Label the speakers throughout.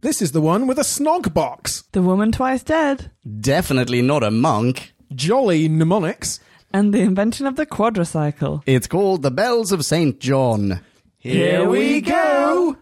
Speaker 1: This is the one with a snog box.
Speaker 2: The woman twice dead.
Speaker 3: Definitely not a monk.
Speaker 1: Jolly mnemonics.
Speaker 2: And the invention of the quadricycle.
Speaker 3: It's called The Bells of St. John.
Speaker 2: Here we go.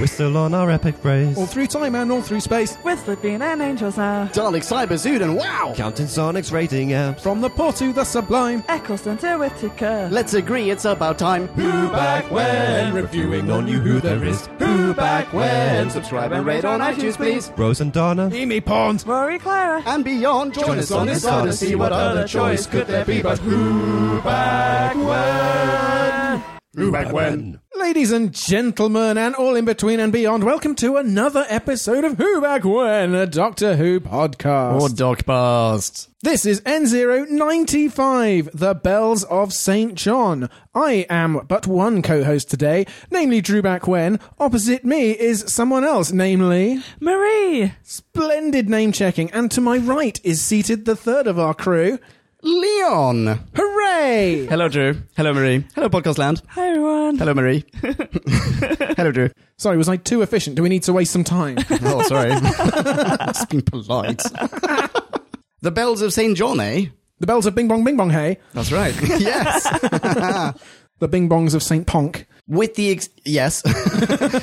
Speaker 4: Whistle on our epic phrase.
Speaker 1: All through time and all through space.
Speaker 2: We're slipping and angels now.
Speaker 3: Dalek Cyber Zood and wow!
Speaker 4: Counting Sonic's rating apps.
Speaker 1: From the poor to the sublime.
Speaker 2: Eccleston to Whitaker.
Speaker 3: Let's agree it's about time.
Speaker 4: Who back when? Reviewing on you who there is. Who back when?
Speaker 3: Subscribe
Speaker 2: and rate on iTunes, please.
Speaker 4: Rose and Donna.
Speaker 1: Amy Pond.
Speaker 2: Rory Clara.
Speaker 3: And beyond, join, us on this odyssey. What other choice could there be but
Speaker 4: who back when?
Speaker 3: who back when?
Speaker 1: Ladies and gentlemen, and all in between and beyond, welcome to another episode of Who Back When, a Doctor Who podcast.
Speaker 3: Or Doc Past.
Speaker 1: This is N095, The Bells of St. John. I am but one co host today, namely Drew Back When. Opposite me is someone else, namely.
Speaker 2: Marie.
Speaker 1: Splendid name checking, and to my right is seated the third of our crew.
Speaker 3: Leon.
Speaker 1: Hooray!
Speaker 3: Hello, Drew. Hello, Marie. Hello, Podcast Land.
Speaker 2: Hi everyone.
Speaker 3: Hello, Marie. Hello, Drew.
Speaker 1: Sorry, was I too efficient? Do we need to waste some time?
Speaker 3: Oh, sorry. Just being polite. the Bells of St. John, eh?
Speaker 1: the bells of Bing Bong Bing Bong, hey?
Speaker 3: That's right. yes.
Speaker 1: The Bing Bongs of St. Ponk.
Speaker 3: With the ex- yes,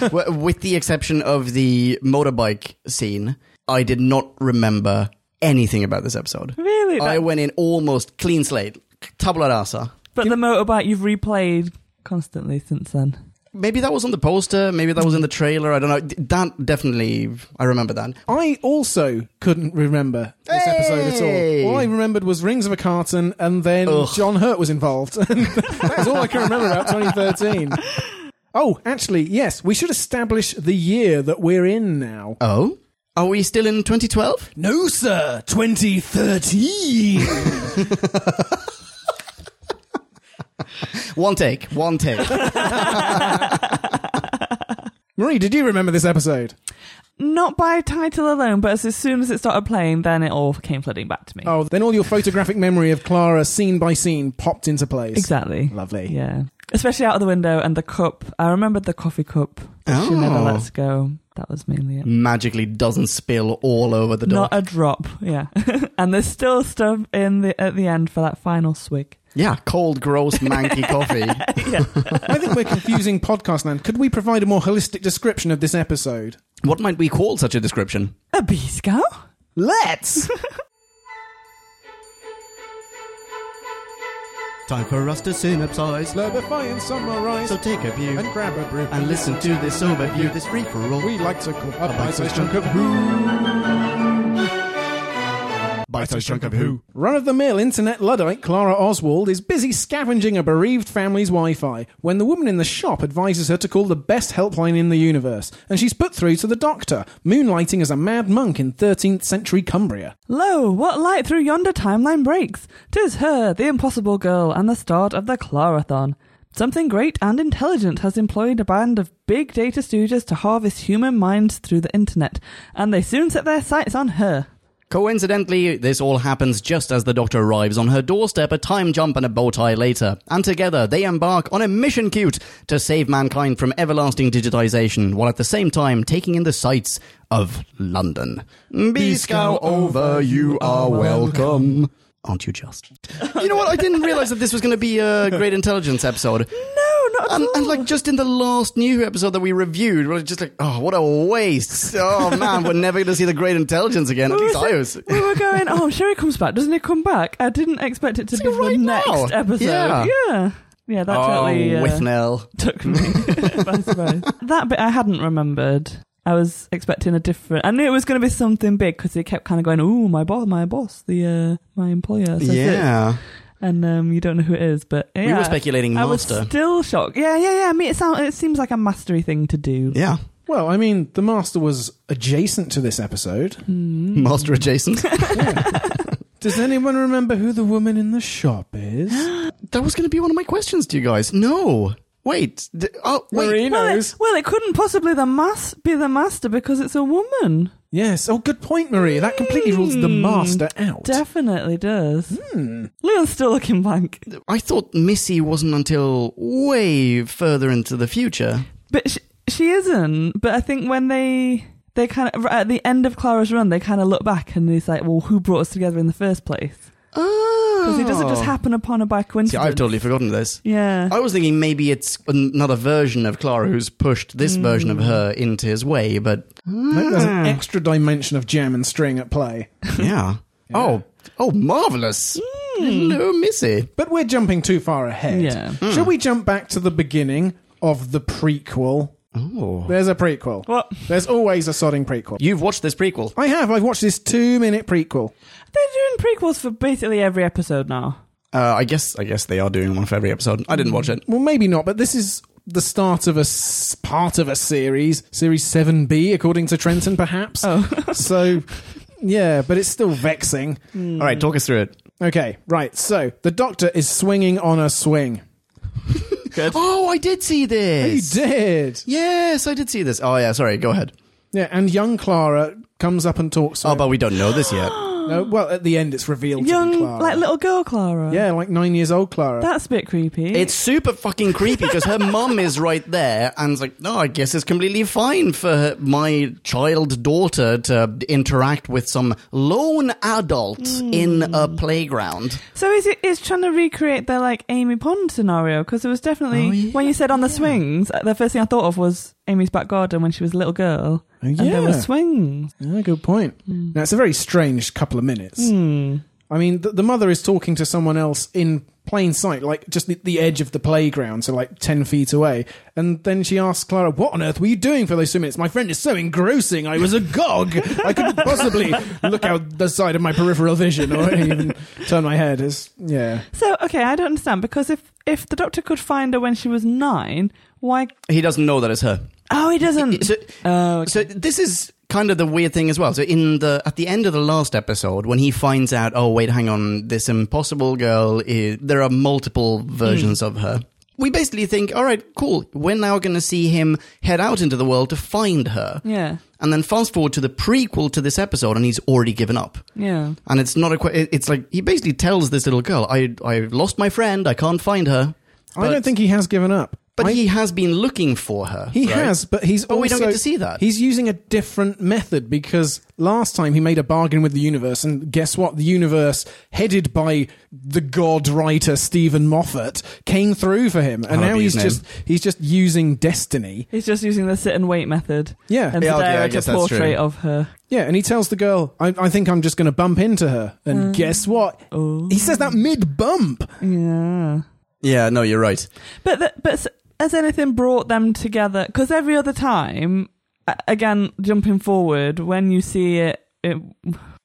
Speaker 3: W- with the exception of the motorbike scene, I did not remember anything about this episode.
Speaker 2: Really?
Speaker 3: I
Speaker 2: That-
Speaker 3: went in almost clean slate, tabula rasa.
Speaker 2: but the motorbike you've replayed constantly since then.
Speaker 3: Maybe that was on the poster. Maybe that was in the trailer. I don't know. D- That definitely, I remember that.
Speaker 1: I also couldn't remember this episode at
Speaker 3: Hey!
Speaker 1: all. All I remembered was Rings of a Carton, and then John Hurt was involved. That's all I can remember about 2013. Oh, actually, yes, we should establish the year that we're in now.
Speaker 3: Oh, are we still in 2012?
Speaker 1: No, sir, 2013.
Speaker 3: One take, one take.
Speaker 1: Marie, did you remember this episode?
Speaker 2: Not by title alone, but as, as soon as it started playing, then it all came flooding back to me.
Speaker 1: Oh, then all your photographic memory of Clara, scene by scene, popped into place.
Speaker 2: Exactly.
Speaker 1: Lovely.
Speaker 2: Yeah. Especially out of the window and the cup. I remembered the coffee cup. She never
Speaker 3: Oh.
Speaker 2: lets go. That was mainly it.
Speaker 3: Magically doesn't spill all over the dock.
Speaker 2: Not a drop. Yeah. and there's still stuff in the at the end for that final swig.
Speaker 3: yeah, cold, gross, manky coffee.
Speaker 1: I think we're confusing podcast land. Could we provide a more holistic description of this episode?
Speaker 3: What might we call such a description?
Speaker 2: A bisco?
Speaker 1: Let's!
Speaker 3: Time for us to synopsize.
Speaker 1: Slurpify and summarize.
Speaker 3: So take a view
Speaker 1: and grab a brew
Speaker 3: and listen to this overview, this free for all.
Speaker 1: We like to call a
Speaker 3: bite-sized chunk
Speaker 1: of who.
Speaker 3: Bite-sized chunk of who?
Speaker 1: Run of the mill internet Luddite Clara Oswald is busy scavenging a bereaved family's Wi Fi when the woman in the shop advises her to call the best helpline in the universe, and she's put through to the doctor, moonlighting as a mad monk in 13th century Cumbria.
Speaker 2: Lo, what light through yonder timeline breaks? Tis her, the impossible girl, and the start of the Clarathon. Something great and intelligent has employed a band of big data stooges to harvest human minds through the internet, and they soon set their sights on her.
Speaker 3: Coincidentally, this all happens just as the doctor arrives on her doorstep, a time jump and a bow tie later. And together, they embark on a mission cute to save mankind from everlasting digitization, while at the same time taking in the sights of London. Be scow over, you are welcome. Aren't you just? You know what? I didn't realize that this was going to be a great intelligence episode.
Speaker 2: No, not at
Speaker 3: And,
Speaker 2: all.
Speaker 3: and like just in the last new Who episode that we reviewed, we we're just like, oh, what a waste! Oh man, we're never going to see the Great Intelligence again. At
Speaker 2: We
Speaker 3: least
Speaker 2: were
Speaker 3: I
Speaker 2: so-
Speaker 3: was.
Speaker 2: we were going, oh, I'm sure he comes back. Doesn't he come back? I didn't expect it to be
Speaker 3: right
Speaker 2: the
Speaker 3: now.
Speaker 2: next episode.
Speaker 3: Yeah.
Speaker 2: yeah. Yeah,
Speaker 3: Oh,
Speaker 2: that totally uh,
Speaker 3: with Nell.
Speaker 2: took me by surprise. That bit I hadn't remembered. I was expecting a different. I knew it was going to be something big because they kept kind of going, "Ooh, my boss, my boss, the uh, my employer." says this."
Speaker 3: Yeah,
Speaker 2: and um, you don't know who it is, but yeah.
Speaker 3: we were speculating
Speaker 2: I was
Speaker 3: master.
Speaker 2: still shocked. Yeah, yeah, yeah. I mean, it sound, it seems like a mastery thing to do.
Speaker 3: yeah,
Speaker 1: Well, I mean, the master was adjacent to this episode.
Speaker 2: Hmm.
Speaker 3: master adjacent.
Speaker 1: Does anyone remember who the woman in the shop is?
Speaker 3: that was going to be one of my questions to you guys. No, wait. D- oh, wait.
Speaker 2: Well, it, well, it couldn't possibly the mas- be the master because it's a woman.
Speaker 1: Yes. Oh, good point, Marie. That completely rules
Speaker 2: Hmm.
Speaker 1: the master out.
Speaker 2: Definitely does.
Speaker 3: Hmm.
Speaker 2: Leon's still looking blank,
Speaker 3: I thought Missy wasn't until way further into the future.
Speaker 2: but sh She isn't, but I think when they they kind of at the end of Clara's run, they kind of look back and he's like, "Well, who brought us together in the first place?"
Speaker 3: Oh.
Speaker 2: Because it doesn't just happen upon her by
Speaker 3: See,
Speaker 2: coincidence.
Speaker 3: I've totally forgotten this.
Speaker 2: yeah.
Speaker 3: I was thinking maybe it's another version of Clara who's pushed this version of her into his way, but
Speaker 1: Maybe there's an
Speaker 3: Ah.
Speaker 1: extra dimension of jam and string at play.
Speaker 3: yeah. Oh, oh, marvelous! No, missy.
Speaker 1: But we're jumping too far ahead.
Speaker 2: Yeah. Hmm.
Speaker 1: Shall we jump back to the beginning of the prequel?
Speaker 3: Oh,
Speaker 1: There's a prequel.
Speaker 2: What?
Speaker 1: There's always a sodding prequel.
Speaker 3: you've watched this prequel.
Speaker 1: I have. I've watched this two minute prequel.
Speaker 2: They're doing prequels for basically every episode now.
Speaker 3: Uh, I guess, I guess they are doing one for every episode. I didn't watch it.
Speaker 1: Well, maybe not, but this is the start of a s- part of a series, series 7B, according to Trenton, perhaps.
Speaker 2: Oh.
Speaker 1: so, yeah, but it's still vexing.
Speaker 3: All right, talk us through it.
Speaker 1: Okay, right. So, the doctor is swinging on a swing.
Speaker 3: Oh, I did see
Speaker 1: He
Speaker 3: this.
Speaker 1: Oh, did.
Speaker 3: Yes, I did see this. Oh, yeah. Sorry, go ahead.
Speaker 1: Yeah, and young Clara comes up and talks to
Speaker 3: Oh,
Speaker 1: him.
Speaker 3: but we don't know this yet.
Speaker 1: No, well, at the end, it's revealed to
Speaker 2: Young,
Speaker 1: be Clara.
Speaker 2: like little girl Clara.
Speaker 1: yeah, like nine years old Clara.
Speaker 2: That's a bit creepy.
Speaker 3: It's super fucking creepy because her mum is right there and it's like, no, I guess it's completely fine for her, my child daughter to interact with some lone adult in a playground.
Speaker 2: so is it is trying to recreate the like Amy Pond scenario? Because it was definitely
Speaker 3: Oh, yeah,
Speaker 2: when you said on the swings, uh, the first thing I thought of was Amy's back garden when she was a little girl,
Speaker 1: Oh,
Speaker 2: and there were
Speaker 1: yeah.
Speaker 2: swings.
Speaker 1: Yeah, good point.
Speaker 3: Hmm.
Speaker 1: Now, it's a very strange couple of minutes. I mean, the, the mother is talking to someone else in plain sight, like just the, the edge of the playground, so like 10 feet away. And then she asks Clara, What on earth were you doing for those two minutes? My friend is so engrossing. I was agog. I couldn't possibly look out the side of my peripheral vision or even turn my head. It's, yeah.
Speaker 2: So okay, I don't understand because if if the doctor could find her when she was nine, why?
Speaker 3: He doesn't know that it's her.
Speaker 2: Oh, he doesn't.
Speaker 3: So,
Speaker 2: oh, okay.
Speaker 3: so this is kind of the weird thing as well. So in the at the end of the last episode, when he finds out, oh wait, hang on, this impossible girl is there are multiple versions of her. We basically think, all right, cool. We're now going to see him head out into the world to find her.
Speaker 2: yeah,
Speaker 3: And then fast forward to the prequel to this episode, and he's already given up.
Speaker 2: yeah.
Speaker 3: And it's not a. que- it- It's like he basically tells this little girl, "I I lost my friend. I can't find her."
Speaker 1: I don't
Speaker 3: But-
Speaker 1: think he has given up.
Speaker 3: But
Speaker 1: I-
Speaker 3: he has been looking for her.
Speaker 1: He
Speaker 3: right?
Speaker 1: has, but he's
Speaker 3: But
Speaker 1: also
Speaker 3: we don't get to see that.
Speaker 1: He's using a different method because last time he made a bargain with the universe, and guess what? The universe, headed by the god writer Stephen Moffat, came through for him, and
Speaker 3: That'll
Speaker 1: now
Speaker 3: be his
Speaker 1: he's just he's just using destiny.
Speaker 2: He's just using the sit and wait method.
Speaker 1: Yeah.
Speaker 2: and
Speaker 3: Uh, Yeah, okay, I
Speaker 2: stare at
Speaker 3: guess
Speaker 2: a
Speaker 3: that's true.
Speaker 2: portrait of her.
Speaker 1: Yeah, and he tells the girl, "I, I think I'm just going to bump into her," and
Speaker 3: Mm.
Speaker 1: guess what?
Speaker 2: Oh,
Speaker 1: He says that mid bump.
Speaker 2: yeah.
Speaker 3: Yeah, no, you're right.
Speaker 2: But the, but s- has anything brought them together? Because every other time, a- again jumping forward, when you see it, it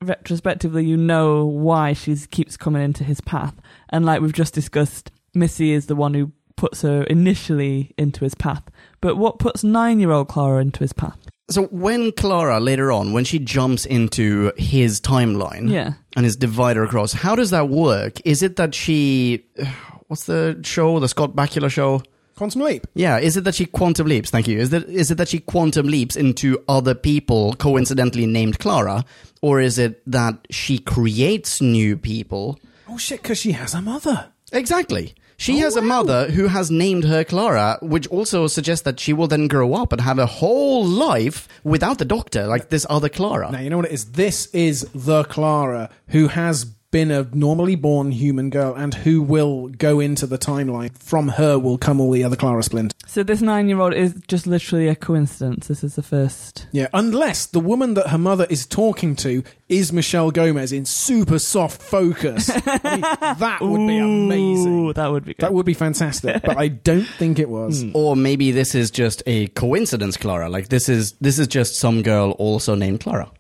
Speaker 2: retrospectively, you know why she keeps coming into his path. And like we've just discussed, Missy is the one who puts her initially into his path. But what puts nine-year-old Clara into his path?
Speaker 3: So when Clara later on, when she jumps into his
Speaker 1: Mm.
Speaker 3: timeline
Speaker 2: Yeah.
Speaker 3: and is divided across, how does that work? Is it that she, what's the show, the Scott Bakula show?
Speaker 1: Quantum leap.
Speaker 3: Yeah, is it that she quantum leaps? Thank you. Is that is it that she quantum leaps into other people coincidentally named Clara, or is it that she creates new people?
Speaker 1: Oh shit! Because she has a mother.
Speaker 3: Exactly.
Speaker 2: Oh,
Speaker 3: She has a mother who has named her Clara, which also suggests that she will then grow up and have a whole life without the doctor, like this other Clara.
Speaker 1: Now, you know what it is? This is the Clara who has been a normally born human girl and who will go into the timeline. From her will come all the other Clara splint.
Speaker 2: So this nine-year-old is just literally a coincidence. This is the first.
Speaker 1: Yeah, unless the woman that her mother is talking to is Michelle Gomez in super soft focus. I mean, that would be
Speaker 2: Ooh,
Speaker 1: amazing.
Speaker 2: that would be good.
Speaker 1: That would be fantastic, but I don't think it was.
Speaker 3: Or maybe this is just a coincidence, Clara. Like this is this is just some girl also named Clara.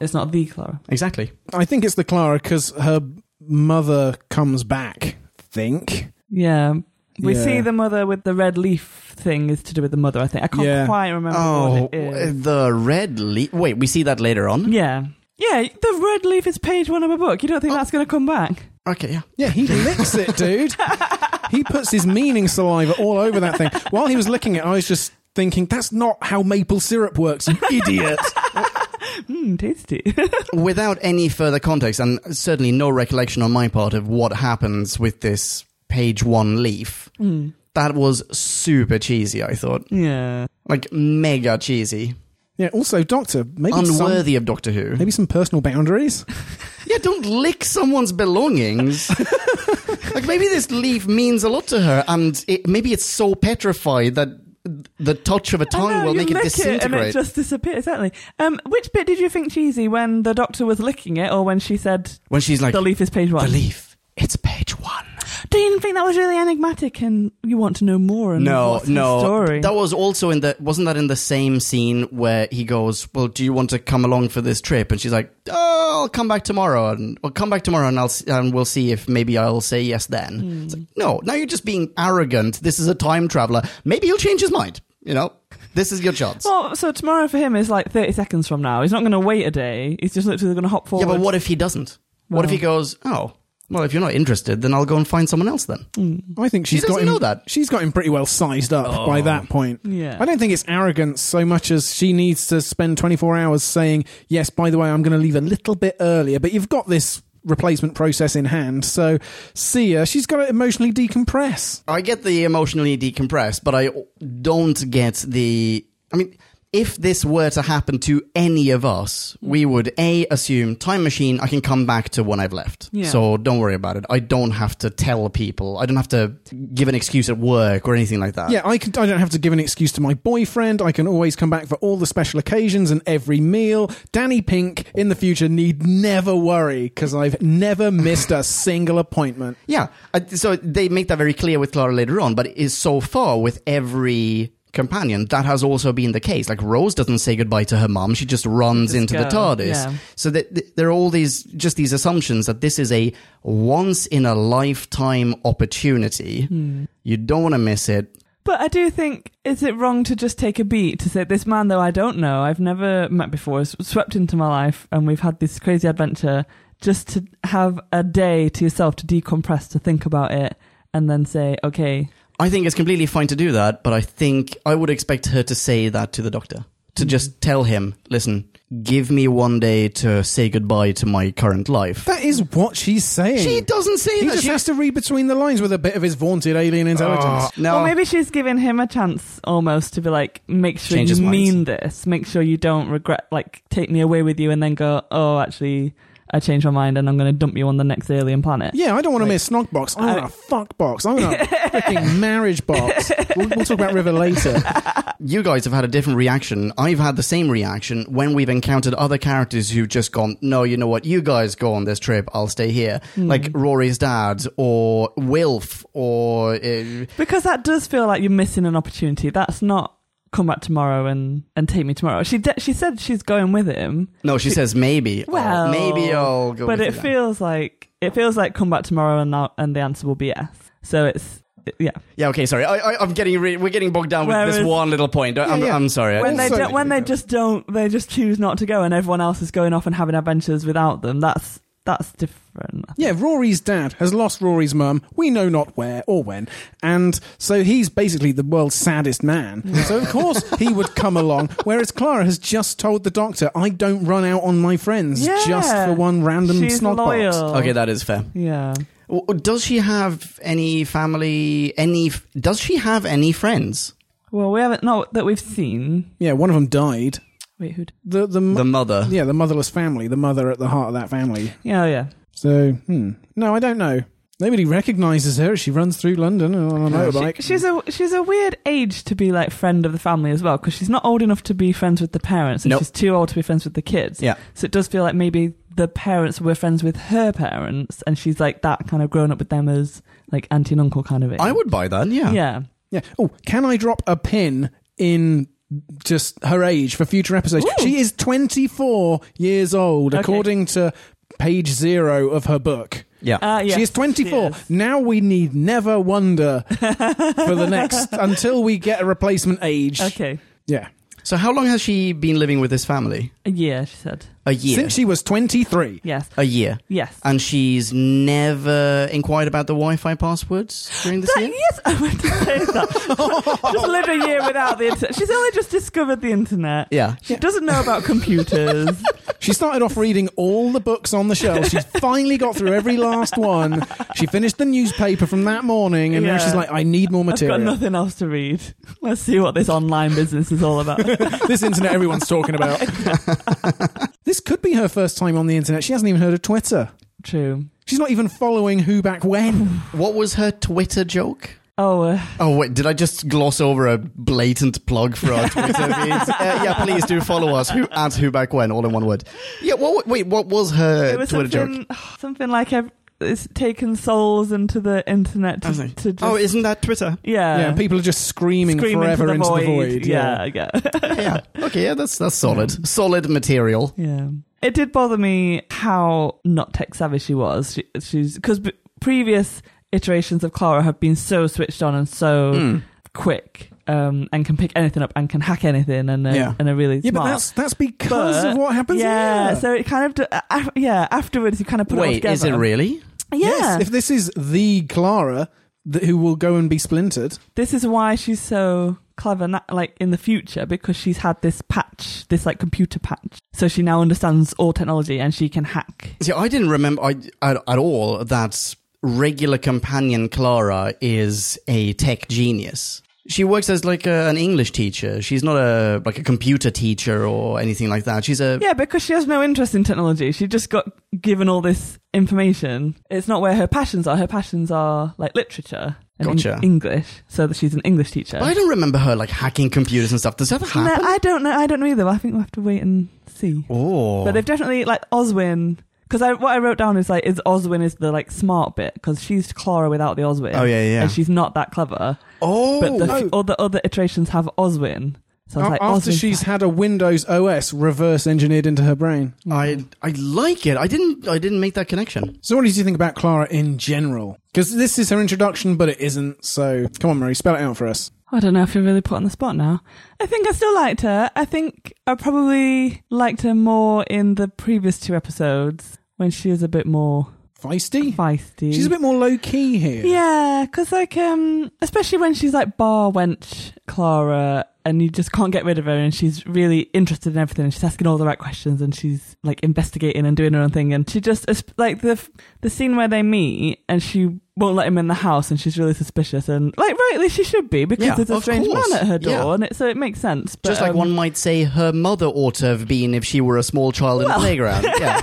Speaker 2: it's not the Clara.
Speaker 3: Exactly.
Speaker 1: I think it's the Clara because her mother comes back. Think.
Speaker 2: Yeah. We
Speaker 1: Yeah.
Speaker 2: see the mother with the red leaf thing is to do with the mother, I think. I can't
Speaker 1: Yeah.
Speaker 2: quite remember
Speaker 3: Oh,
Speaker 2: what it is.
Speaker 3: the red leaf. Wait, we see that later on.
Speaker 2: Yeah. Yeah, the red leaf is page one of a book. You don't
Speaker 3: Oh.
Speaker 2: think that's going to come back?
Speaker 3: Okay, yeah.
Speaker 1: Yeah, he licks it, dude. he puts his meaning saliva all over that thing. While he was licking it, I was just thinking, that's not how maple syrup works, you idiot.
Speaker 2: Hmm, tasty.
Speaker 3: Without any further context, and certainly no recollection on my part of what happens with this page one leaf, That was super cheesy, I thought.
Speaker 2: Yeah.
Speaker 3: Like, mega cheesy.
Speaker 1: Yeah. Also, Doctor, maybe some,
Speaker 3: Unworthy of Doctor Who.
Speaker 1: maybe some personal boundaries.
Speaker 3: Yeah, don't lick someone's belongings. like maybe this leaf means a lot to her, and it, maybe it's so petrified that the touch of a
Speaker 2: I
Speaker 3: tongue
Speaker 2: know,
Speaker 3: will
Speaker 2: you
Speaker 3: make it
Speaker 2: lick and
Speaker 3: disintegrate.
Speaker 2: it just disappears. Exactly. Um, which bit did you think cheesy when the doctor was licking it, or when she said
Speaker 3: when she's like,
Speaker 2: the leaf is page one?
Speaker 3: "The leaf, it's page one.
Speaker 2: Do you think that was really enigmatic and you want to know more? And
Speaker 3: No,
Speaker 2: what's the
Speaker 3: no.
Speaker 2: story.
Speaker 3: That was also in the. Wasn't that in the same scene where he goes, "Well, do you want to come along for this trip?" And she's like, "Oh, I'll come back tomorrow, and I'll come back tomorrow, and I'll s- and we'll see if maybe I'll say yes then."
Speaker 2: Hmm.
Speaker 3: It's like, no, now you're just being arrogant. This is a time traveler. Maybe he'll change his mind. You know, this is your chance.
Speaker 2: Well, so tomorrow for him is like 30 seconds from now. He's not going to wait a day. He's just literally going to hop
Speaker 3: yeah,
Speaker 2: forward.
Speaker 3: but what if he doesn't? What if
Speaker 2: Well.
Speaker 3: he goes, "Oh, well, if you're not interested, then I'll go and find someone else." Then
Speaker 1: I think she's got
Speaker 3: doesn't
Speaker 1: him.
Speaker 3: know that. Oh.
Speaker 1: She's got him pretty well sized up by that point.
Speaker 2: Yeah.
Speaker 1: I don't think it's arrogance so much as she needs to spend 24 hours saying, "Yes, by the way, I'm going to leave a little bit earlier, but you've got this replacement process in hand." So, see ya. She's got to emotionally decompress.
Speaker 3: I get the emotionally decompressed, but I don't get the. I mean, if this were to happen to any of us, we would A, assume time machine, I can come back to when I've left.
Speaker 2: Yeah.
Speaker 3: So don't worry about it. I don't have to tell people. I don't have to give an excuse at work or anything like that.
Speaker 1: Yeah, I, can, I don't have to give an excuse to my boyfriend. I can always come back for all the special occasions and every meal. Danny Pink in the future need never worry because I've never missed a single appointment.
Speaker 3: Yeah. Uh, So they make that very clear with Clara later on, but it is so far with every companion that has also been the case. Like Rose doesn't say goodbye to her mum; she just runs
Speaker 2: Just
Speaker 3: into the
Speaker 2: go,
Speaker 3: TARDIS.
Speaker 2: yeah.
Speaker 3: So that th- there are all these just these assumptions that this is a once in a lifetime opportunity.
Speaker 2: Hmm.
Speaker 3: You don't want to miss it.
Speaker 2: But I do think, is it wrong to just take a beat to say, this man, though I don't know, I've never met before, has swept into my life, and we've had this crazy adventure, just to have a day to yourself to decompress, to think about it, and then say, okay,
Speaker 3: I think it's completely fine to do that, but I think I would expect her to say that to the doctor. To just tell him, listen, give me one day to say goodbye to my current life.
Speaker 1: That is what she's saying.
Speaker 3: She doesn't say
Speaker 1: He
Speaker 3: that.
Speaker 1: just
Speaker 3: She- Oh.
Speaker 1: has to read between the lines with a bit of his vaunted alien intelligence.
Speaker 3: No.
Speaker 2: Or maybe she's giving him a chance almost to be like, make sure
Speaker 3: Change his
Speaker 2: you
Speaker 3: mind.
Speaker 2: mean this. Make sure you don't regret, like, take me away with you and then go, oh, actually, I changed my mind and I'm going to dump you on the next alien planet.
Speaker 1: yeah, I don't want to miss snog box. I want
Speaker 2: I-
Speaker 1: a fuck box. I want a freaking marriage box. We'll, we'll talk about River later.
Speaker 3: you guys have had a different reaction. I've had the same reaction when we've encountered other characters who've just gone, no, you know what, you guys go on this trip, I'll stay here.
Speaker 2: Hmm.
Speaker 3: Like Rory's dad or Wilf or. Uh,
Speaker 2: Because that does feel like you're missing an opportunity. That's not come back tomorrow and, and take me tomorrow. She de- she said she's going with him,
Speaker 3: no, she says maybe. Oh,
Speaker 2: Well,
Speaker 3: maybe I'll go
Speaker 2: but it
Speaker 3: with you then.
Speaker 2: feels like it feels like come back tomorrow and that, and the answer will be yes. So it's yeah.
Speaker 3: Yeah, okay, sorry. I, I, I'm getting re- we're getting bogged down with this
Speaker 2: Whereas-
Speaker 3: one little point. I, I'm,
Speaker 1: Yeah, yeah.
Speaker 3: I'm sorry. I
Speaker 2: when
Speaker 3: just-
Speaker 2: they
Speaker 1: Also-
Speaker 2: don't, when they just don't, they just choose not to go, and everyone else is going off and having adventures without them. That's that's different.
Speaker 1: Yeah, Rory's dad has lost Rory's mum. We know not where or when, and so he's basically the world's saddest man. So of course he would come along. Whereas Clara has just told the doctor, "I don't run out on my friends
Speaker 2: Yeah.
Speaker 1: just for one random
Speaker 2: She's
Speaker 1: snog
Speaker 2: loyal.
Speaker 1: box."
Speaker 3: Okay, that is fair.
Speaker 2: Yeah,
Speaker 3: W- Does she have any family? Any? f- Does she have any friends?
Speaker 2: well, we haven't not that we've seen.
Speaker 1: Yeah, one of them died.
Speaker 2: Wait, who'd?
Speaker 1: The the,
Speaker 3: The mother.
Speaker 1: yeah the motherless family, the mother at the heart of that family.
Speaker 2: Yeah, oh, yeah.
Speaker 1: So, hmm. No, I don't know. Nobody recognises her as she runs through London on a motorbike.
Speaker 2: She, she's a she's a weird age to be like friend of the family as well because she's not old enough to be friends with the parents and
Speaker 3: Nope.
Speaker 2: she's too old to be friends with the kids.
Speaker 3: Yeah.
Speaker 2: So it does feel like maybe the parents were friends with her parents and she's like that kind of grown up with them as like auntie and uncle kind of thing.
Speaker 3: I would buy that.
Speaker 2: Yeah.
Speaker 1: yeah. Oh, can I drop a pin in just her age for future episodes? She is 24 years old,
Speaker 2: Okay.
Speaker 1: according to page zero of her book.
Speaker 3: Yeah.
Speaker 2: Uh, yes,
Speaker 1: she is 24.
Speaker 2: she is.
Speaker 1: Now we need never wonder for the next until we get a replacement age.
Speaker 2: Okay.
Speaker 1: Yeah.
Speaker 3: So how long has she been living with this family?
Speaker 2: A year, she said.
Speaker 3: A year.
Speaker 1: Since she was 23.
Speaker 2: Yes.
Speaker 3: a year.
Speaker 2: Yes.
Speaker 3: And she's never inquired about the Wi-Fi passwords during this
Speaker 2: That-
Speaker 3: year.
Speaker 2: yes, Oh, I meant to say that. just lived a year without the internet. She's only just discovered the internet.
Speaker 3: Yeah.
Speaker 2: She doesn't know about computers.
Speaker 1: She started off reading all the books on the shelf. She's finally got through every last one. She finished the newspaper from that morning, and now
Speaker 2: Yeah.
Speaker 1: she's like, I need more
Speaker 2: I've got
Speaker 1: material.
Speaker 2: nothing else to read. Let's see what this online business is all about.
Speaker 1: this internet everyone's talking about. this could be her first time on the internet. She hasn't even heard of Twitter.
Speaker 2: True.
Speaker 1: She's not even following who back when.
Speaker 3: What was her Twitter joke?
Speaker 2: Oh, uh,
Speaker 3: Oh, wait, did I just gloss over a blatant plug for our Twitter feeds? Uh, yeah, please do follow us. Who at who back when? All in one word. Yeah, what, wait, Uh, what was her
Speaker 2: it was
Speaker 3: Twitter joke?
Speaker 2: something, something like ev- it's taken souls into the internet to,
Speaker 3: I see.
Speaker 2: to just,
Speaker 3: Oh, isn't that Twitter?
Speaker 2: yeah,
Speaker 1: yeah, people are just screaming,
Speaker 2: scream
Speaker 1: forever into the, void.
Speaker 2: Yeah, yeah.
Speaker 3: yeah. Okay, yeah, that's that's solid. Solid material.
Speaker 2: Yeah. It did bother me how not tech savvy she was. She, she's because b- previous iterations of Clara have been so switched on and so quick, um, and can pick anything up and can hack anything, and are,
Speaker 3: Yeah.
Speaker 2: and are really
Speaker 1: Yeah, but
Speaker 2: smart.
Speaker 1: that's that's because
Speaker 2: But-
Speaker 1: of what happens.
Speaker 2: yeah,
Speaker 1: here.
Speaker 2: so it kind of d- uh, af- yeah. Afterwards, you kind of put it all
Speaker 3: Wait,
Speaker 2: together.
Speaker 3: is it really?
Speaker 2: Yeah,
Speaker 1: Yes, if this is the Clara that, who will go and be splintered,
Speaker 2: this is why she's so clever na- like in the future because she's had this patch this like computer patch so she now understands all technology and she can hack
Speaker 3: See, I didn't remember I, at, at all that regular companion Clara is a tech genius. She works as like a, an English teacher. She's not a like a computer teacher or anything like that. She's a
Speaker 2: yeah because she has no interest in technology she just got given all this information it's not where her passions are her passions are like literature and Eng-
Speaker 3: Gotcha.
Speaker 2: english so that she's an english teacher
Speaker 3: But I don't remember her like hacking computers and stuff. Does that
Speaker 2: no,
Speaker 3: happen?
Speaker 2: i don't know i don't know either i think we'll have to wait and see
Speaker 3: oh,
Speaker 2: But they've definitely like Oswin because I, what I wrote down is like is Oswin is the like smart bit because she's Clara without the Oswin.
Speaker 3: Oh, yeah, yeah.
Speaker 2: And she's not that clever.
Speaker 3: oh,
Speaker 2: But the,
Speaker 1: no.
Speaker 2: all the other iterations have Oswin. So I was
Speaker 1: a-
Speaker 2: like,
Speaker 1: after
Speaker 2: Oswin's
Speaker 1: she's had a Windows OS reverse engineered into her brain.
Speaker 3: I I like it. I didn't I didn't make that connection.
Speaker 1: So, what did you think about Clara in general? Because this is her introduction, but it isn't. So, come on, Marie, spell it out for us.
Speaker 2: I don't know if you're really put on the spot now. I think I still liked her. I think I probably liked her more in the previous two episodes when she is a bit more
Speaker 1: Feisty.
Speaker 2: feisty.
Speaker 1: She's a bit more low key here.
Speaker 2: Yeah, because like um, especially when she's like bar wench Clara, and you just can't get rid of her, and she's really interested in everything, and she's asking all the right questions, and she's like investigating and doing her own thing, and she just it's like the the scene where they meet, and she won't let him in the house, and she's really suspicious, and like rightly she should be because
Speaker 3: Yeah,
Speaker 2: there's a
Speaker 3: of
Speaker 2: strange
Speaker 3: course.
Speaker 2: man at her door,
Speaker 3: Yeah.
Speaker 2: and it, so it makes sense. But,
Speaker 3: Just like
Speaker 2: um,
Speaker 3: one might say, her mother ought to have been if she were a small child in a
Speaker 2: Well.
Speaker 3: playground. Yeah.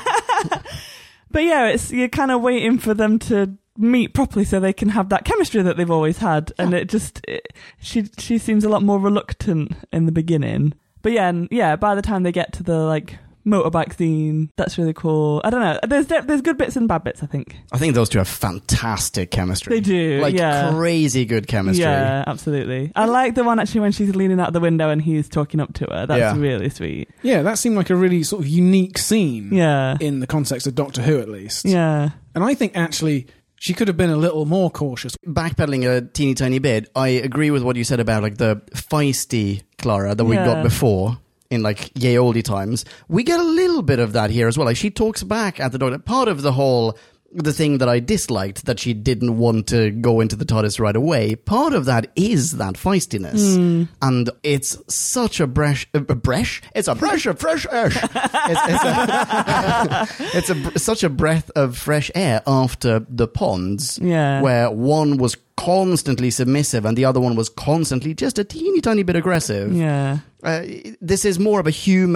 Speaker 2: But yeah, it's you're kind of waiting for them to meet properly so they can have that chemistry that they've always had, and it just it, she she seems a lot more reluctant in the beginning. But yeah, and yeah, by the time they get to the like motorbike scene, that's really cool. I don't know. There's de- there's good bits and bad bits. I think
Speaker 3: I think those two have fantastic chemistry.
Speaker 2: they do.
Speaker 3: Like
Speaker 2: yeah.
Speaker 3: crazy good chemistry.
Speaker 2: Yeah, absolutely. I like the one actually when she's leaning out the window and he's talking up to her. That's
Speaker 3: Yeah.
Speaker 2: really sweet.
Speaker 1: Yeah, that seemed like a really sort of unique scene
Speaker 2: Yeah.
Speaker 1: in the context of Doctor Who, at least.
Speaker 2: Yeah.
Speaker 1: And I think actually she could have been a little more cautious.
Speaker 3: Backpedaling a teeny tiny bit, I agree with what you said about like the feisty Clara that we
Speaker 2: Yeah.
Speaker 3: got before in like yay oldie times. We get a little bit of that here as well. Like she talks back at the doctor. Part of the whole the thing that I disliked that she didn't want to go into the TARDIS right away. Part of that is that feistiness, and it's such a brush, a brush. It's a brush of fresh air. it's, it's a, it's a br- such a breath of fresh air after the ponds,
Speaker 2: Yeah.
Speaker 3: where one was constantly submissive and the other one was constantly just a teeny tiny bit aggressive.
Speaker 2: Yeah.
Speaker 3: Uh, this is more of a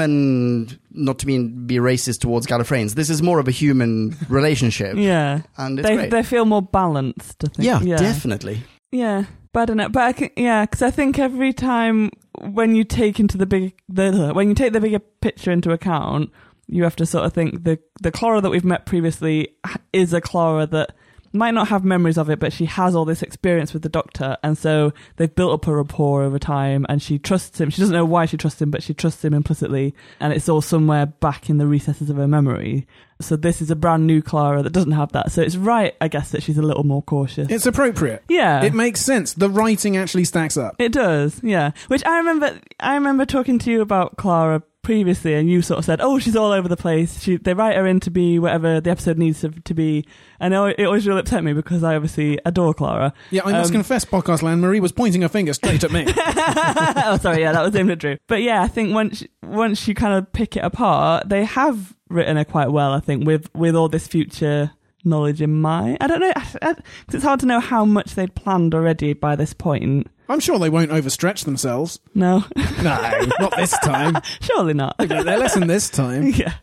Speaker 3: human, not to mean be racist towards Gallifreyans. This is more of a human relationship,
Speaker 2: Yeah.
Speaker 3: and it's
Speaker 2: They
Speaker 3: great.
Speaker 2: they feel more balanced. I think.
Speaker 3: yeah, definitely.
Speaker 2: Yeah, but I don't know. But I can, yeah, because I think every time when you take into the big the when you take the bigger picture into account, you have to sort of think the the Clara that we've met previously is a Clara that might not have memories of it, but she has all this experience with the Doctor, and so they've built up a rapport over time, and she trusts him. She doesn't know why she trusts him, but she trusts him implicitly, and it's all somewhere back in the recesses of her memory. So this is a brand new Clara that doesn't have that. So it's right, I guess, that she's a little more cautious.
Speaker 1: It's appropriate.
Speaker 2: yeah.
Speaker 1: It makes sense. The writing actually stacks up.
Speaker 2: It does, yeah. Which I remember. I remember talking to you about Clara previously, and you sort of said, "Oh, she's all over the place. She, they write her in to be whatever the episode needs to, to be." And it it always really upset me because I obviously adore Clara.
Speaker 1: Yeah, I must
Speaker 2: Um,
Speaker 1: confess, Podcast Land, Marie was pointing her finger straight at me.
Speaker 2: oh, sorry, yeah, that was aimed at Drew. But yeah, I think once once you kind of pick it apart, they have written her quite well. I think with with all this future knowledge in mind. I don't know I- I- 'cause it's hard to know how much they'd planned already by this point.
Speaker 1: I'm sure they won't overstretch themselves.
Speaker 2: No,
Speaker 1: No, not this time.
Speaker 2: surely not.
Speaker 1: They got their lesson this time.
Speaker 2: yeah.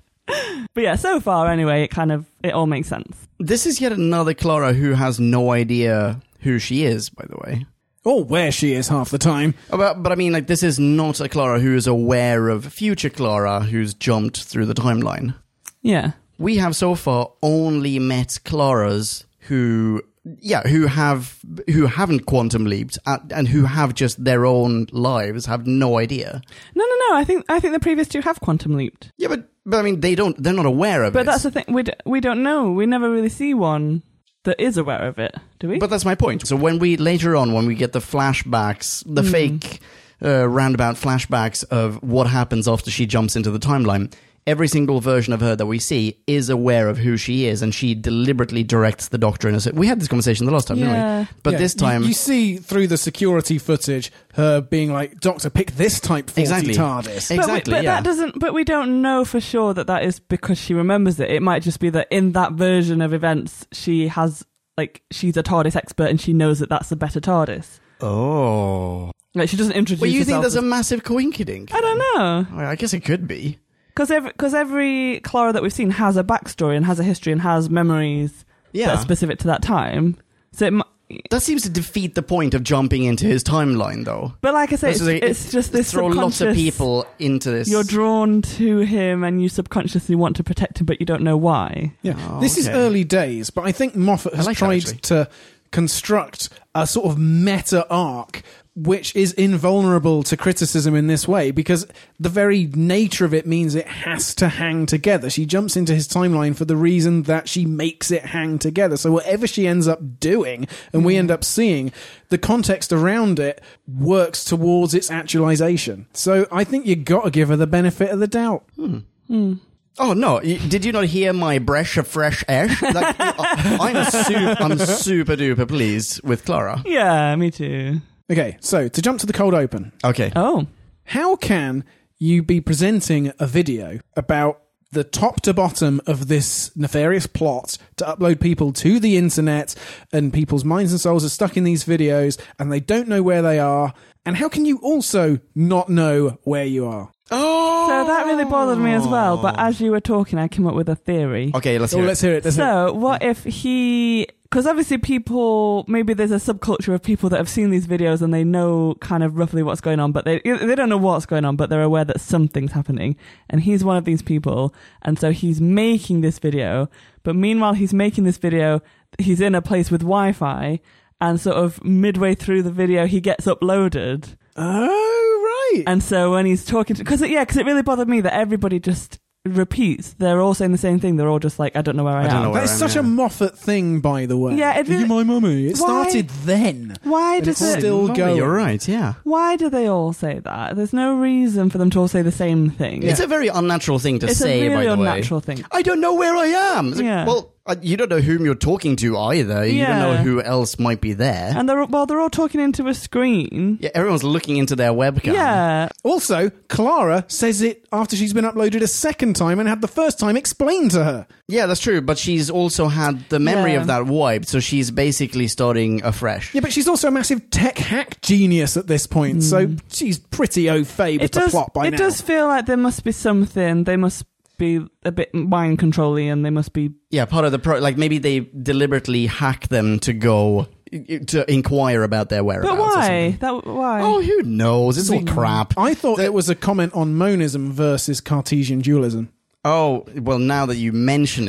Speaker 2: But yeah, so far anyway, it kind of it all makes sense.
Speaker 3: This is yet another Clara who has no idea who she is, by the way.
Speaker 1: Or where she is half the time.
Speaker 3: Oh, But, but I mean, like, this is not a Clara who is aware of future Clara who's jumped through the timeline.
Speaker 2: Yeah.
Speaker 3: We have so far only met Claras who, yeah, who have who haven't quantum leaped and, and who have just their own lives, have no idea.
Speaker 2: No, no, no. I think I think the previous two have quantum leaped,
Speaker 3: Yeah, but but I mean, they don't. They're not aware of
Speaker 2: but
Speaker 3: it.
Speaker 2: that's the thing. We d- we don't know. We never really see one that is aware of it, do we?
Speaker 3: But that's my point. So when we later on, when we get the flashbacks, the fake uh, roundabout flashbacks of what happens after she jumps into the timeline, every single version of her that we see is aware of who she is, and she deliberately directs the Doctor in a. cer- We had this conversation the last time,
Speaker 2: Yeah.
Speaker 3: didn't we? But
Speaker 1: Yeah,
Speaker 3: this
Speaker 1: you-
Speaker 3: time,
Speaker 1: You, see through the security footage her being like, Doctor, pick this type 40
Speaker 3: Exactly.
Speaker 1: TARDIS.
Speaker 2: But we-
Speaker 3: exactly.
Speaker 2: But,
Speaker 3: yeah.
Speaker 2: that doesn't. But we don't know for sure that that is because she remembers it. It might just be that in that version of events, she has like she's a TARDIS expert and she knows that that's the better TARDIS.
Speaker 3: oh.
Speaker 2: Like she doesn't introduce.
Speaker 3: Well, you think
Speaker 2: herself
Speaker 3: there's a
Speaker 2: as-
Speaker 3: massive coinkydink?
Speaker 2: I don't know.
Speaker 3: Well, I guess it could be.
Speaker 2: Because every, cause every Clara that we've seen has a backstory and has a history and has memories that
Speaker 3: Yeah.
Speaker 2: are specific to that time. So, it, mu-
Speaker 3: that seems to defeat the point of jumping into his timeline, though.
Speaker 2: but like I say, it's,
Speaker 3: This is a-
Speaker 2: it's just this
Speaker 3: Throw lots of
Speaker 2: subconscious-
Speaker 3: people into this.
Speaker 2: You're drawn to him and you subconsciously want to protect him, but you don't know why.
Speaker 1: Yeah.
Speaker 3: Oh,
Speaker 1: this is
Speaker 3: okay.
Speaker 1: early days, but I think Moffat has
Speaker 3: like that,
Speaker 1: tried
Speaker 3: actually.
Speaker 1: to construct a sort of meta arc which is invulnerable to criticism in this way because the very nature of it means it has to hang together. She jumps into his timeline for the reason that she makes it hang together. So whatever she ends up doing and
Speaker 3: Mm.
Speaker 1: we end up seeing, the context around it works towards its actualization. So I think you got to give her the benefit of the doubt.
Speaker 3: Oh no! Y- Did you not hear my bresh of fresh ash? Like, I- I'm super, I'm super duper pleased with Clara.
Speaker 2: Yeah, me too.
Speaker 1: Okay, so to jump to the cold open.
Speaker 3: Okay.
Speaker 2: Oh,
Speaker 1: how can you be presenting a video about the top to bottom of this nefarious plot to upload people to the internet and people's minds and souls are stuck in these videos and they don't know where they are and how can you also not know where you are
Speaker 3: Oh.
Speaker 2: so that really bothered me as well. But as you were talking, I came up with a theory.
Speaker 3: Okay, let's
Speaker 1: so
Speaker 3: hear.
Speaker 1: Oh, let's hear it let's hear
Speaker 2: So, what if he? Because obviously, people maybe there's a subculture of people that have seen these videos and they know kind of roughly what's going on, but they they don't know what's going on, but they're aware that something's happening. And he's one of these people, and so he's making this video. But meanwhile, he's making this video. He's in a place with Wi-Fi, and sort of midway through the video, he gets uploaded.
Speaker 1: it. oh right
Speaker 2: And so when he's talking to, because yeah, because it really bothered me that everybody just repeats. They're all saying the same thing. They're all just like, I don't know where I,
Speaker 3: I don't
Speaker 2: am.
Speaker 3: know where
Speaker 1: that
Speaker 3: I
Speaker 1: is
Speaker 3: am,
Speaker 1: such
Speaker 3: yeah.
Speaker 1: a Moffat thing, by the way.
Speaker 2: Yeah, it
Speaker 1: Are you
Speaker 2: really-
Speaker 1: my mummy? It
Speaker 2: Why-
Speaker 1: started then.
Speaker 2: Why
Speaker 1: And
Speaker 2: does
Speaker 1: it's
Speaker 2: it?
Speaker 1: still
Speaker 3: Lovely,
Speaker 1: going.
Speaker 3: You're right. Yeah.
Speaker 2: Why do they all say that? There's no reason for them to all say the same thing.
Speaker 3: It's a very unnatural thing to
Speaker 2: It's
Speaker 3: say.
Speaker 2: a really
Speaker 3: by the
Speaker 2: unnatural
Speaker 3: way.
Speaker 2: thing.
Speaker 3: I don't know where I am. It's like,
Speaker 2: Yeah.
Speaker 3: Well, uh, you don't know whom you're talking to either. You don't
Speaker 2: Yeah. Uh,
Speaker 3: know who else might be there.
Speaker 2: And they're well, they're all talking into a screen.
Speaker 3: yeah, everyone's looking into their webcam.
Speaker 2: Yeah,
Speaker 1: Also, Clara says it after she's been uploaded a second time and had the first time explained to her.
Speaker 3: Yeah, that's true. But she's also had the memory
Speaker 2: Yeah.
Speaker 3: of that wiped, so she's basically starting afresh.
Speaker 1: Yeah, but she's also a massive tech hack genius at this point, so she's pretty au fait with
Speaker 2: Mm. it
Speaker 1: the
Speaker 2: does.
Speaker 1: plot by
Speaker 2: it
Speaker 1: now.
Speaker 2: does feel like there must be something. They must be a bit mind controlling, and they must be.
Speaker 3: Yeah, part of the pro. Like maybe they deliberately hack them to go to inquire about their whereabouts.
Speaker 2: But
Speaker 3: or
Speaker 2: why?
Speaker 3: something.
Speaker 2: That why?
Speaker 3: Oh, who knows? It's all crap.
Speaker 1: I thought it was a comment on monism versus Cartesian dualism.
Speaker 3: Oh, well, now that you mention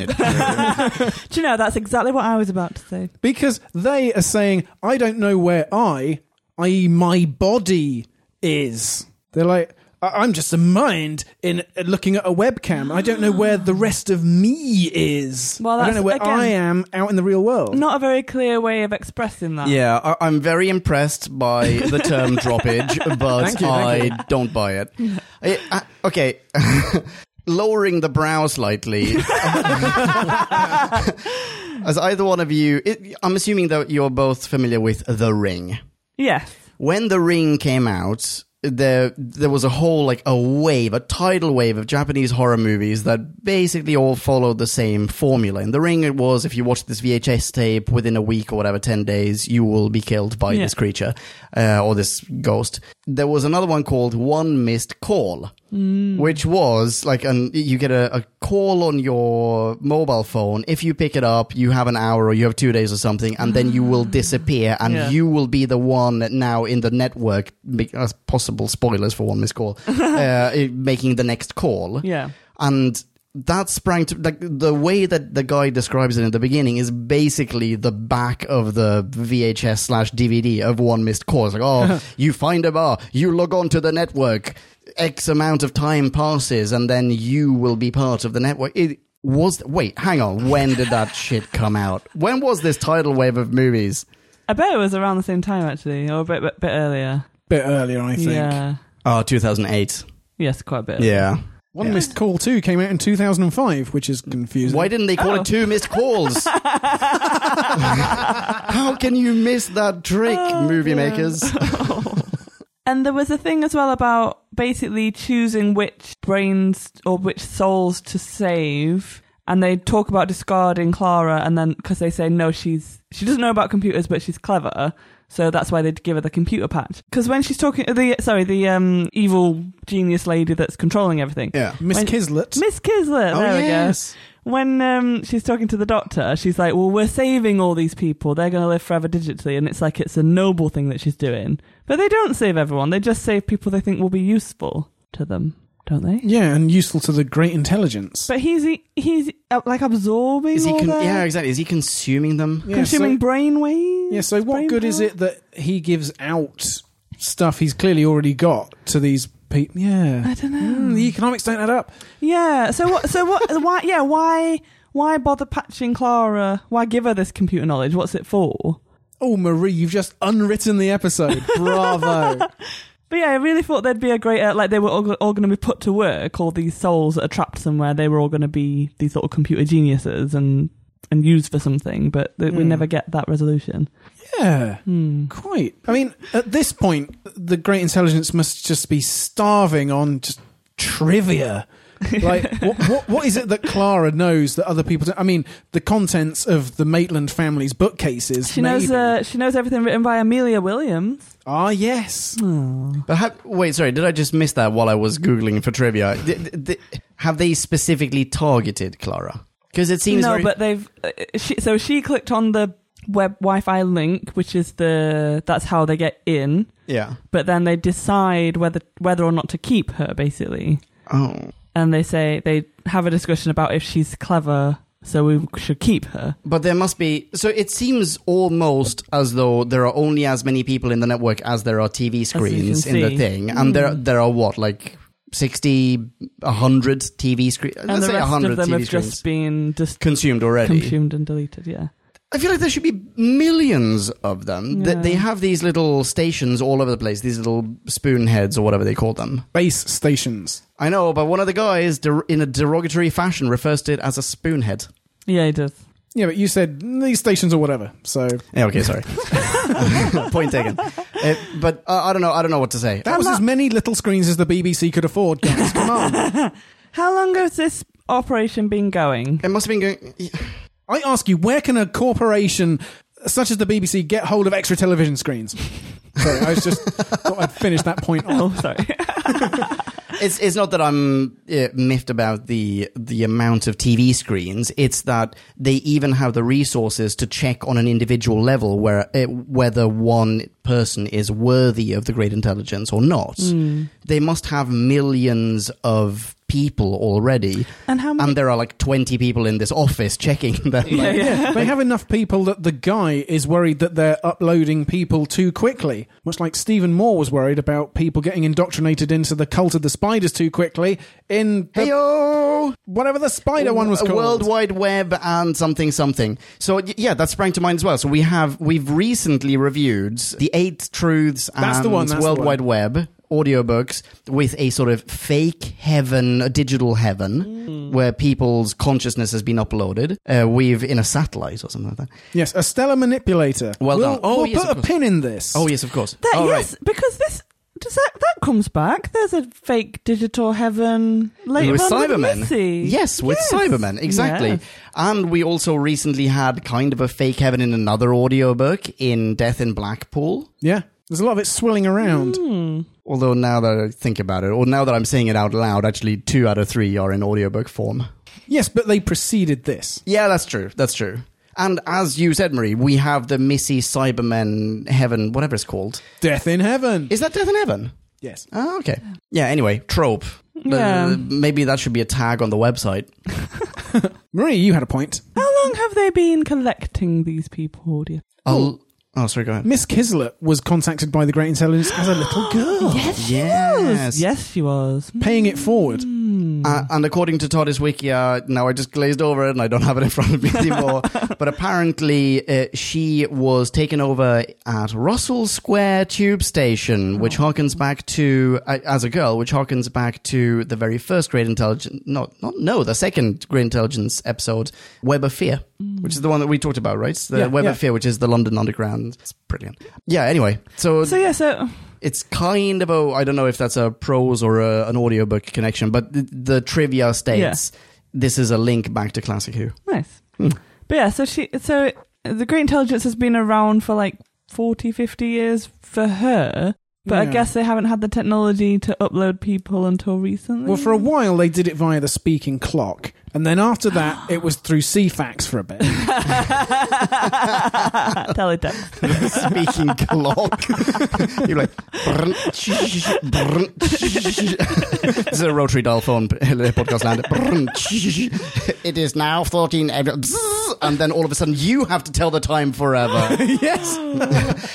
Speaker 3: it,
Speaker 2: Do you know that's exactly what I was about to say.
Speaker 1: Because they are saying, I don't know where I, i.e., my body, is. They're like, I- I'm just a mind in uh, looking at a webcam. I don't know where the rest of me is.
Speaker 2: Well,
Speaker 1: I don't know
Speaker 2: that's-
Speaker 1: where
Speaker 2: again-
Speaker 1: I am out in the real world.
Speaker 2: Not a very clear way of expressing that.
Speaker 3: Yeah, I- I'm very impressed by the term droppage, but
Speaker 1: Thank you,
Speaker 3: I
Speaker 1: thank
Speaker 3: don't buy it. I- I- okay. Lowering the brow slightly. As either one of you, it, I'm assuming that you're both familiar with The Ring.
Speaker 2: Yes.
Speaker 3: When The Ring came out, there there was a whole like a wave, a tidal wave of Japanese horror movies that basically all followed the same formula. In The Ring, it was if you watch this VHS tape within a week or whatever, ten days, you will be killed by
Speaker 2: Yeah.
Speaker 3: this creature uh, or this ghost. There was another one called One Missed Call,
Speaker 2: Mm.
Speaker 3: which was like an you get a, a call on your mobile phone. If you pick it up, you have an hour or you have two days or something, and then you will disappear, and
Speaker 2: Ah. Yeah.
Speaker 3: you will be the one that now in the network. make- As possible spoilers for One Missed Call, uh, making the next call
Speaker 2: Yeah.
Speaker 3: and that sprang to like the way that the guy describes it in the beginning is basically the back of the VHS slash DVD of one missed call. It's like, oh, you find a bar, you log on to the network, X amount of time passes, and then you will be part of the network. It was wait, hang on, when did that shit come out? When was this tidal wave of movies?
Speaker 2: I bet it was around the same time actually, or a bit bit, bit earlier.
Speaker 1: bit earlier, I think.
Speaker 2: Yeah.
Speaker 3: Oh, 2008.
Speaker 2: Yes, quite a bit.
Speaker 3: Yeah.
Speaker 1: One Missed Call 2 came out in 2005, which is confusing.
Speaker 3: Why didn't they call
Speaker 2: Oh.
Speaker 3: it two missed calls? How can you miss that trick,
Speaker 2: Oh,
Speaker 3: movie
Speaker 2: dear.
Speaker 3: makers?
Speaker 2: And there was a thing as well about basically choosing which brains or which souls to save. And they talk about discarding Clara, and then because they say no, she's she doesn't know about computers, but she's clever, so that's why they'd give her the computer patch. Because when she's talking, the sorry, the um evil genius lady that's controlling everything,
Speaker 3: Yeah.
Speaker 1: Miss
Speaker 2: When-
Speaker 1: Kislet.
Speaker 2: Miss Kislet.
Speaker 3: Oh,
Speaker 2: there
Speaker 3: yes.
Speaker 2: we go. When um, she's talking to the doctor, she's like, "Well, we're saving all these people. They're going to live forever digitally," and it's like it's a noble thing that she's doing. But they don't save everyone. They just save people they think will be useful to them, don't they?
Speaker 1: Yeah, and useful to the great intelligence.
Speaker 2: But he's he's uh, like absorbing
Speaker 3: Is he
Speaker 2: all
Speaker 3: con-
Speaker 2: their-
Speaker 3: yeah, exactly. Is he consuming them?
Speaker 1: Yeah,
Speaker 2: consuming
Speaker 1: so-
Speaker 2: brainwaves.
Speaker 1: Yeah, so what
Speaker 2: brain
Speaker 1: good is
Speaker 2: power?
Speaker 1: it that he gives out stuff he's clearly already got to these people? Yeah.
Speaker 2: I don't know.
Speaker 1: Mm, the economics don't add up.
Speaker 2: Yeah. So what? So what? why? Yeah. Why? Why bother patching Clara? Why give her this computer knowledge? What's it for?
Speaker 1: Oh, Marie, you've just unwritten the episode. Bravo.
Speaker 2: But yeah, I really thought there'd be a great, uh, like they were all, all going to be put to work. All these souls that are trapped somewhere, they were all going to be these little computer geniuses and and used for something. But th- we
Speaker 1: Hmm.
Speaker 2: never get that resolution.
Speaker 1: Yeah,
Speaker 2: Hmm.
Speaker 1: quite. I mean, at this point, the great intelligence must just be starving on just trivia. like what, what what is it that Clara knows that other people don't? I mean, the contents of the Maitland family's bookcases.
Speaker 2: She knows.
Speaker 1: maybe.
Speaker 2: Uh, she knows everything written by Amelia Williams.
Speaker 1: ah, yes.
Speaker 3: But ha- wait, sorry, did I just miss that while I was googling for trivia? D- d- d- have they specifically targeted Clara? Because it seems
Speaker 2: no,
Speaker 3: very-
Speaker 2: but they've. Uh, she, so she clicked on the web Wi-Fi link, which is the that's how they get in.
Speaker 3: yeah.
Speaker 2: But then they decide whether whether or not to keep her, basically.
Speaker 3: Oh,
Speaker 2: and they say they have a discussion about if she's clever, so we should keep her.
Speaker 3: but there must be. So it seems almost as though there are only as many people in the network as there are TV
Speaker 2: you can
Speaker 3: screens in the
Speaker 2: see.
Speaker 3: thing, and there
Speaker 2: Mm.
Speaker 3: there are what like 60, 100 TV screens.
Speaker 2: And
Speaker 3: Let's
Speaker 2: the
Speaker 3: say
Speaker 2: rest
Speaker 3: hundred
Speaker 2: of them
Speaker 3: TV
Speaker 2: have
Speaker 3: screens.
Speaker 2: just been just
Speaker 3: consumed already.
Speaker 2: consumed and deleted. Yeah,
Speaker 3: I feel like there should be millions of them. Th-
Speaker 2: Yeah.
Speaker 3: They have these little stations all over the place, these little spoon heads or whatever they call them.
Speaker 1: Base stations.
Speaker 3: I know, but one of the guys, der- in a derogatory fashion, refers to it as a spoon head.
Speaker 2: yeah, it does.
Speaker 1: Yeah, but you said "Mm, these stations or whatever. So
Speaker 3: Yeah, okay, sorry. Point taken. Uh, but uh, I don't know. I don't know what to say.
Speaker 1: that was as many little screens as the BBC could afford, guys. Come on.
Speaker 2: How long has this operation been going?
Speaker 3: It must have been going.
Speaker 1: I ask you, where can a corporation such as the BBC get hold of extra television screens? Sorry, I was just thought I'd finish that point off.
Speaker 2: Oh, sorry.
Speaker 3: It's it's not that I'm uh, miffed about the the amount of TV screens. It's that they even have the resources to check on an individual level where uh, whether one person is
Speaker 2: Mm.
Speaker 3: Hmm. worthy of the great intelligence or not. They must have millions of people already.
Speaker 2: And how many-
Speaker 3: And there are like 20 people in this office checking them. Like,
Speaker 1: they have enough people that the guy is worried that they're uploading people too quickly. Much like Stephen Moore was worried about people getting indoctrinated into the cult of the spiders too quickly in the-
Speaker 3: Heyo!
Speaker 1: whatever the spider one was called.
Speaker 3: uh, World Wide Web and something something. So y- yeah, that sprang to mind as well. So we have we've recently reviewed the Eight Truths
Speaker 1: That's
Speaker 3: and
Speaker 1: the one, that's
Speaker 3: World
Speaker 1: the one.
Speaker 3: Wide Web audiobooks with a sort of fake heaven, a digital heaven,
Speaker 1: Mm.
Speaker 3: where people's consciousness has been uploaded. Uh, we've in a satellite or something like that.
Speaker 1: Yes, a stellar manipulator.
Speaker 3: Well
Speaker 1: we'll,
Speaker 3: done. Oh,
Speaker 1: we'll
Speaker 3: yes,
Speaker 1: put
Speaker 3: of
Speaker 1: a
Speaker 3: course.
Speaker 1: pin in this.
Speaker 3: Oh yes, of course.
Speaker 2: That,
Speaker 3: All right.
Speaker 2: yes, because this does that that comes back. There's a fake digital heaven later
Speaker 3: with
Speaker 2: on with
Speaker 3: Cybermen.
Speaker 2: Lucy.
Speaker 3: Yes, with
Speaker 2: Yes.
Speaker 3: Cybermen, exactly.
Speaker 2: Yes.
Speaker 3: And we also recently had kind of a fake heaven in another audiobook in Death in Blackpool.
Speaker 1: Yeah, there's a lot of it swirling around.
Speaker 3: Mm. Although now that I think about it, or now that I'm saying it out loud, actually two out of three are in audiobook form.
Speaker 1: Yes, but they preceded this.
Speaker 3: Yeah, that's true. That's true. And as you said, Marie, we have the Missy Cybermen Heaven, whatever it's called.
Speaker 1: Death in Heaven.
Speaker 3: Is that Death in Heaven?
Speaker 1: yes.
Speaker 3: Oh, okay. Yeah, anyway, trope.
Speaker 2: Yeah.
Speaker 3: Uh, maybe that should be a tag on the website.
Speaker 1: Marie, you had a point.
Speaker 2: How long have they been collecting these people? Do you
Speaker 3: I'll, oh, sorry, go ahead.
Speaker 1: Miss Kislet was contacted by the Great Intelligence as a little girl,
Speaker 3: Yes.
Speaker 2: Yes, she was. Hmm.
Speaker 1: paying it forward.
Speaker 3: Uh,
Speaker 1: Mm-hmm.
Speaker 3: and according to Todd's wiki, uh, now I just glazed over it and I don't have it in front of me anymore. but apparently, uh, she was taken over at Russell Square Tube
Speaker 1: Oh.
Speaker 3: Station, which harkens back to uh, as a girl, which harkens back to the very first Great Intelligence. Not, not no, the second Great Intelligence episode, Web of Fear, which is the one that we talked about, right? The
Speaker 1: Yeah,
Speaker 3: Web
Speaker 1: yeah.
Speaker 3: of Fear, which is the London Underground. It's brilliant. Yeah. Anyway, so
Speaker 2: So yeah, so
Speaker 3: it's kind of a I don't know if that's a prose or a, an audiobook connection, but the, the trivia states this is a link back to classic Who.
Speaker 2: nice. But yeah, so she so the great intelligence has been around for like 40 50 years for her. But I
Speaker 1: Yeah.
Speaker 2: guess they haven't had the technology to upload people until recently.
Speaker 1: Well, for a while they did it via the speaking clock, and then after that it was through CFAX for a bit.
Speaker 2: Teletext.
Speaker 3: Speaking clock, you're like brn, tsh, brn, tsh. this is a rotary dial phone p- podcast land. Brn, tsh. it is now fourteen, and bzz, and then all of a sudden you have to tell the time forever.
Speaker 1: yes,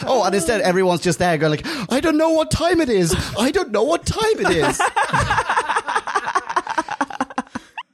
Speaker 3: Oh, and instead everyone's just there going like, I don't know what time it is. I don't know what time it is.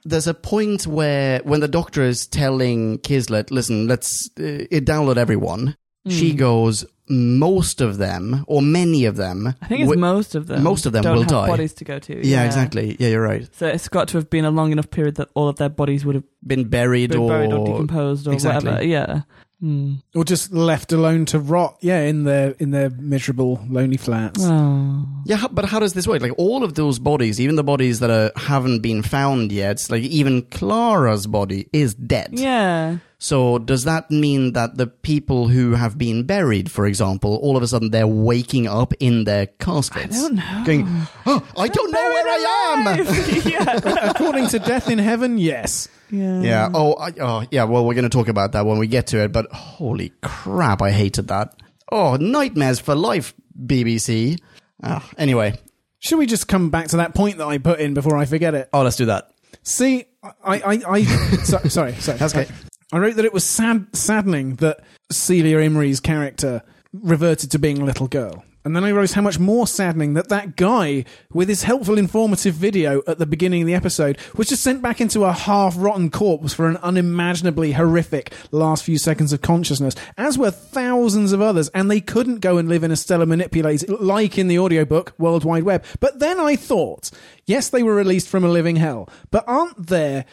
Speaker 3: There's a point where when the doctor is telling Kislet, listen, let's uh, download everyone.
Speaker 2: Hmm.
Speaker 3: She goes, most of them or many of them.
Speaker 2: I think it's
Speaker 3: wi-
Speaker 2: most of them.
Speaker 3: most of them
Speaker 2: don't
Speaker 3: will
Speaker 2: have
Speaker 3: die.
Speaker 2: Bodies to go to.
Speaker 3: yeah, exactly. Yeah, you're right.
Speaker 2: So it's got to have been a long enough period that all of their bodies would have
Speaker 3: Been buried,
Speaker 2: been
Speaker 3: or,
Speaker 2: buried or decomposed or
Speaker 3: Exactly.
Speaker 2: whatever. Yeah. Mm.
Speaker 1: or just left alone to rot. Yeah, in their in their miserable, lonely flats.
Speaker 2: Oh.
Speaker 3: Yeah, how- but how does this work? Like all of those bodies, even the bodies that are, haven't been found yet, like even Clara's body is dead.
Speaker 2: Yeah.
Speaker 3: So does that mean that the people who have been buried, for example, all of a sudden they're waking up in their caskets? I don't know. Going, oh, I don't know where I am.
Speaker 2: yeah.
Speaker 1: According to Death in Heaven, yes.
Speaker 2: yeah.
Speaker 3: Yeah. Oh, I, oh, yeah. Well, we're going to talk about that when we get to it. But holy crap, I hated that. Oh, nightmares for life, BBC. Ah, anyway.
Speaker 1: Should we just come back to that point that I put in before I forget it?
Speaker 3: Oh, let's do that.
Speaker 1: See, I, I, I so, sorry, sorry.
Speaker 3: That's okay.
Speaker 1: I wrote that it was sad, saddening that Celia Imrie's character reverted to being a little girl. And then I wrote how much more saddening that that guy, with his helpful informative video at the beginning of the episode, was just sent back into a half rotten corpse for an unimaginably horrific last few seconds of consciousness, as were thousands of others, and they couldn't go and live in a stellar manipulator, like in the audiobook World Wide Web. But then I thought, yes, they were released from a living hell, but aren't there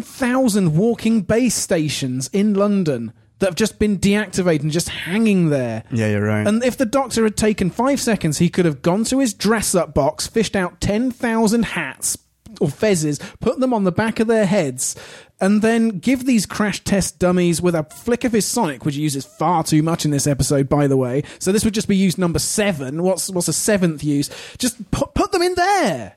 Speaker 1: 10,000 walking base stations in London that have just been deactivated and just hanging there?
Speaker 3: Yeah, you're right.
Speaker 1: And if the doctor had taken five seconds, he could have gone to his dress up box, fished out 10,000 hats or fezzes, put them on the back of their heads, and then give these crash test dummies with a flick of his sonic, which he uses far too much in this episode, by the way. So this would just be use number seven. What's, what's a seventh use? Just put, put them in there.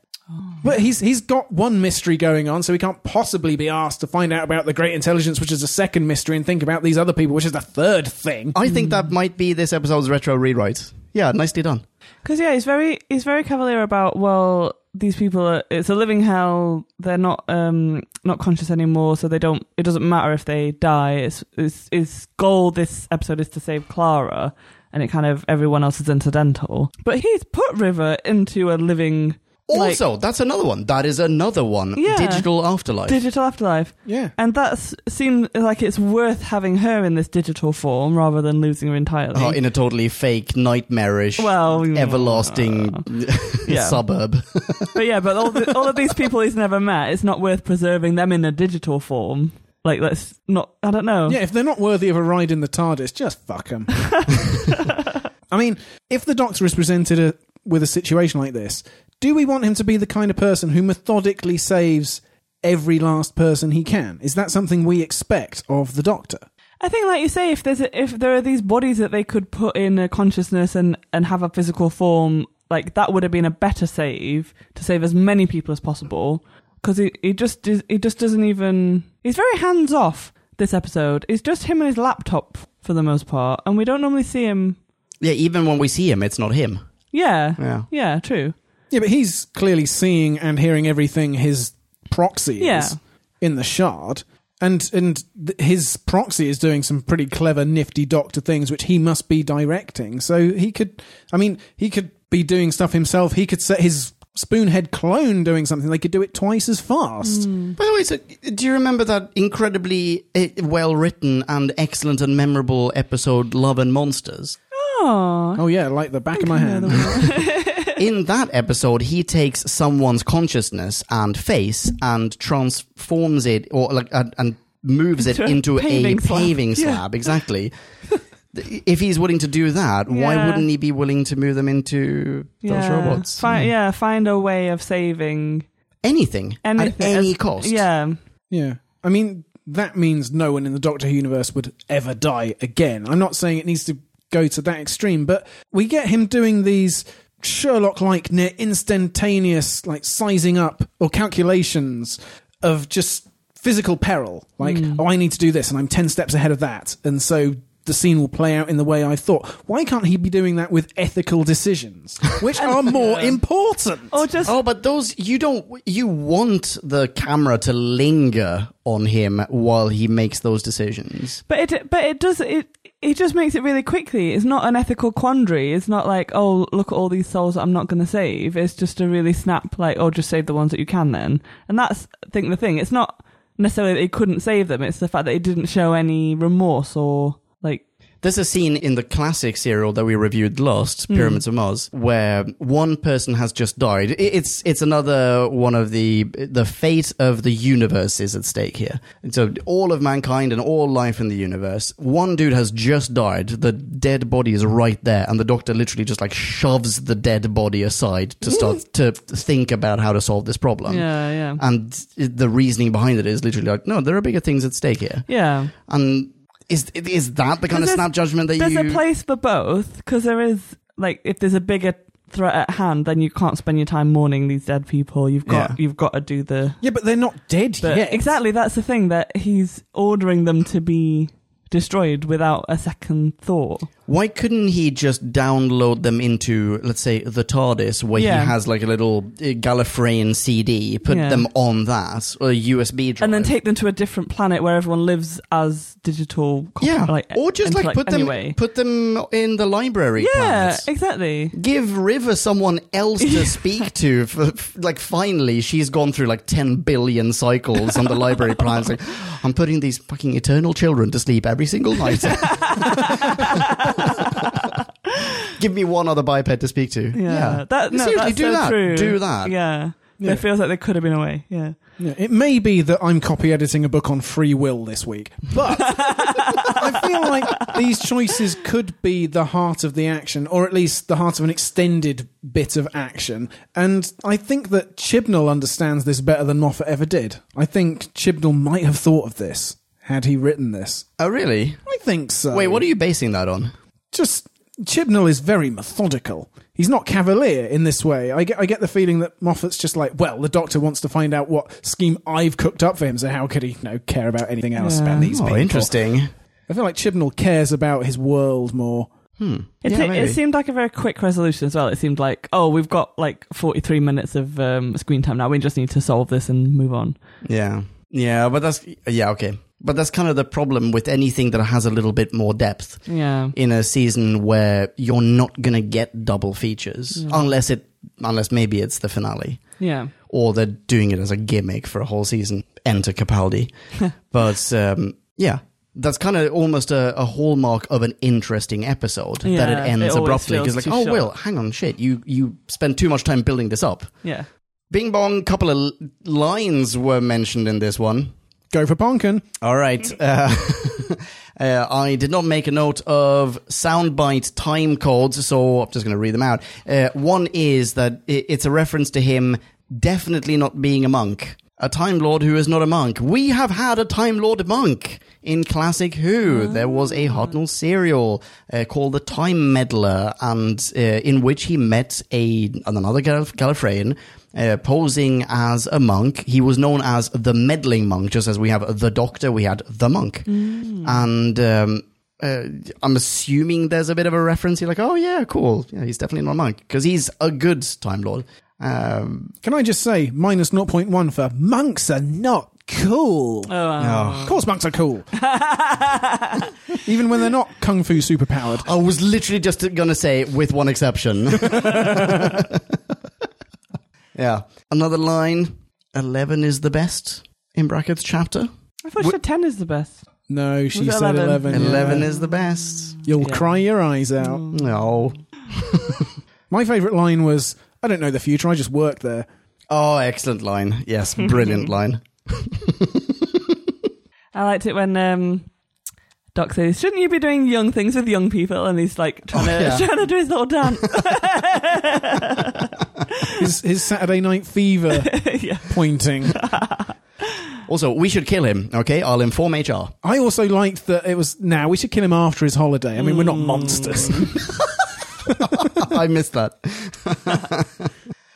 Speaker 1: But he's he's got one mystery going on, so he can't possibly be asked to find out about the great intelligence, which is a second mystery, and think about these other people, which is the third thing.
Speaker 3: I think that might be this episode's retro rewrite. Yeah, nicely done.
Speaker 2: Because yeah, he's very he's very cavalier about well these people are it's a living hell they're not um not conscious anymore so they don't it doesn't matter if they die it's it's, it's goal this episode is to save clara and it kind of everyone else is incidental but he's put river into a living like,
Speaker 3: Also, that's another one. That is another one.
Speaker 2: Yeah.
Speaker 3: Digital afterlife.
Speaker 2: digital afterlife
Speaker 1: Yeah.
Speaker 2: and that seems like it's worth having her in this digital form rather than losing her entirely
Speaker 3: Oh, in a totally fake, nightmarish,
Speaker 2: well mm,
Speaker 3: everlasting
Speaker 2: yeah.
Speaker 3: suburb.
Speaker 2: But yeah, but all, the, all of these people he's never met, it's not worth preserving them in a digital form. Like, let's not. I don't know.
Speaker 1: Yeah, if they're not worthy of a ride in the TARDIS, just fuck them. I mean, if the Doctor is presented a, with a situation like this, do we want him to be the kind of person who methodically saves every last person he can? Is that something we expect of the Doctor?
Speaker 2: I think, like you say, if there's a, if there are these bodies that they could put in a consciousness and and have a physical form, like that would have been a better save to save as many people as possible. Because he, he just is, he just doesn't even he's very hands off this episode. It's just him and his laptop for the most part, and we don't normally see him.
Speaker 3: yeah, even when we see him, it's not him.
Speaker 2: Yeah,
Speaker 3: Yeah.
Speaker 2: yeah, true.
Speaker 1: Yeah, but he's clearly seeing and hearing everything his proxy
Speaker 2: Yeah.
Speaker 1: is in the shard. And and th- his proxy is doing some pretty clever, nifty doctor things, which he must be directing. So he could, I mean, he could be doing stuff himself. He could set his spoonhead clone doing something. They could do it twice as fast.
Speaker 3: By the way, so do you remember that incredibly eh, well written and excellent and memorable episode, Love and Monsters?
Speaker 2: Oh,
Speaker 1: Oh yeah, like the back of my
Speaker 2: I know the
Speaker 1: hand.
Speaker 2: one.
Speaker 3: In that episode, he takes someone's consciousness and face and transforms it, or like, and, and moves it
Speaker 2: Into a
Speaker 3: into a paving
Speaker 2: paving slab.
Speaker 3: slab.
Speaker 2: Yeah.
Speaker 3: Exactly. if he's willing to do that, why
Speaker 2: Yeah.
Speaker 3: wouldn't he be willing to move them into those robots? Mm.
Speaker 2: Fi- Yeah, find a way of saving
Speaker 3: Anything,
Speaker 2: anything.
Speaker 3: at any
Speaker 2: as-
Speaker 3: cost.
Speaker 2: Yeah.
Speaker 1: Yeah, I mean, that means no one in the Doctor Who universe would ever die again. I'm not saying it needs to go to that extreme, but we get him doing these Sherlock-like, near instantaneous, like sizing up or calculations of just physical peril. Like,
Speaker 2: Hmm.
Speaker 1: oh, I need to do this, and I'm ten steps ahead of that, and so. The scene will play out in the way I thought. Why can't he be doing that with ethical decisions, which are more important?
Speaker 2: Or just
Speaker 3: Oh, but those you don't you want the camera to linger on him while he makes those decisions.
Speaker 2: but it but it does it it just makes it really quickly. It's not an ethical quandary. It's not like, oh, look at all these souls that I'm not going to save. It's just a really snap like, oh, just save the ones that you can then. And that's I think the thing. It's not necessarily that he couldn't save them. It's the fact that he didn't show any remorse or like
Speaker 3: There's a scene in the classic serial that we reviewed last, Pyramids of Mars, where one person has just died. I- It's it's another one of the the fate of the universe is at stake here. And so all of mankind and all life in the universe, one dude has just died. The dead body is right there, and the doctor literally just like shoves the dead body aside to start to think about how to solve this problem.
Speaker 2: yeah, yeah,
Speaker 3: And the reasoning behind it is literally like, no, there are bigger things at stake here.
Speaker 2: yeah.
Speaker 3: And is is that the kind of
Speaker 2: There's-
Speaker 3: snap judgment that
Speaker 2: there's
Speaker 3: you?
Speaker 2: a place for both because there is like if there's a bigger threat at hand then you can't spend your time mourning these dead people you've got
Speaker 3: Yeah.
Speaker 2: you've got to do the
Speaker 1: yeah, but they're not dead
Speaker 2: but
Speaker 1: yet.
Speaker 2: exactly that's the thing that he's ordering them to be destroyed without a second thought
Speaker 3: Why couldn't he just download them into, let's say, the TARDIS, where
Speaker 2: Yeah.
Speaker 3: he has like a little uh, Gallifreyan CD, put
Speaker 2: Yeah.
Speaker 3: them on that or a USB drive,
Speaker 2: and then take them to a different planet where everyone lives as digital cop-
Speaker 3: yeah,
Speaker 2: like
Speaker 3: or just like
Speaker 2: intellect
Speaker 3: put them
Speaker 2: anyway.
Speaker 3: put them in the library.
Speaker 2: yeah
Speaker 3: planet.
Speaker 2: exactly
Speaker 3: Give River someone else
Speaker 2: Yeah.
Speaker 3: to speak to. For, like, finally, she's gone through like 10 billion cycles on the library plans. Like, I'm putting these fucking eternal children to sleep every single night. Give me one other biped to speak to.
Speaker 2: yeah, That, no,
Speaker 3: Seriously,
Speaker 2: that's
Speaker 3: do
Speaker 2: so
Speaker 3: that.
Speaker 2: true.
Speaker 3: Do that.
Speaker 2: yeah
Speaker 1: Yeah.
Speaker 2: it feels like there could have been a way yeah
Speaker 1: Yeah, it may be that I'm copy editing a book on free will this week, but I feel like these choices could be the heart of the action, or at least the heart of an extended bit of action. And I think that Chibnall understands this better than Moffat ever did. I think Chibnall might have thought of this had he written this.
Speaker 3: Oh, really?
Speaker 1: I think so.
Speaker 3: Wait, what are you basing that on?
Speaker 1: Just Chibnall is very methodical. He's not cavalier in this way. I get, I get the feeling that Moffat's just like, well, the doctor wants to find out what scheme I've cooked up for him, so how could he, you know, care about anything else
Speaker 2: Yeah.
Speaker 1: about these
Speaker 3: oh,
Speaker 1: people?
Speaker 3: interesting.
Speaker 1: I feel like Chibnall cares about his world more.
Speaker 3: Hmm.
Speaker 2: It,
Speaker 3: Yeah,
Speaker 2: se-
Speaker 3: maybe.
Speaker 2: it seemed like a very quick resolution as well. It seemed like, oh, we've got like 43 minutes of um, screen time now. We just need to solve this and move on.
Speaker 3: Yeah. Yeah, but that's yeah, okay. But that's kind of the problem with anything that has a little bit more depth
Speaker 2: Yeah.
Speaker 3: in a season where you're not going to get double features
Speaker 2: Mm.
Speaker 3: unless it unless maybe it's the finale
Speaker 2: Yeah.
Speaker 3: or they're doing it as a gimmick for a whole season. Enter Capaldi. but um, yeah, that's kind of almost a, a hallmark of an interesting episode that
Speaker 2: Yeah,
Speaker 3: it ends
Speaker 2: it always
Speaker 3: abruptly
Speaker 2: feels
Speaker 3: because like,
Speaker 2: too
Speaker 3: oh
Speaker 2: short."
Speaker 3: Will, hang on, shit, you you spent too much time building this up.
Speaker 2: Yeah.
Speaker 3: Bing bong, couple of l- lines were mentioned in this one.
Speaker 1: Go for Ponkin.
Speaker 3: All right. Uh, uh, I did not make a note of soundbite time codes, so I'm just going to read them out. Uh, one is that i it's a reference to him definitely not being a monk. A Time Lord who is not a monk. We have had a Time Lord monk in Classic Who. There was a Hartnell serial uh, called The Time Meddler, and uh, in which he met a another Gal- Gallifreyan uh, posing as a monk. He was known as the meddling monk, just as we have the doctor, we had the monk.
Speaker 1: Oh,
Speaker 3: And um, uh, I'm assuming there's a bit of a reference. You're like, oh, yeah, cool. Yeah, he's definitely not a monk because he's a good Time Lord. Um,
Speaker 1: Can I just say minus 0.1 for monks are not cool?
Speaker 3: Oh.
Speaker 1: Of course, monks are cool. Even when they're not kung fu superpowered.
Speaker 3: I was literally just going to say, with one exception. yeah. Another line 11 is the best in brackets chapter.
Speaker 2: I thought she said 10 is the best.
Speaker 1: No, she
Speaker 2: Was it
Speaker 1: said
Speaker 2: 11?
Speaker 1: 11.
Speaker 3: 11
Speaker 1: yeah.
Speaker 3: is the best.
Speaker 1: You'll
Speaker 2: Yeah. Mm.
Speaker 1: cry your eyes out.
Speaker 3: No.
Speaker 1: My favourite line was, I don't know the future, I just worked there.
Speaker 3: Oh, excellent line. Yes, brilliant line.
Speaker 2: I liked it when um, Doc says, "Shouldn't you be doing young things with young people?" And he's like trying,
Speaker 3: Oh,
Speaker 2: to,
Speaker 3: yeah.
Speaker 2: trying to do his little dance.
Speaker 1: His, his Saturday Night Fever
Speaker 2: yeah,
Speaker 1: pointing.
Speaker 3: Also, we should kill him, okay? I'll inform HR.
Speaker 1: I also liked that it was, now we should kill him after his holiday. I mean, we're not
Speaker 3: Mm.
Speaker 1: monsters.
Speaker 3: I missed that.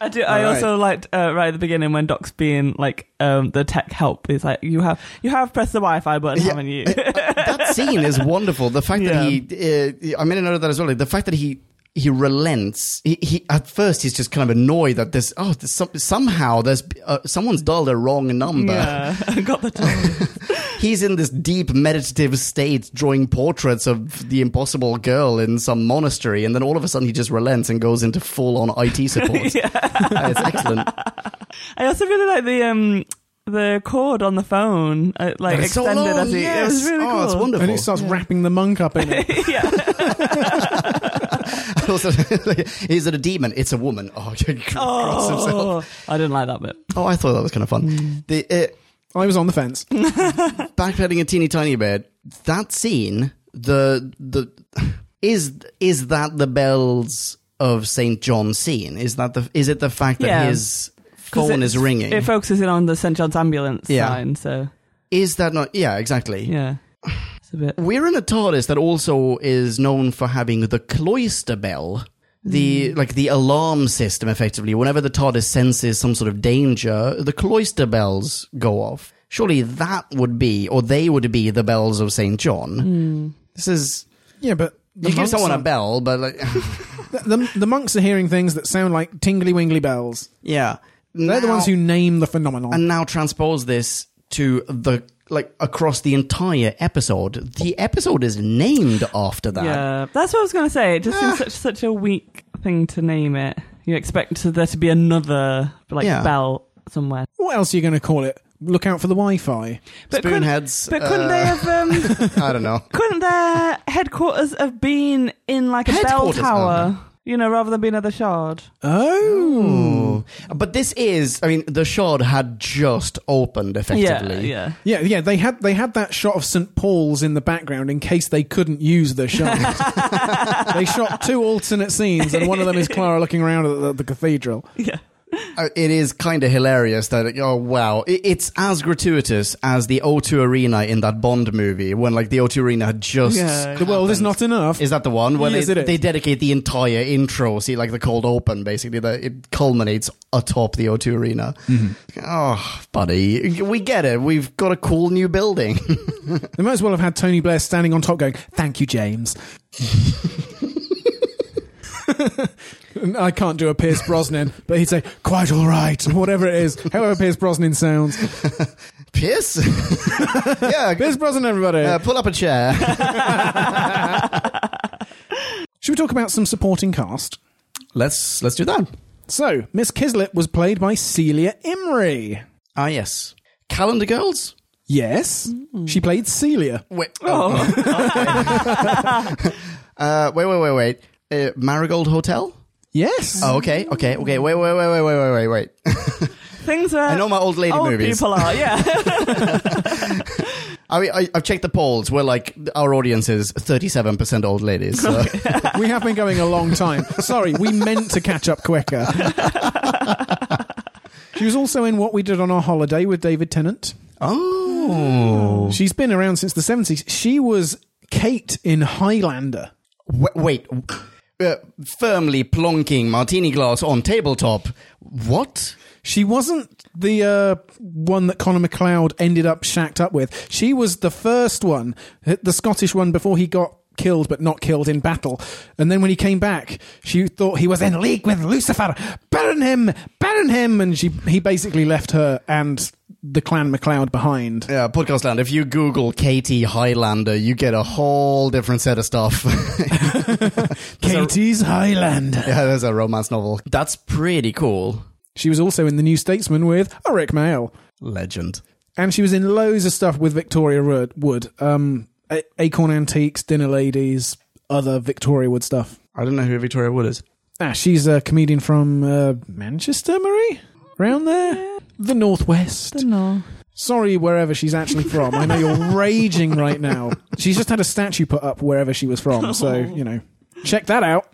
Speaker 2: I do. I
Speaker 3: All
Speaker 2: also liked uh, right at the beginning when Doc's being like um, the tech help. He's like, "You have you have pressed the Wi-Fi button,
Speaker 3: Yeah.
Speaker 2: haven't you?"
Speaker 3: That scene is wonderful. The fact that he, uh, I made a note of that as well. Like, the fact that he, he relents. He, he at first he's just kind of annoyed that there's oh there's some, somehow there's uh, someone's dialed a wrong number.
Speaker 2: yeah, I got the time.
Speaker 3: He's in this deep meditative state, drawing portraits of the impossible girl in some monastery, and then all of a sudden he just relents and goes into full on IT support. Uh, it's excellent.
Speaker 2: I also really like the um, the cord on the phone, uh, like
Speaker 3: It's so
Speaker 2: extended
Speaker 3: long,
Speaker 2: as he. It
Speaker 3: yes.
Speaker 2: was really
Speaker 3: oh,
Speaker 2: cool.
Speaker 3: it's wonderful.
Speaker 1: and it starts wrapping the monk up in it.
Speaker 2: yeah.
Speaker 3: Also, is it a demon? It's a woman. Oh, he crossed himself.
Speaker 2: Oh, I didn't like that bit.
Speaker 3: Oh, I thought that was kind of fun. The
Speaker 1: I was on the fence.
Speaker 3: uh, backpedaling a teeny tiny bit. That scene, the the is is that the bells of Saint John scene? Is that the is it the fact that
Speaker 2: Yeah.
Speaker 3: his
Speaker 2: 'Cause
Speaker 3: phone
Speaker 2: it-
Speaker 3: is ringing?
Speaker 2: It focuses in on the St John's ambulance
Speaker 3: Yeah.
Speaker 2: sign, so
Speaker 3: is that not? Yeah, exactly.
Speaker 2: yeah, it's a bit.
Speaker 3: We're in a TARDIS that also is known for having the cloister bell,
Speaker 2: Mm.
Speaker 3: the like the alarm system. Effectively, whenever the TARDIS senses some sort of danger, the cloister bells go off. Surely that would be, or they would be, the bells of Saint John.
Speaker 2: Hmm.
Speaker 3: This is
Speaker 1: Yeah, but. The
Speaker 3: you give
Speaker 1: monks
Speaker 3: someone a
Speaker 1: are-
Speaker 3: bell, but like,
Speaker 1: The, the, the monks are hearing things that sound like tingly wingly bells.
Speaker 3: yeah,
Speaker 1: They're the ones who name the phenomenon.
Speaker 3: and now transpose this to the like across the entire episode. The episode is named after that. Ah.
Speaker 2: Yeah, that's what I was going to say. It just seems such such a weak thing to name it. You expect to- there to be another like
Speaker 3: Yeah.
Speaker 2: bell somewhere.
Speaker 1: what else are you going to call it? Look out for the Wi-Fi.
Speaker 2: But couldn't-
Speaker 3: Spoonheads.
Speaker 2: But couldn't
Speaker 3: uh,
Speaker 2: they have? Um,
Speaker 3: I don't know.
Speaker 2: couldn't their headquarters have been in like a bell
Speaker 3: Headquarters, oh,
Speaker 2: tower? You know, rather than being at the Shard.
Speaker 1: Oh,
Speaker 3: But this is, I mean, the shard had just opened
Speaker 2: Yeah,
Speaker 3: effectively.
Speaker 2: yeah.
Speaker 1: yeah, yeah. They had they had that shot of St Paul's in the background in case they couldn't use the shot. they shot two alternate scenes, and one of them is Clara looking around at the, the cathedral.
Speaker 2: Yeah.
Speaker 3: Uh, It is kind of hilarious that oh wow, I- it's as gratuitous as the O2 Arena in that Bond movie when like the O2 Arena had just.
Speaker 2: Yeah.
Speaker 1: The world is
Speaker 3: happened.
Speaker 1: not enough.
Speaker 3: Is that the one where
Speaker 1: Yes,
Speaker 3: they,
Speaker 1: it is.
Speaker 3: they dedicate the entire intro? See, like the cold open, basically, that it culminates atop the O2 Arena. Oh, buddy, we get it. We've got a cool new building.
Speaker 1: They might as well have had Tony Blair standing on top going, Thank you, James. I can't do a Pierce Brosnan, but he'd say, Quite all right, or whatever it is, however Pierce Brosnan sounds.
Speaker 3: Pierce, yeah,
Speaker 1: Pierce Brosnan, everybody.
Speaker 3: uh, pull up a chair.
Speaker 1: Should we talk about some supporting cast?
Speaker 3: let's let's do that.
Speaker 1: So, Miss Kislet was played by Celia Imrie.
Speaker 3: Ah, yes, Calendar Girls.
Speaker 1: Yes, she played Celia.
Speaker 3: Wait. Oh. okay. uh, wait, wait, wait, wait. Uh, Marigold Hotel?
Speaker 1: Yes.
Speaker 3: Oh, okay, okay, okay. Wait, wait, wait, wait, wait, wait, wait, wait.
Speaker 2: Things where
Speaker 3: I know my old lady
Speaker 2: old
Speaker 3: movies.
Speaker 2: people are. Yeah,
Speaker 3: I, mean, I, I've checked the polls. We're like, our audience is 37% old ladies. So.
Speaker 1: We have been going a long time. Sorry, we meant to catch up quicker. she was also in What We Did on Our Holiday with David Tennant.
Speaker 3: oh.
Speaker 1: She's been around since the 70s. She was Kate in Highlander.
Speaker 3: Wait. wait. Uh, firmly plonking martini glass on tabletop. What?
Speaker 1: She wasn't the uh, one that Connor McLeod ended up shacked up with. She was the first one, the Scottish one before he got killed but not killed in battle. And then when he came back, she thought he was in league with Lucifer. Burn him! Burn him! And she he basically left her and the clan McLeod behind.
Speaker 3: Yeah, Podcast Land, if you Google Katie Highlander, you get a whole different set of stuff.
Speaker 1: Katie's Highlander.
Speaker 3: yeah, there's a romance novel. That's pretty cool.
Speaker 1: She was also in The New Statesman with Ulrich Mail.
Speaker 3: Legend.
Speaker 1: and she was in loads of stuff with Victoria Ru- Wood, um, A- Acorn Antiques, Dinner Ladies, other Victoria Wood stuff.
Speaker 3: I don't know who Victoria Wood is.
Speaker 1: Ah, she's a comedian from uh, Manchester, Marie, around there, the northwest.
Speaker 2: no.
Speaker 1: Sorry, wherever she's actually from. I know you're raging right now. She's just had a statue put up wherever she was from, so you know, check that out.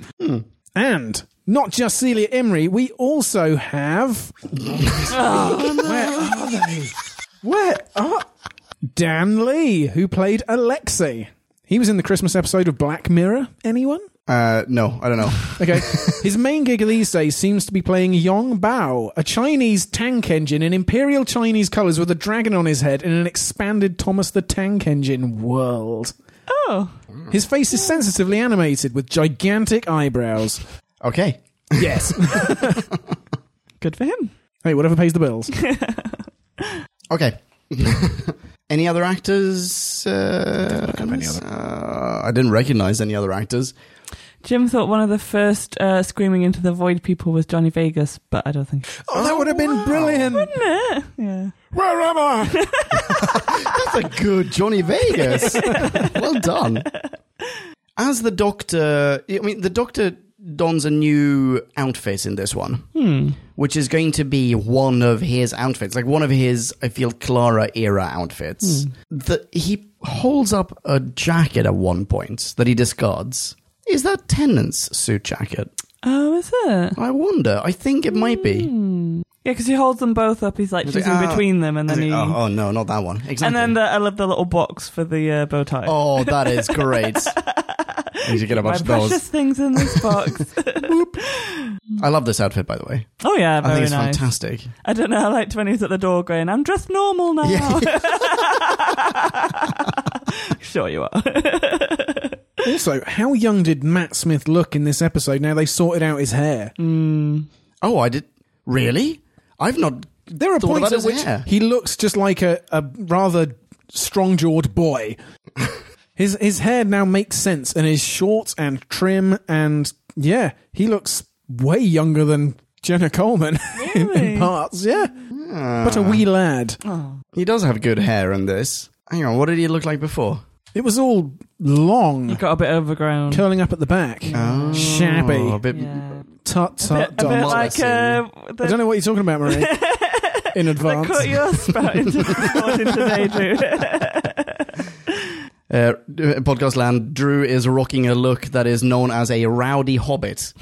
Speaker 1: And. Not just Celia Imrie, we also have. Where are they? Where are Dan Lee, who played Alexei? He was in the Christmas episode of Black Mirror. Anyone?
Speaker 3: Uh, no, I don't know.
Speaker 1: Okay. His main gig these days seems to be playing Yong Bao, a Chinese tank engine in Imperial Chinese colours with a dragon on his head in an expanded Thomas the Tank Engine world.
Speaker 2: Oh,
Speaker 1: His face is sensitively animated with gigantic eyebrows.
Speaker 3: okay.
Speaker 1: Yes.
Speaker 2: good for him.
Speaker 1: hey, whatever pays the bills.
Speaker 3: Okay. any other actors? Uh,
Speaker 4: any other.
Speaker 3: uh, I didn't recognize any other actors.
Speaker 2: Jim thought one of the first uh, screaming into the void people was Johnny Vegas, but I don't think.
Speaker 1: Oh, that would have been brilliant.
Speaker 2: Yeah.
Speaker 1: Where am I?
Speaker 3: That's a good Johnny Vegas. well done. As the Doctor, I mean, the Doctor dons a new outfit in this one, which is going to be one of his outfits, like one of his, I feel, Clara era outfits.
Speaker 4: Hmm.
Speaker 3: The, he holds up a jacket at one point that he discards. Is that Tennant's suit jacket?
Speaker 2: Oh, is it?
Speaker 3: I wonder. I think it might
Speaker 2: Hmm.
Speaker 3: be.
Speaker 2: Yeah, because he holds them both up. He's like
Speaker 3: He's
Speaker 2: choosing
Speaker 3: like, "Ah."
Speaker 2: between them, and
Speaker 3: I
Speaker 2: then
Speaker 3: think-
Speaker 2: he.
Speaker 3: oh, oh, no, not that one. Exactly.
Speaker 2: And then the, I love the little box for the uh, bow tie.
Speaker 3: oh, that is great. I need to get a
Speaker 2: My
Speaker 3: bunch of
Speaker 2: precious
Speaker 3: those.
Speaker 2: things in this box.
Speaker 3: I love this outfit, by the way.
Speaker 2: oh yeah,
Speaker 3: I think
Speaker 2: very
Speaker 3: it's
Speaker 2: nice.
Speaker 3: fantastic.
Speaker 2: I don't know. I liked when he was at the door going, "I'm dressed normal now." sure you are.
Speaker 1: also, how young did Matt Smith look in this episode now they sorted out his hair?
Speaker 3: Oh, I did. Really? I've not.
Speaker 1: There are
Speaker 3: Thought
Speaker 1: points
Speaker 3: about
Speaker 1: at
Speaker 3: his
Speaker 1: which
Speaker 3: hair.
Speaker 1: he looks just like a, a rather strong jawed boy. his his hair now makes sense and is short and trim and yeah, he looks way younger than Jenna Coleman in- in,
Speaker 2: Really?
Speaker 1: parts. Yeah,
Speaker 3: Ah.
Speaker 1: but a wee lad.
Speaker 3: He does have good hair in this. Hang on, what did he look like before?
Speaker 1: It was all long,
Speaker 2: Got a bit overgrown.
Speaker 1: curling up at the back,
Speaker 3: Oh, a
Speaker 1: shabby,
Speaker 3: bit.
Speaker 2: Yeah.
Speaker 1: tut
Speaker 2: A
Speaker 1: tut.
Speaker 2: bit
Speaker 1: dot.
Speaker 2: like uh, the,
Speaker 1: I don't know what you're talking about, Marie. In
Speaker 2: the
Speaker 1: advance,
Speaker 2: cut your spout into the sword into Daedru.
Speaker 3: Uh, podcast land. Drew is rocking a look that is known as a rowdy hobbit.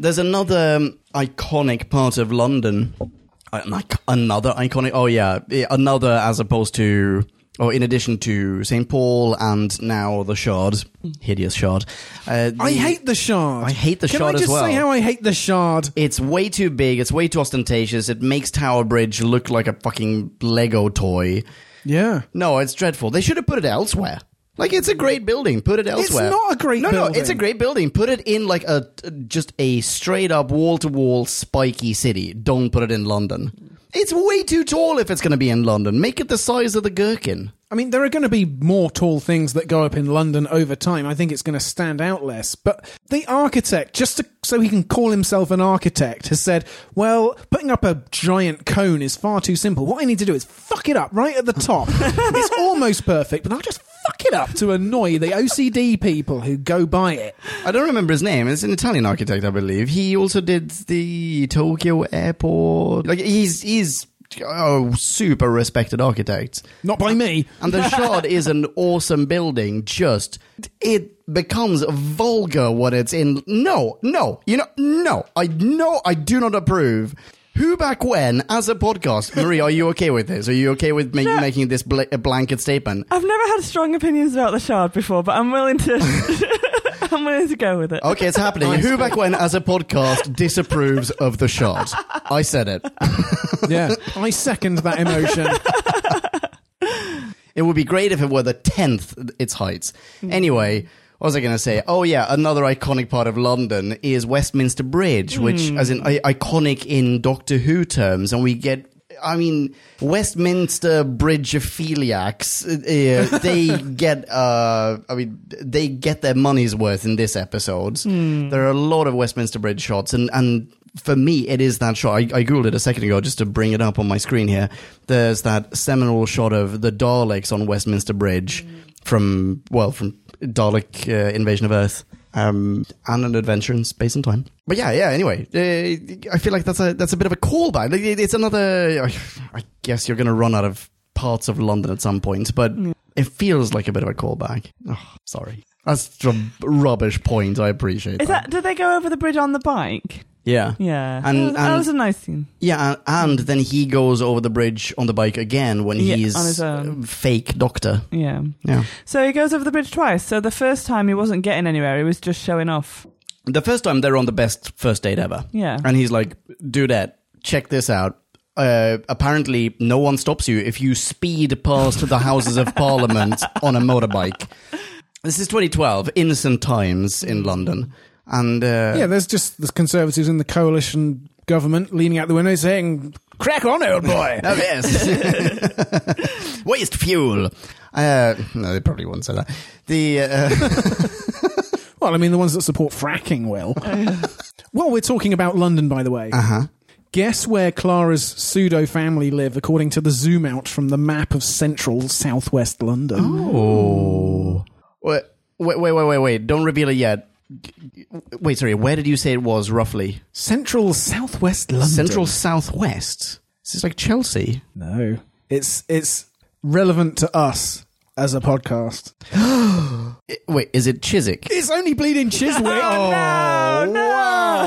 Speaker 3: There's another um, iconic part of London. Uh, An ic- another iconic. Oh yeah, Yeah, another as opposed to. Or in addition to St Paul and now the Shard, hideous Shard. Uh,
Speaker 1: I
Speaker 3: the-
Speaker 1: hate the shard.
Speaker 3: I hate the
Speaker 1: Can I
Speaker 3: Shard as
Speaker 1: just say
Speaker 3: well.
Speaker 1: how I hate the shard?
Speaker 3: It's way too big. It's way too ostentatious. It makes Tower Bridge look like a fucking Lego toy.
Speaker 1: Yeah.
Speaker 3: No, it's dreadful. They should have put it elsewhere. Like it's a great building. Put it elsewhere.
Speaker 1: not a great
Speaker 3: no, No,
Speaker 1: building.
Speaker 3: it's a great building. Put it in like a just a straight up wall to wall spiky city. Don't put it in London. It's way too tall if it's going to be in London. Make it the size of the gherkin.
Speaker 1: I mean, there are going to be more tall things that go up in London over time. I think it's going to stand out less. But the architect, just to, so he can call himself an architect, has said, well, putting up a giant cone is far too simple. What I need to do is fuck it up right at the top. it's almost perfect, but I'll just fuck it up to annoy the OCD people who go by it.
Speaker 3: I don't remember his name. It's an Italian architect, I believe. He also did the Tokyo airport. Like he's he's oh, super respected architect.
Speaker 1: Not by me.
Speaker 3: And the Shard is an awesome building. Just it becomes vulgar when it's in. No, no, you know, no. I no, I do not approve. Who back when as a podcast? Marie, are you okay with this? Are you okay with me
Speaker 2: Yeah.
Speaker 3: making this bl- a blanket statement?
Speaker 2: I've never had strong opinions about the shard before, but I'm willing to. I'm willing to go with it.
Speaker 3: Okay, it's happening. Who back when as a podcast disapproves of the Shard? I said it.
Speaker 1: Yeah. I second that emotion.
Speaker 3: It would be great if it were the tenth its height. Anyway, what was I going to say? Oh yeah, another iconic part of London is Westminster Bridge, which as in I- iconic in Doctor Who terms, and we get. I mean, Westminster Bridge aphiliacs, uh, they get, uh, I mean, they get their money's worth in this episode. There are a lot of Westminster Bridge shots, and, and for me, it is that shot. I, I googled it a second ago just to bring it up on my screen here. There's that seminal shot of the Daleks on Westminster Bridge from well, from Dalek uh, Invasion of Earth. Um, and an adventure in space and time. But yeah, yeah. Anyway, uh, I feel like that's a that's a bit of a callback. Like, it- it's another. I guess you're going to run out of parts of London at some point, but
Speaker 2: Mm.
Speaker 3: it feels like a bit of a callback. Oh, sorry, that's a rubbish point. I appreciate
Speaker 2: Is that? Did they go over the bridge on the bike?
Speaker 3: Yeah,
Speaker 2: Yeah,
Speaker 3: And-
Speaker 2: that, was, that
Speaker 3: and-
Speaker 2: was a nice scene.
Speaker 3: Yeah, and, and then he goes over the bridge on the bike again when
Speaker 2: Yeah,
Speaker 3: he's
Speaker 2: on his own.
Speaker 3: uh, fake doctor.
Speaker 2: Yeah.
Speaker 3: Yeah.
Speaker 2: So he goes over the bridge twice. So the first time he wasn't getting anywhere; he was just showing off.
Speaker 3: The first time they're on the best first date ever.
Speaker 2: Yeah.
Speaker 3: And he's like, "Dudette, check this out. Uh, apparently, no one stops you if you speed past the Houses of Parliament on a motorbike." This is 2012, innocent times in London, and uh,
Speaker 1: Yeah, there's just the Conservatives in the coalition government leaning out the window saying, crack on, old boy.
Speaker 3: Oh, yes. Waste fuel. Uh, no, they probably wouldn't say that. The uh,
Speaker 1: Well, I mean, the ones that support fracking will. well, we're talking about London, by the way. Uh
Speaker 3: Uh-huh.
Speaker 1: huh. Guess where Clara's pseudo family live, according to the zoom out from the map of central southwest London.
Speaker 3: Oh. Wait, wait, wait, wait, wait. Don't reveal it yet. G- g- Wait, sorry. Where did you say it was roughly?
Speaker 1: Central southwest London.
Speaker 3: Central southwest. This is like Chelsea.
Speaker 1: No, it's it's relevant to us as a podcast.
Speaker 3: I- Wait, is it Chiswick?
Speaker 1: It's only bleeding Chiswick.
Speaker 3: Oh, wow.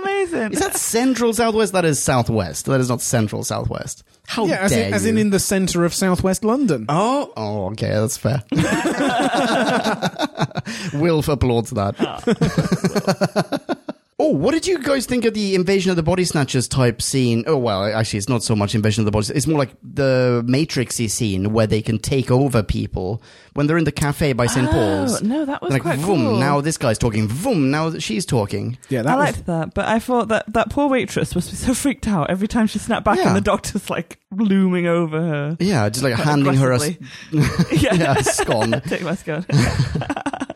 Speaker 2: Amazing.
Speaker 3: is that central southwest? That is southwest. That is not central southwest. How
Speaker 1: Yeah, as
Speaker 3: dare
Speaker 1: in, as
Speaker 3: you?
Speaker 1: in in the centre of southwest London.
Speaker 3: Oh, oh, okay, that's fair. Wilf applauds that.
Speaker 2: Ah,
Speaker 3: Oh, what did you guys think of the Invasion of the Body Snatchers type scene? Oh, well, actually, it's not so much Invasion of the Body Snatchers. It's more like the Matrixy scene where they can take over people when they're in the cafe by St. Paul's.
Speaker 2: Oh, no, that was
Speaker 3: They're like,
Speaker 2: quite
Speaker 3: vroom,
Speaker 2: cool.
Speaker 3: now this guy's talking. Vroom, now she's talking.
Speaker 1: Yeah, that
Speaker 2: I
Speaker 1: was
Speaker 2: liked that, but I thought that that poor waitress must be so freaked out every time she snapped back
Speaker 3: Yeah.
Speaker 2: and the doctor's like looming over her.
Speaker 3: Yeah, just like handing her a,
Speaker 2: Aggressively. yeah.
Speaker 3: yeah, a scone.
Speaker 2: Take my skirt.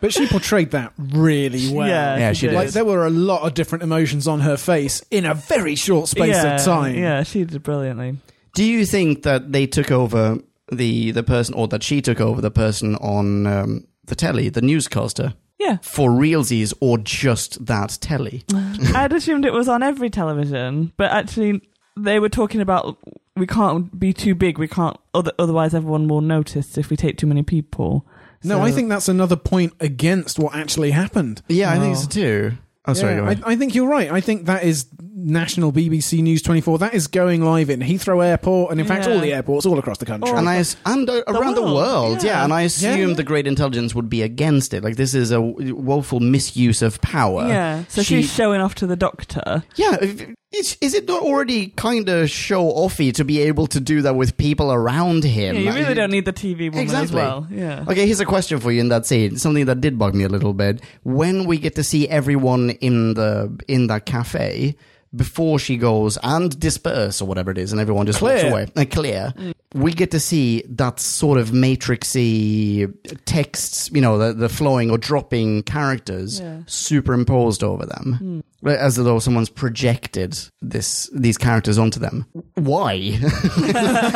Speaker 1: But she portrayed that really well.
Speaker 2: Yeah,
Speaker 3: Yeah, she did.
Speaker 1: Like
Speaker 2: did.
Speaker 1: there were a lot of different emotions on her face in a very short space
Speaker 2: yeah,
Speaker 1: of time.
Speaker 2: Yeah, she did brilliantly.
Speaker 3: Do you think that they took over the the person, or that she took over the person on um, the telly, the newscaster,
Speaker 2: Yeah.
Speaker 3: for realsies, or just that telly?
Speaker 2: I'd assumed it was on every television, but actually they were talking about we can't be too big, we can't other, otherwise everyone will notice if we take too many people.
Speaker 1: No,
Speaker 2: So-
Speaker 1: I think that's another point against what actually happened.
Speaker 3: Yeah, I think
Speaker 2: Oh.
Speaker 3: so too. Oh, sorry.
Speaker 1: Yeah,
Speaker 3: go ahead.
Speaker 1: I, I think you're right. I think that is national BBC News 24. That is going live in Heathrow Airport and, in fact,
Speaker 2: Yeah.
Speaker 1: all the airports all across the country.
Speaker 3: and I as- and uh, around the
Speaker 2: world,
Speaker 3: world,
Speaker 2: yeah.
Speaker 3: yeah. And I assumed
Speaker 1: yeah.
Speaker 3: the great intelligence would be against it. Like this is a w- woeful misuse of power.
Speaker 2: yeah. So
Speaker 3: She-
Speaker 2: she's showing off to the doctor.
Speaker 3: Yeah, if- is, is it not already kind of show offy to be able to do that with people around him?
Speaker 2: Yeah, you really
Speaker 3: Like,
Speaker 2: don't need the TV woman as
Speaker 3: Exactly.
Speaker 2: well. Yeah.
Speaker 3: Okay, here's a question for you in that scene. Something that did bug me a little bit. When we get to see everyone in the in that cafe before she goes and disperse or whatever it is, and everyone just walks
Speaker 1: Clear.
Speaker 3: away. Uh, clear. We get to see that sort of matrixy texts, you know, the, the flowing or dropping characters
Speaker 2: Yeah. Hmm.
Speaker 3: superimposed over them, Like, as though someone's projected this these characters onto them. Why?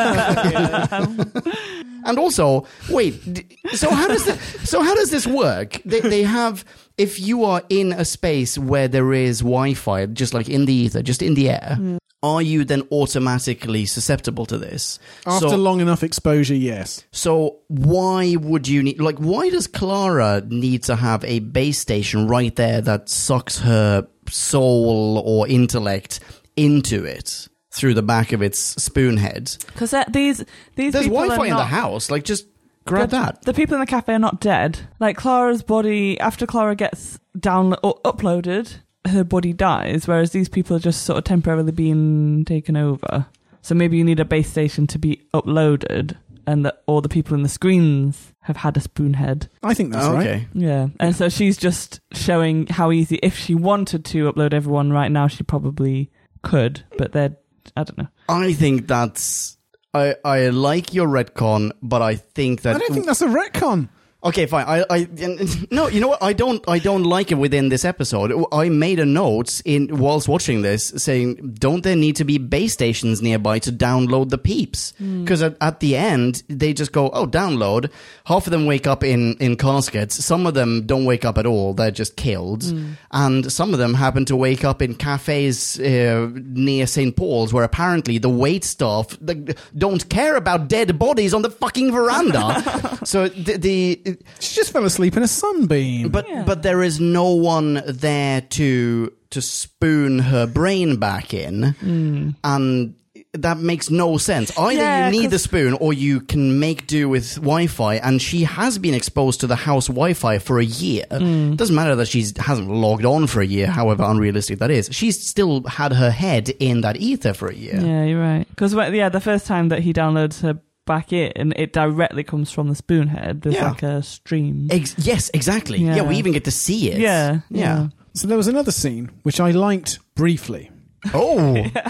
Speaker 3: And also, wait. d- So how does the, so how does this work? They, they have if you are in a space where there is Wi-Fi, just like in the ether, just in the air,
Speaker 1: Mm.
Speaker 3: are you then automatically susceptible to this?
Speaker 1: After
Speaker 3: so,
Speaker 1: long enough exposure, yes.
Speaker 3: so why would you need? Like, why does Clara need to have a base station right there that sucks her soul or intellect into it? Through the back of its spoon head.
Speaker 2: Because these these
Speaker 3: There's
Speaker 2: people
Speaker 3: Wi Fi
Speaker 2: are
Speaker 3: in
Speaker 2: not-
Speaker 3: the house. Like, just grab
Speaker 2: the,
Speaker 3: that.
Speaker 2: The people in the cafe are not dead. Like Clara's body, after Clara gets down or uploaded, her body dies. Whereas these people are just sort of temporarily being taken over. So maybe you need a base station to be uploaded, and that all the people in the screens have had a spoon head.
Speaker 1: I think that's right.
Speaker 3: okay.
Speaker 2: Yeah, and so she's just showing how easy. If she wanted to upload everyone right now, she probably could. But they're, I don't know.
Speaker 3: I think that's. I, I like your retcon, but I think that
Speaker 1: I don't think that's a retcon.
Speaker 3: okay, fine. I, I and- no, you know what? I don't I don't like it within this episode. I made a note in whilst watching this saying, don't there need to be base stations nearby to download the peeps? Because at, at the end they just go, oh, download. Half of them wake up in in caskets. Some of them don't wake up at all. They're just killed, and some of them happen to wake up in cafes uh, near St Paul's, where apparently the wait staff like, don't care about dead bodies on the fucking veranda. so the, the
Speaker 1: She just fell asleep in a sunbeam.
Speaker 3: but
Speaker 2: Yeah.
Speaker 3: but there is no one there to to spoon her brain back in, and that makes no sense. Either
Speaker 2: Yeah,
Speaker 3: you need the
Speaker 2: 'cause-
Speaker 3: spoon, or you can make do with Wi-Fi. And she has been exposed to the house Wi-Fi for a year.
Speaker 2: Mm.
Speaker 3: Doesn't matter that she hasn't logged on for a year, however unrealistic that is. She's still had her head in that ether for a year.
Speaker 2: Yeah, you're right. Because yeah, the first time that he downloads her back in, it directly comes from the spoonhead. There's
Speaker 3: Yeah.
Speaker 2: like a stream.
Speaker 3: Ex- yes, exactly. Yeah.
Speaker 2: Yeah.
Speaker 3: we even get to see it.
Speaker 2: yeah,
Speaker 3: yeah.
Speaker 1: so there was another scene which I liked briefly.
Speaker 3: Oh,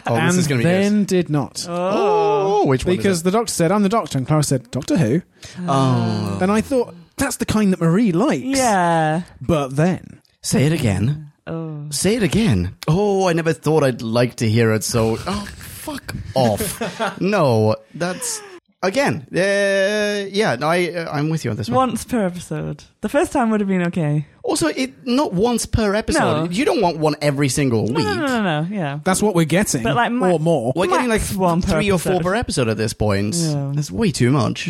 Speaker 3: oh,
Speaker 1: and
Speaker 3: this is going to be good.
Speaker 1: then did not.
Speaker 3: Oh, which one? is
Speaker 1: because
Speaker 3: it?
Speaker 1: the doctor said, I'm the doctor. And Clara said, Doctor Who?
Speaker 3: oh.
Speaker 1: And I thought, that's the kind that Marie likes.
Speaker 2: Yeah.
Speaker 1: But then.
Speaker 3: Say it again.
Speaker 2: Oh.
Speaker 3: Say it again. Oh, I never thought I'd like to hear it. So, oh, fuck off. No, that's again. Uh, yeah, no, I uh, I'm with you on this one.
Speaker 2: Once per episode. The first time would have been okay.
Speaker 3: Also, it not once per episode.
Speaker 2: No.
Speaker 3: You don't want one every single
Speaker 2: No,
Speaker 3: week.
Speaker 2: no, no, no, no. Yeah.
Speaker 1: That's what we're getting,
Speaker 2: But like my-
Speaker 1: or more.
Speaker 3: We're getting like
Speaker 2: Max one per
Speaker 3: three or four
Speaker 2: episode.
Speaker 3: per episode at this point.
Speaker 2: Yeah. Mm.
Speaker 3: That's way too much.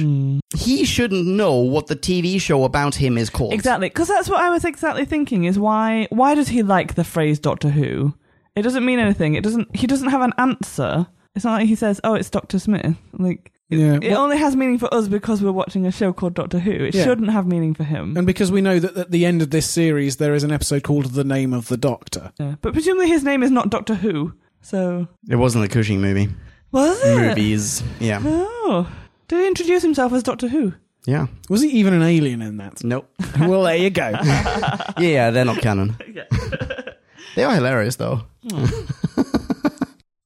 Speaker 3: He shouldn't know what the TV show about him is called.
Speaker 2: Exactly, because that's what I was exactly thinking. Is why why does he like the phrase Doctor Who? It doesn't mean anything. It doesn't. He doesn't have an answer. It's not like he says, "Oh, it's Doctor Smith." Like
Speaker 1: yeah.
Speaker 2: it only has meaning for us because we're watching a show called Doctor Who. It
Speaker 1: Yeah.
Speaker 2: shouldn't have meaning for him.
Speaker 1: And because we know that at the end of this series, there is an episode called The Name of the Doctor.
Speaker 2: Yeah. But presumably his name is not Doctor Who. So
Speaker 3: It wasn't the Cushing movie.
Speaker 2: was it?
Speaker 3: Movies. Yeah.
Speaker 2: Oh, did he introduce himself as Doctor Who?
Speaker 3: Yeah.
Speaker 1: Was he even an alien in that?
Speaker 3: Nope.
Speaker 1: well, there you go.
Speaker 3: Yeah, yeah, they're not canon. They are hilarious, though.
Speaker 1: Hmm.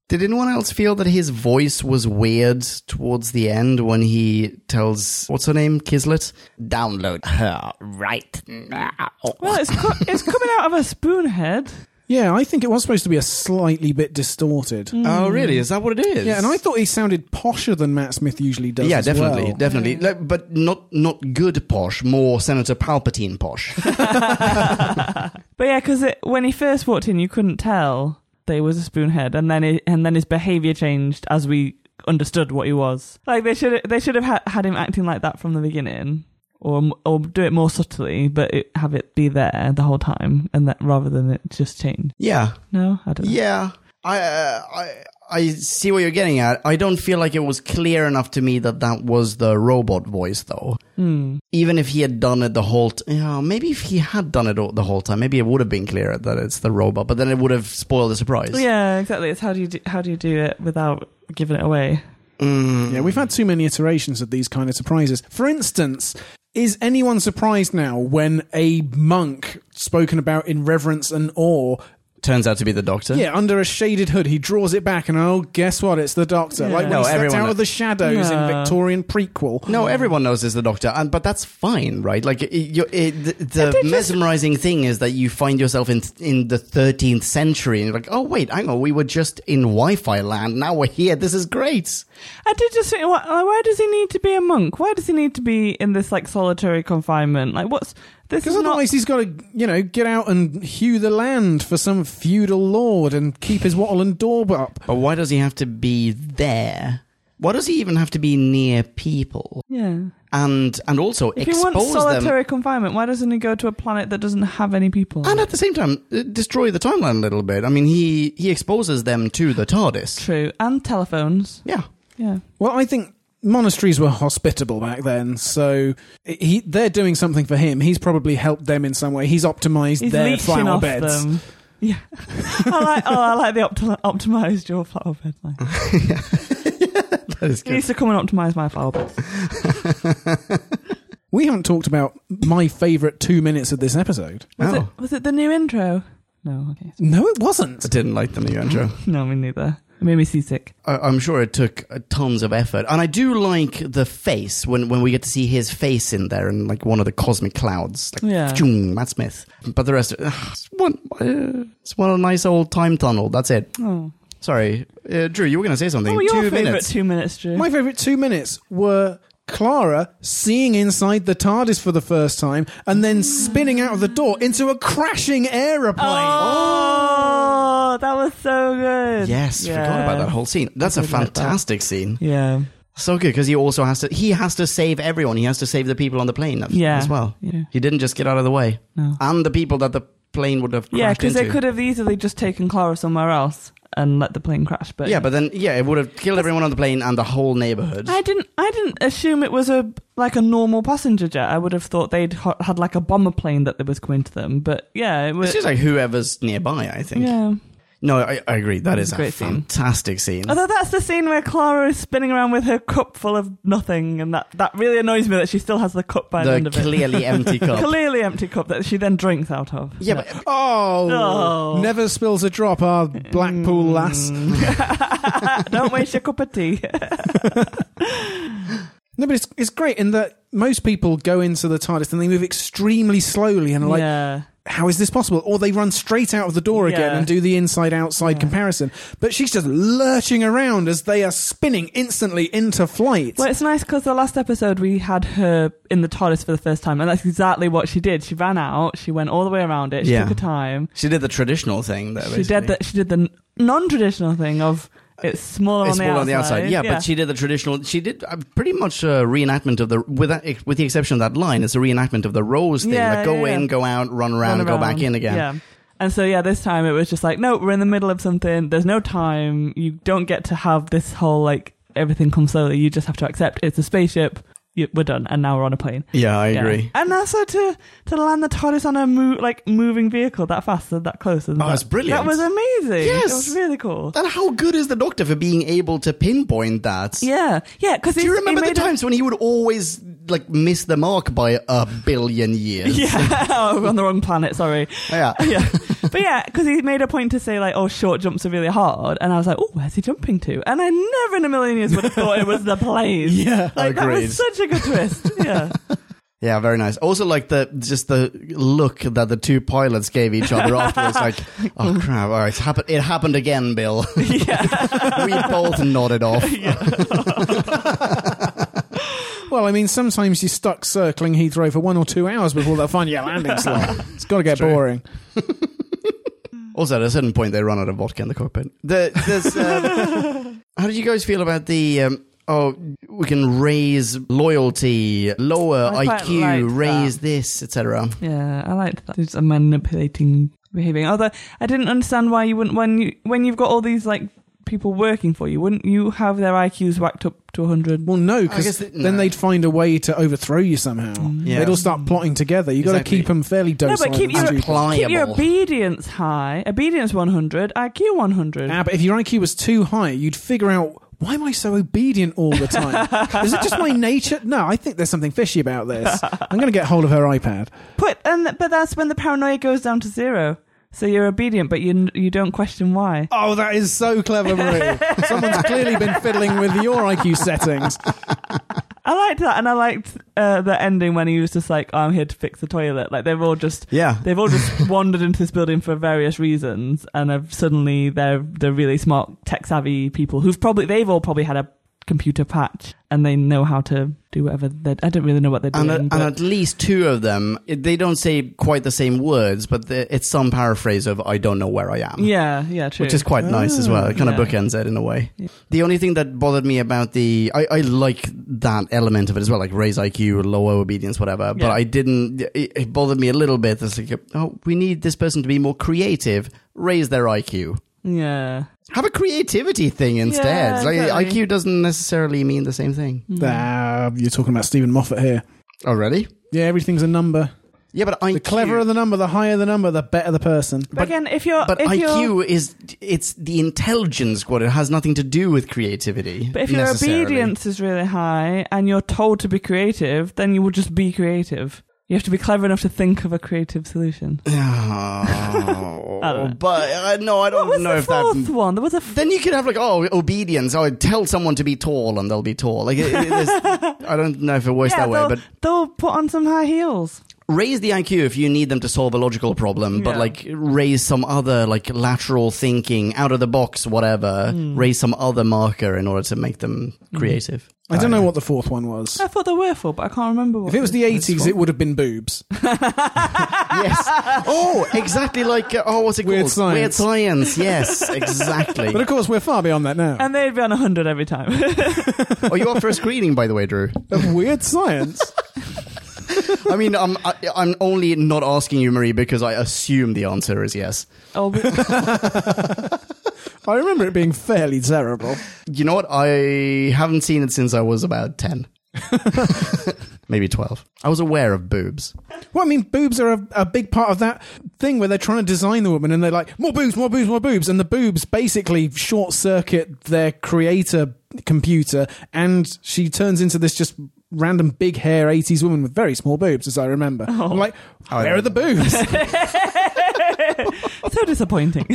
Speaker 3: Did anyone else feel that his voice was weird towards the end when he tells what's her name, Kislet, download her right now?
Speaker 2: Well, it's co- it's coming out of a spoon head.
Speaker 1: Yeah, I think it was supposed to be a slightly bit distorted.
Speaker 3: Oh, really? Is that what it is?
Speaker 1: Yeah, and I thought he sounded posher than Matt Smith usually does.
Speaker 3: yeah,
Speaker 1: as
Speaker 3: definitely,
Speaker 1: well.
Speaker 3: definitely, Like, but not not good posh, more Senator Palpatine posh.
Speaker 2: But yeah, because when he first walked in, you couldn't tell that he was a spoonhead, and then it, and then his behaviour changed as we understood what he was. Like they should they should have ha- had him acting like that from the beginning. or m- or do it more subtly, but it, have it be there the whole time, and that rather than it just change.
Speaker 3: Yeah,
Speaker 2: No, I don't. know.
Speaker 3: yeah. I, uh, I I see what you're getting at. I don't feel like it was clear enough to me that that was the robot voice, though.
Speaker 2: Hmm.
Speaker 3: Even if he had done it the whole, t- yeah, maybe if he had done it all, the whole time, maybe it would have been clearer that it's the robot. But then it would have spoiled the surprise.
Speaker 2: Yeah, exactly. It's how do you do, how do you do it without giving it away?
Speaker 3: Mm.
Speaker 1: Yeah, we've had too many iterations of these kind of surprises. For instance, is anyone surprised now when a monk spoken about in reverence and awe,
Speaker 3: Turns out to be the doctor.
Speaker 1: yeah, under a shaded hood, he draws it back and oh, guess what? It's the doctor.
Speaker 2: Yeah.
Speaker 1: Like when
Speaker 3: No,
Speaker 1: he stepped
Speaker 3: everyone
Speaker 1: out
Speaker 3: knows.
Speaker 1: of the shadows in
Speaker 2: Yeah.
Speaker 1: Victorian prequel.
Speaker 3: No, everyone knows it's the doctor, and but that's fine, right? Like it, you it, the, the
Speaker 2: did just-
Speaker 3: mesmerizing thing is that you find yourself in in the 13th century, and you're like, oh wait, hang on, we were just in Wi-Fi land, now we're here. This is great.
Speaker 2: I did just think, why, like, why does he need to be a monk? Why does he need to be in this like solitary confinement? Like, what's this
Speaker 1: Because
Speaker 2: is not
Speaker 1: otherwise, he's got to, you know, get out and hew the land for some feudal lord and keep his wattle and daub up.
Speaker 3: But why does he have to be there? Why does he even have to be near people?
Speaker 2: yeah.
Speaker 3: And and also
Speaker 2: If he
Speaker 3: expose
Speaker 2: wants
Speaker 3: them.
Speaker 2: solitary confinement, why doesn't he go to a planet that doesn't have any people?
Speaker 3: And at the same time, uh, destroy the timeline a little bit. I mean, he he exposes them to the TARDIS.
Speaker 2: True, and telephones.
Speaker 3: Yeah.
Speaker 2: Yeah,
Speaker 1: Well, I think monasteries were hospitable back then, so he, they're doing something for him. He's probably helped them in some way. He's optimized
Speaker 2: he's
Speaker 1: their
Speaker 2: leeching
Speaker 1: flower
Speaker 2: off
Speaker 1: beds.
Speaker 2: them. Yeah, I like. Oh, I like the opti- optimized your flower bed. Line.
Speaker 3: That is
Speaker 2: He needs to come and optimize my flower beds.
Speaker 1: We haven't talked about my favorite two minutes of this episode.
Speaker 2: Was,
Speaker 3: Oh.
Speaker 2: it, was it the new intro? No, okay.
Speaker 1: No, it wasn't.
Speaker 3: I didn't like the new intro.
Speaker 2: No, me neither. It made me seasick.
Speaker 3: I- I'm sure it took uh, tons of effort, and I do like the face when, when we get to see his face in there and like one of the cosmic clouds, like
Speaker 2: Yeah.
Speaker 3: "Phew, Matt Smith. But the rest, ugh, it's one, uh, it's one nice old time tunnel. That's it.
Speaker 2: Oh.
Speaker 3: Sorry, uh, Drew, you were going to say something.
Speaker 2: What were Oh, your
Speaker 3: Two
Speaker 2: favourite
Speaker 3: minutes.
Speaker 2: two minutes, Drew?
Speaker 1: My favorite two minutes were Clara seeing inside the TARDIS for the first time and then spinning out of the door into a crashing aeroplane.
Speaker 2: Oh, that was so good.
Speaker 3: Yes, forgot about that whole scene. That's a
Speaker 2: did like that.
Speaker 3: fantastic scene.
Speaker 2: Yeah.
Speaker 3: So good because he also has to he has to save everyone. He has to save the people on the plane as-
Speaker 2: Yeah.
Speaker 3: as well.
Speaker 2: Yeah.
Speaker 3: He didn't just get out of the way,
Speaker 2: No.
Speaker 3: and the people that the plane would have crashed
Speaker 2: Yeah, because they
Speaker 3: into.
Speaker 2: could have easily just taken Clara somewhere else and let the plane crash. But
Speaker 3: yeah, but then yeah, it would have killed everyone on the plane and the whole neighborhood.
Speaker 2: I didn't. I didn't assume it was a like a normal passenger jet. I would have thought they'd ho- had like a bomber plane that was coming to them. But yeah, it
Speaker 3: It's
Speaker 2: was.
Speaker 3: just like whoever's nearby. I think.
Speaker 2: yeah.
Speaker 3: No, I, I agree. That
Speaker 2: It's
Speaker 3: is
Speaker 2: a
Speaker 3: a,
Speaker 2: great scene.
Speaker 3: fantastic scene.
Speaker 2: Although that's the scene where Clara is spinning around with her cup full of nothing, and that, that really annoys me that she still has the cup by the
Speaker 3: the
Speaker 2: end of it.
Speaker 3: clearly empty cup.
Speaker 2: Clearly empty cup that she then drinks out of.
Speaker 3: yeah, but
Speaker 1: Oh,
Speaker 2: Oh.
Speaker 1: never spills a drop, our Blackpool
Speaker 2: Mm.
Speaker 1: lass.
Speaker 2: Don't waste your cup of tea.
Speaker 1: No, but it's it's great in that most people go into the TARDIS and they move extremely slowly and are like,
Speaker 2: yeah.
Speaker 1: how is this possible? Or they run straight out of the door again
Speaker 2: Yeah.
Speaker 1: and do the inside outside comparison. But she's just lurching around as they are spinning instantly into flight.
Speaker 2: Well, it's nice because the last episode we had her in the TARDIS for the first time, and that's exactly what she did. She ran out, she went all the way around it, she
Speaker 3: Yeah.
Speaker 2: took her time.
Speaker 3: she did the traditional thing. There,
Speaker 2: she did
Speaker 3: basically.
Speaker 2: the she did the non traditional thing of it's smaller,
Speaker 3: It's
Speaker 2: on,
Speaker 3: more
Speaker 2: the
Speaker 3: on the outside. Yeah, but she did the traditional. She did uh, pretty much a reenactment of the, with that, with the exception of that line, it's a reenactment of the rose thing.
Speaker 2: Yeah,
Speaker 3: like go
Speaker 2: yeah,
Speaker 3: in,
Speaker 2: yeah.
Speaker 3: go out, run around,
Speaker 2: Run
Speaker 3: go back in again.
Speaker 2: Yeah. And so yeah, this time it was just like, no, we're in the middle of something. There's no time. You don't get to have this whole like everything comes slowly. You just have to accept it's a spaceship. You, we're done, and now we're on a plane.
Speaker 3: Yeah, I
Speaker 2: Yeah.
Speaker 3: agree.
Speaker 2: And also to to land the TARDIS on a mo- like moving vehicle that fast and that close. And
Speaker 3: Oh,
Speaker 2: that,
Speaker 3: that's brilliant.
Speaker 2: That was amazing.
Speaker 3: Yes.
Speaker 2: it was really cool.
Speaker 3: And how good is the doctor for being able to pinpoint that?
Speaker 2: yeah, yeah. Because
Speaker 3: Do you remember
Speaker 2: he
Speaker 3: the
Speaker 2: made a-
Speaker 3: times when he would always like miss the mark by a billion years?
Speaker 2: yeah, oh, we're on the wrong planet. Sorry.
Speaker 3: Yeah.
Speaker 2: yeah. But yeah, because he made a point to say like, "Oh, short jumps are really hard," and I was like, "Oh, where's he jumping to?" And I never in a million years would have thought it was the plane.
Speaker 1: Yeah,
Speaker 2: like that
Speaker 3: agreed.
Speaker 2: was such a good twist. Yeah,
Speaker 3: Yeah, very nice. Also, like the just the look that the two pilots gave each other afterwards, like, oh crap! All right, it's happened. It happened again, Bill.
Speaker 2: yeah,
Speaker 3: we both nodded off.
Speaker 1: Well, I mean, sometimes you're stuck circling Heathrow for one or two hours before they'll find you a landing slot. It's got to get boring.
Speaker 3: Also, at a certain point, they run out of vodka in the cockpit. The, there's, uh, how did you guys feel about the? Um, oh, we can raise loyalty, lower
Speaker 2: I quite
Speaker 3: IQ,
Speaker 2: liked
Speaker 3: raise this, etc.
Speaker 2: Yeah, I like that. There's a manipulating behaving. Although I didn't understand why you wouldn't when you when you've got all these like people working for you, wouldn't you have their IQs whacked up to hundred?
Speaker 1: Well, no,
Speaker 3: I guess
Speaker 1: because
Speaker 3: that-
Speaker 1: then
Speaker 3: no. Mm.
Speaker 1: they'd find a way to overthrow you somehow.
Speaker 3: Yeah.
Speaker 1: They'd all start plotting together. You got to
Speaker 3: Exactly.
Speaker 1: keep them fairly
Speaker 2: No,
Speaker 1: docile.
Speaker 2: but keep
Speaker 1: and
Speaker 2: your
Speaker 1: stupid.
Speaker 3: Pliable.
Speaker 2: keep your obedience high. Obedience one hundred, IQ one hundred.
Speaker 1: Ah, but if your IQ was too high, you'd figure out why am I so obedient all the time? Is it just my nature? No, I think there's something fishy about this. I'm going to get hold of her iPad.
Speaker 2: Put and but that's when the paranoia goes down to zero. So you're obedient, but you you don't question why.
Speaker 1: Oh, that is so clever, Marie. Someone's clearly been fiddling with your IQ settings.
Speaker 2: I liked that, and I liked uh, the ending when he was just like, "Oh, "I'm here to fix the toilet." Like they've all just
Speaker 3: Yeah.
Speaker 2: they've all just wandered into this building for various reasons, and have suddenly they're they're really smart, tech savvy people who've probably they've all probably had a computer patch and they know how to do whatever. They, I don't really know what they're doing.
Speaker 3: And, a, and
Speaker 2: but-
Speaker 3: at least two of them, it- they don't say quite the same words, but the, it's some paraphrase of "I don't know where I am,"
Speaker 2: yeah, yeah, true.
Speaker 3: which is quite nice as well. It kind
Speaker 2: Yeah.
Speaker 3: of bookends it in a way.
Speaker 2: Yeah.
Speaker 3: The only thing that bothered me about the, I, I like that element of it as well, like raise IQ, lower obedience, whatever. But
Speaker 2: Yeah.
Speaker 3: I didn't. It, it bothered me a little bit. It's like, oh, we need this person to be more creative, raise their IQ.
Speaker 2: yeah.
Speaker 3: Have a creativity thing instead.
Speaker 2: Yeah,
Speaker 3: like
Speaker 2: exactly.
Speaker 3: IQ doesn't necessarily mean the same thing.
Speaker 2: Mm.
Speaker 1: Ah, you're talking about Stephen Moffat here.
Speaker 3: Already?
Speaker 1: Yeah, everything's a number.
Speaker 3: Yeah, but IQ.
Speaker 1: The cleverer the number, the higher the number, the better the person.
Speaker 2: But, again, if you're
Speaker 3: But
Speaker 2: if you're,
Speaker 3: IQ is it's the intelligence quad. It has nothing to do with creativity.
Speaker 2: but if your
Speaker 3: necessarily.
Speaker 2: obedience is really high and you're told to be creative, then you will just be creative. You have to be clever enough to think of a creative solution.
Speaker 3: Oh,
Speaker 2: know.
Speaker 3: but uh, no, I
Speaker 2: What was
Speaker 3: don't know
Speaker 2: the
Speaker 3: if that.
Speaker 2: fourth one? There was a f-
Speaker 3: Then you could have like oh obedience. Oh, tell someone to be tall and they'll be tall. Like it, it- there's- I don't know if it works
Speaker 2: yeah,
Speaker 3: that way,
Speaker 2: they'll,
Speaker 3: but
Speaker 2: they'll put on some high heels.
Speaker 3: raise the IQ if you need them to solve a logical problem, but
Speaker 2: Yeah.
Speaker 3: like raise some other like lateral thinking, out of the box, whatever.
Speaker 2: Hmm.
Speaker 3: Raise some other marker in order to make them creative.
Speaker 1: I don't know
Speaker 3: Oh, yeah.
Speaker 1: what the fourth one was.
Speaker 2: I thought they were full, but I can't remember what.
Speaker 1: If it was the 80s, it would have been boobs.
Speaker 3: yes. Oh, exactly like uh, oh, what's it
Speaker 1: Weird
Speaker 3: called?
Speaker 1: Science.
Speaker 3: Weird science. Yes, exactly.
Speaker 1: But of course, we're far beyond that now.
Speaker 2: and they'd be on hundred every time.
Speaker 3: oh, you up for a screening, by the way, Drew?
Speaker 1: Of weird science.
Speaker 3: I mean, I'm I, I'm only not asking you, Marie, because I assume the answer is yes.
Speaker 2: oh, but-
Speaker 1: I remember it being fairly terrible.
Speaker 3: You know what? I haven't seen it since I was about ten. Maybe 12. I was aware of boobs.
Speaker 1: Well, I mean, boobs are a, a big part of that thing where they're trying to design the woman and they're like, more boobs, more boobs, more boobs. And the boobs basically short circuit their creator computer and she turns into this just random big hair 80s woman with very small boobs, as I remember. I'm like,
Speaker 3: I
Speaker 1: where are the boobs?
Speaker 2: so disappointing.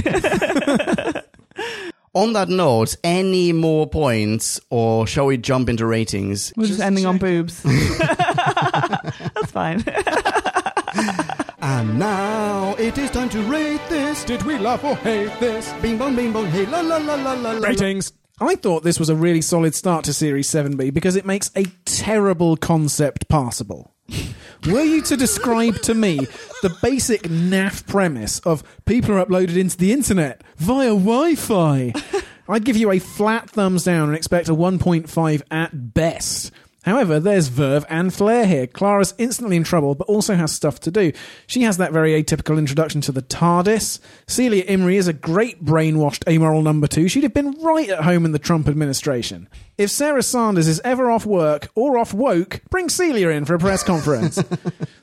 Speaker 3: On that note, any more points, or shall we jump into ratings?
Speaker 2: we're just, ending on boobs. That's fine.
Speaker 3: And now it is time to rate this.
Speaker 1: Did we laugh or hate oh, this?
Speaker 3: Bing bong, bing bong, hey la la la la la. la.
Speaker 1: Ratings. I thought this was a really solid start to Series 7B because it makes a terrible concept passable. Were you to describe to me the basic naff premise of people are uploaded into the internet via Wi Fi? I'd give you a flat thumbs down and expect a 1.5 at best. However, there's Verve and Flair here. Clara's instantly in trouble, but also has stuff to do. She has that very atypical introduction to the TARDIS. Celia Imrie is a great brainwashed amoral number two. She'd have been right at home in the Trump administration. If Sarah Sanders is ever off work or off woke, bring Celia in for a press conference.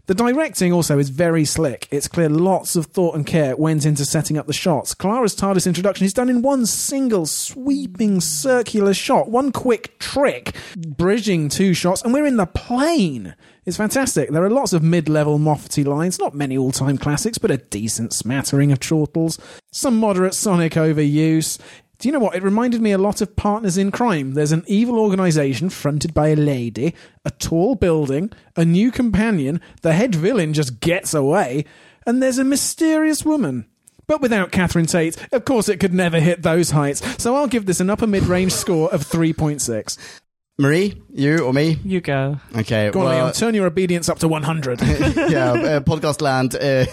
Speaker 1: The directing also is very slick. It's clear lots of thought and care went into setting up the shots. Clara's TARDIS introduction is done in one single sweeping circular shot, one quick trick, bridging two shots, and we're in the plane. It's fantastic. There are lots of mid-level Moffaty lines, not many all-time classics, but a decent smattering of chortles. Some moderate sonic overuse. Do you know what? It reminded me a lot of Partners in Crime. There's an evil organization fronted by a lady, a tall building, a new companion, the head villain just gets away, and there's a mysterious woman. But without Catherine Tate, of course it could never hit those heights, so I'll give this an upper mid range score of 3.6.
Speaker 3: Marie, you or me?
Speaker 2: You go.
Speaker 3: Okay.
Speaker 1: Go on,
Speaker 3: well, uh,
Speaker 1: Leon, turn your obedience up to 100.
Speaker 3: yeah, uh, podcast land. Uh,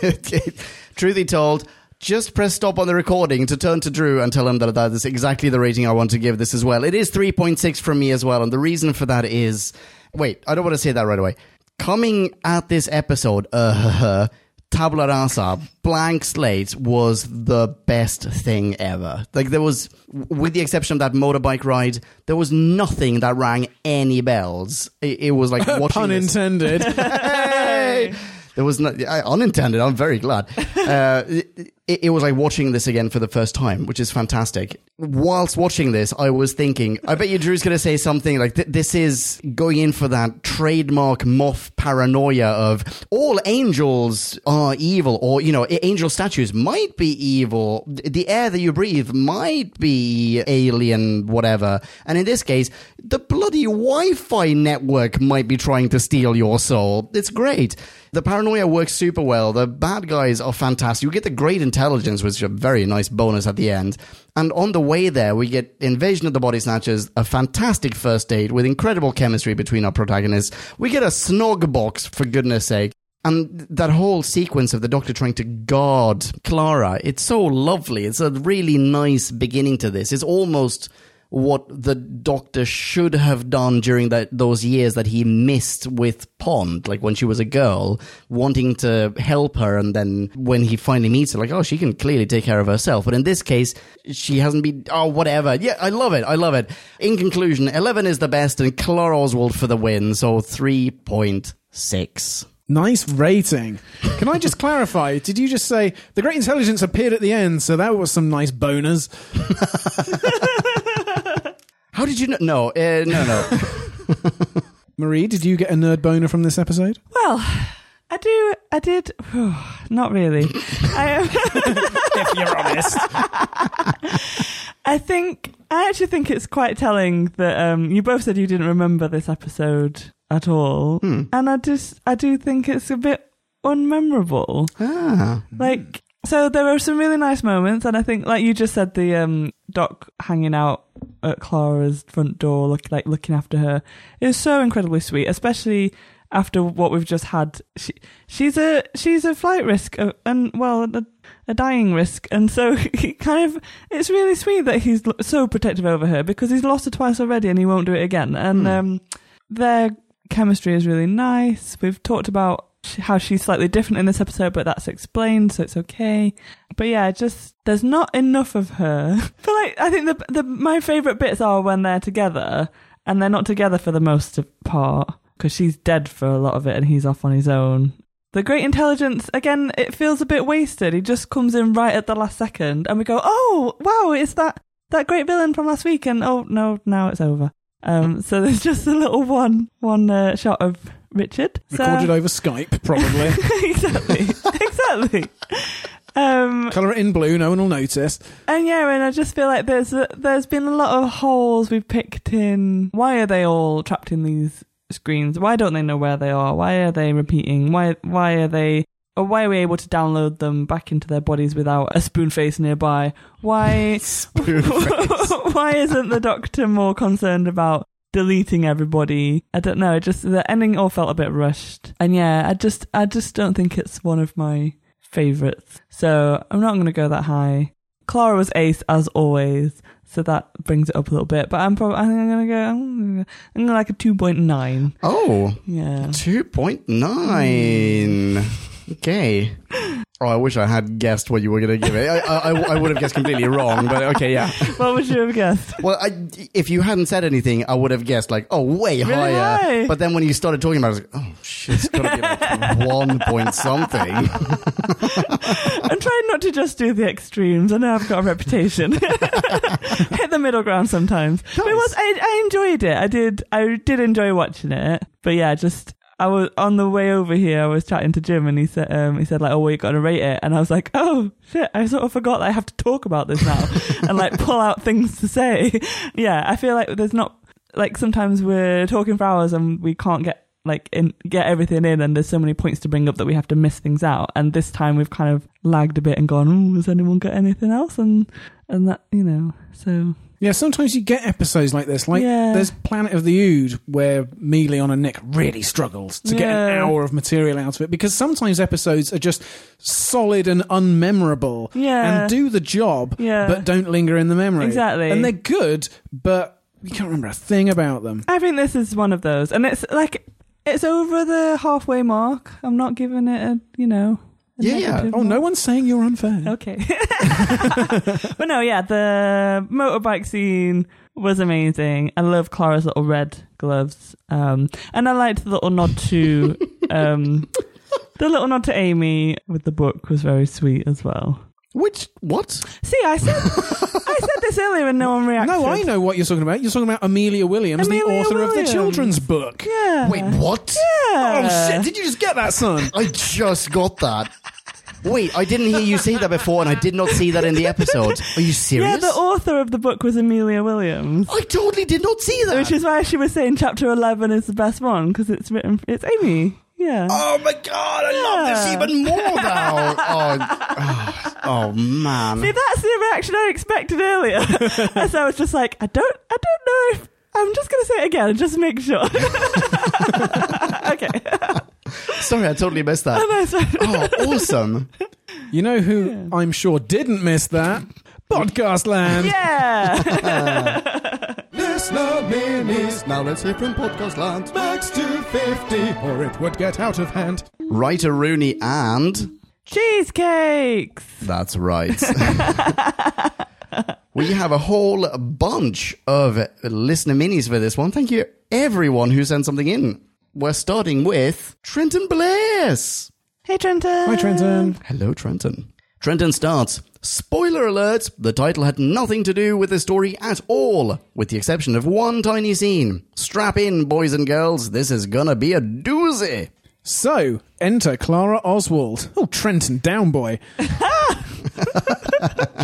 Speaker 3: truth be told, Just press stop on the recording to turn to Drew and tell him that that is exactly the rating I want to give this as well. It is 3.6 from me as well, and the reason for that is wait, I don't want to say that right away. Coming at this episode, uh, tabula rasa, blank slate was the best thing ever. Like there was, with the exception of that motorbike ride, there was nothing that rang any bells. It, it was like watching
Speaker 1: Pun
Speaker 3: this-
Speaker 1: intended.
Speaker 3: Hey! There was no I, unintended. I'm very glad. Uh, it, it was like watching this again for the first time, which is fantastic. Whilst watching this, I was thinking, I bet you Drew's going to say something like, th- "This is going in for that trademark moth paranoia of all angels are evil, or you know, a- angel statues might be evil. Th- The air that you breathe might be alien, whatever." And in this case, the bloody Wi-Fi network might be trying to steal your soul. It's great. The paranoia works super well. The bad guys are fantastic. We get the great intelligence, which is a very nice bonus at the end. And on the way there, we get Invasion of the Body Snatchers, a fantastic first date with incredible chemistry between our protagonists. We get a snog box, for goodness sake. And that whole sequence of the Doctor trying to guard Clara, it's so lovely. It's a really nice beginning to this. It's almost what the doctor should have done during that those years that he missed with Pond, like when she was a girl, wanting to help her, and then when he finally meets her, like, oh, she can clearly take care of herself. But in this case, she hasn't been. Oh, whatever. Yeah, I love it. I love it. In conclusion, eleven is the best, and Clara Oswald for the win. So three point six.
Speaker 1: Nice rating. Can I just clarify? Did you just say the great intelligence appeared at the end, so that was some nice boners?
Speaker 3: How did you know? No, uh, no, no.
Speaker 1: Marie, did you get a nerd boner from this episode?
Speaker 2: Well, I do. I did. not really. I am.
Speaker 1: if you're honest.
Speaker 2: I think I actually think it's quite telling that um, you both said you didn't remember this episode at all, and I just I do think it's a bit unmemorable.
Speaker 3: ah.
Speaker 2: Like, so there are some really nice moments, and I think, like you just said, the um, doc hanging out at Clara's front door, look, like looking after her, is so incredibly sweet, especially after what we've just had. She, she's a she's a flight risk, uh, and well, a, a dying risk, and so he kind of it's really sweet that he's l- so protective over her because he's lost her twice already, and he won't do it again, and.
Speaker 3: Hmm.
Speaker 2: um their chemistry is really nice. We've talked about sh- how she's slightly different in this episode, but that's explained, so it's okay. But yeah, just there's not enough of her. But like, I think the the my favorite bits are when they're together, and they're not together for the most of- part because she's dead for a lot of it, and he's off on his own. The great intelligence again, it feels a bit wasted. He just comes in right at the last second, and we go, "Oh wow, it's that that great villain from last week," and oh no, now it's over. Um, so there's just a little one one uh, shot of Richard. So-
Speaker 1: Recorded over Skype, probably.
Speaker 2: exactly, exactly. Um,
Speaker 1: Colour it in blue, no one will notice.
Speaker 2: and yeah, and I just feel like there's there's been a lot of holes we've picked in. Why are they all trapped in these screens? Why don't they know where they are? Why are they repeating? Why why are they? Or why are we able to download them back into their bodies without a spoon face nearby? Why? Why isn't the doctor more concerned about deleting everybody? I don't know. It just the ending all felt a bit rushed, and yeah, I just I just don't think it's one of my favorites. So I'm not going to go that high. Clara was ace as always, so that brings it up a little bit. But I'm probably I think I'm going to go I'm gonna- I'm gonna like a two point nine.
Speaker 3: Oh.
Speaker 2: Yeah.
Speaker 3: 2.9. Okay. Oh, I wish I had guessed what you were going to give it. I, I, I- I would have guessed completely wrong, but okay, yeah.
Speaker 2: what would you have guessed?
Speaker 3: Well, I, if you hadn't said anything, I would have guessed like, oh, way higher.
Speaker 2: high.
Speaker 3: But then when you started talking about it, I was like, oh, shit, it's got to be like one point something.
Speaker 2: I'm trying not to just do the extremes. I know I've got a reputation. Hit the middle ground sometimes. But it was I, I enjoyed it. I did I did enjoy watching it. But yeah, just I was on the way over here. I was chatting to Jim, and he said um, he said like, "Oh, well, you got to rate it." And I was like, "Oh shit!" I sort of forgot that I have to talk about this now and like pull out things to say. yeah, I feel like there's not like sometimes we're talking for hours and we can't get like in get everything in and there's so many points to bring up that we have to miss things out and this time we've kind of lagged a bit and gone oh has anyone got anything else and and that you know so
Speaker 1: Yeah, sometimes you get episodes like this. Like
Speaker 2: Yeah.
Speaker 1: there's Planet of the Ood where Melion and Nick really struggles to get an
Speaker 2: Yeah.
Speaker 1: hour of material out of it because sometimes episodes are just solid and unmemorable
Speaker 2: Yeah.
Speaker 1: and do the job
Speaker 2: Yeah.
Speaker 1: but don't linger in the memory.
Speaker 2: Exactly.
Speaker 1: And they're good, but you can't remember a thing about them.
Speaker 2: I think this is one of those, and it's like it's over the halfway mark. I'm not giving it a you know. a
Speaker 3: Yeah, yeah.
Speaker 2: negative
Speaker 1: Oh, no
Speaker 2: mark.
Speaker 1: one's saying you're unfair.
Speaker 2: Okay. but no, yeah, the motorbike scene was amazing. I love Clara's little red gloves. Um, and I liked the little nod to um, the little nod to Amy with the book was very sweet as well.
Speaker 3: Which what?
Speaker 2: See, I said I said this earlier and no one reacted.
Speaker 1: No, I know what you're talking about. You're talking about Amelia Williams, the
Speaker 2: Amelia
Speaker 1: author of the
Speaker 2: Williams.
Speaker 1: children's book.
Speaker 2: Yeah.
Speaker 3: Wait, what?
Speaker 1: Oh
Speaker 2: Yeah.
Speaker 1: shit, did you just get that, son?
Speaker 3: I just got that. Wait, I didn't hear you say that before, and I did not see that in the episode. Are you Oh, serious?
Speaker 2: Yeah, the author of the book was Amelia Williams.
Speaker 3: I totally did not see that.
Speaker 2: Which is why she was saying chapter 11 is the best one because it's written, it's Amy. Yeah.
Speaker 3: Oh my god, I
Speaker 2: Yeah.
Speaker 3: love this even more now. Oh, oh, oh,
Speaker 2: See,
Speaker 3: man.
Speaker 2: that's the reaction I expected earlier. and so I was just like, I don't, I don't know if I'm just going to say it again and just make sure. okay.
Speaker 3: Sorry, I totally missed that.
Speaker 2: No, it's fine.
Speaker 3: Oh, awesome.
Speaker 1: You know who I'm sure didn't miss that? Podcast Land.
Speaker 2: yeah.
Speaker 4: Listener minis. Now let's hear from Podcast Land.
Speaker 1: Max 250, or it would get out of hand.
Speaker 3: Writer Rooney and.
Speaker 2: Cheesecakes.
Speaker 3: That's right. we have a whole bunch of listener minis for this one. Thank you, everyone who sent something in. We're starting with Trenton Bliss.
Speaker 2: Hey, Trenton.
Speaker 1: Hi, Trenton.
Speaker 3: Hello, Trenton. Trenton starts. Spoiler alert! The title had nothing to do with the story at all, with the exception of one tiny scene. Strap in, boys and girls, this is gonna be a doozy!
Speaker 1: So, enter Clara Oswald. Oh, Trenton, down boy.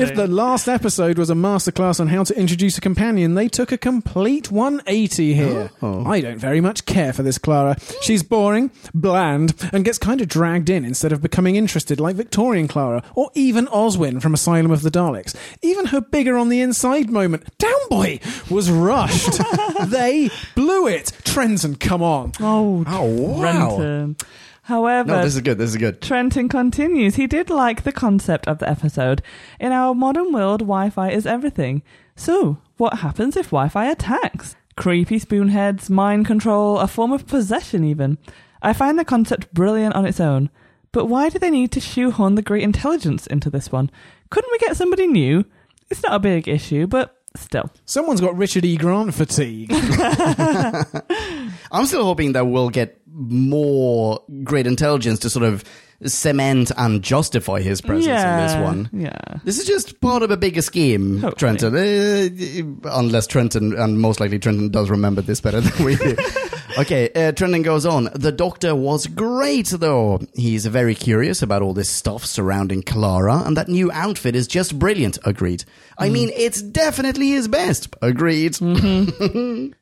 Speaker 1: if the last episode was a masterclass on how to introduce a companion, they took a complete 180 here. I don't very much care for this Clara. She's boring, bland, and gets kind of dragged in instead of becoming interested like Victorian Clara, or even Oswin from Asylum of the Daleks. Even her bigger on the inside moment, down boy, was rushed. they blew it. Trenton, come on.
Speaker 2: Oh,
Speaker 3: Oh, wow!
Speaker 2: Trenton. However,
Speaker 3: No, this is good, this is good.
Speaker 2: Trenton continues. He did like the concept of the episode. In our modern world, Wi Fi is everything. So, what happens if Wi Fi attacks? Creepy spoonheads, mind control, a form of possession, even. I find the concept brilliant on its own. But why do they need to shoehorn the great intelligence into this one? Couldn't we get somebody new? It's not a big issue, but still.
Speaker 1: Someone's got Richard E. Grant fatigue.
Speaker 3: I'm still hoping that we'll get more great intelligence to sort of cement and justify his presence in this one.
Speaker 2: Yeah.
Speaker 3: This is just part of a bigger scheme,
Speaker 2: Hopefully.
Speaker 3: Trenton. Uh, unless Trenton, and most likely Trenton does remember this better than we do. okay, uh, Trenton goes on. The doctor was great, though. He's very curious about all this stuff surrounding Clara, and that new outfit is just brilliant. Agreed. I mean, it's definitely his best. Agreed.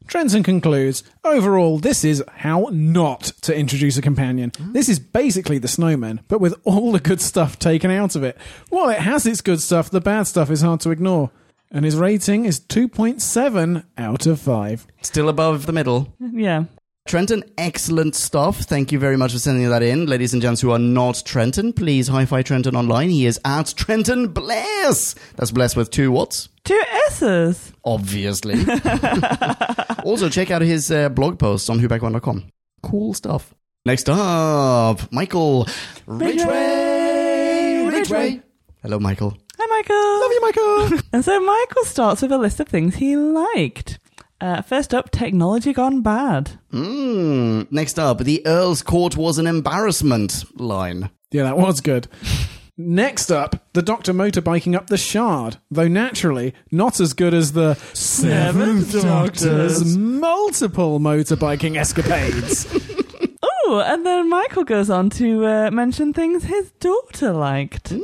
Speaker 1: Trenton concludes overall, this is how not to introduce a companion. This is basically the snowman, but with all the good stuff taken out of it. While it has its good stuff, the bad stuff is hard to ignore. And his rating is 2.7 out of 5.
Speaker 3: Still above the middle.
Speaker 2: Yeah.
Speaker 3: Trenton, excellent stuff. Thank you very much for sending that in. Ladies and gents who are not Trenton, please hi fi Trenton online. He is at Trenton Bless. That's Bless with two what's?
Speaker 2: Two S's.
Speaker 3: Obviously. also, check out his uh, blog posts on whoback1.com. Cool stuff. Next up, Michael Ridgway. Ridgway. Hello, Michael.
Speaker 2: Hi, Michael.
Speaker 1: Love you, Michael!
Speaker 2: And so Michael starts with a list of things he liked. Uh, first up, technology gone bad.
Speaker 3: Mm. Next up, the Earl's Court was an embarrassment line.
Speaker 1: yeah, that was good. Next up, the Doctor motorbiking up the Shard, though naturally not as good as the Seventh Doctor's multiple motorbiking escapades.
Speaker 2: Oh, and then Michael goes on to uh, mention things his daughter liked.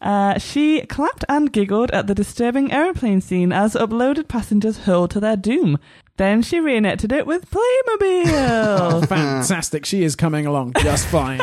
Speaker 2: Uh, she clapped and giggled at the disturbing aeroplane scene as uploaded passengers hurled to their doom. Then she reenacted it with Playmobil.
Speaker 1: Fantastic, she is coming along just fine.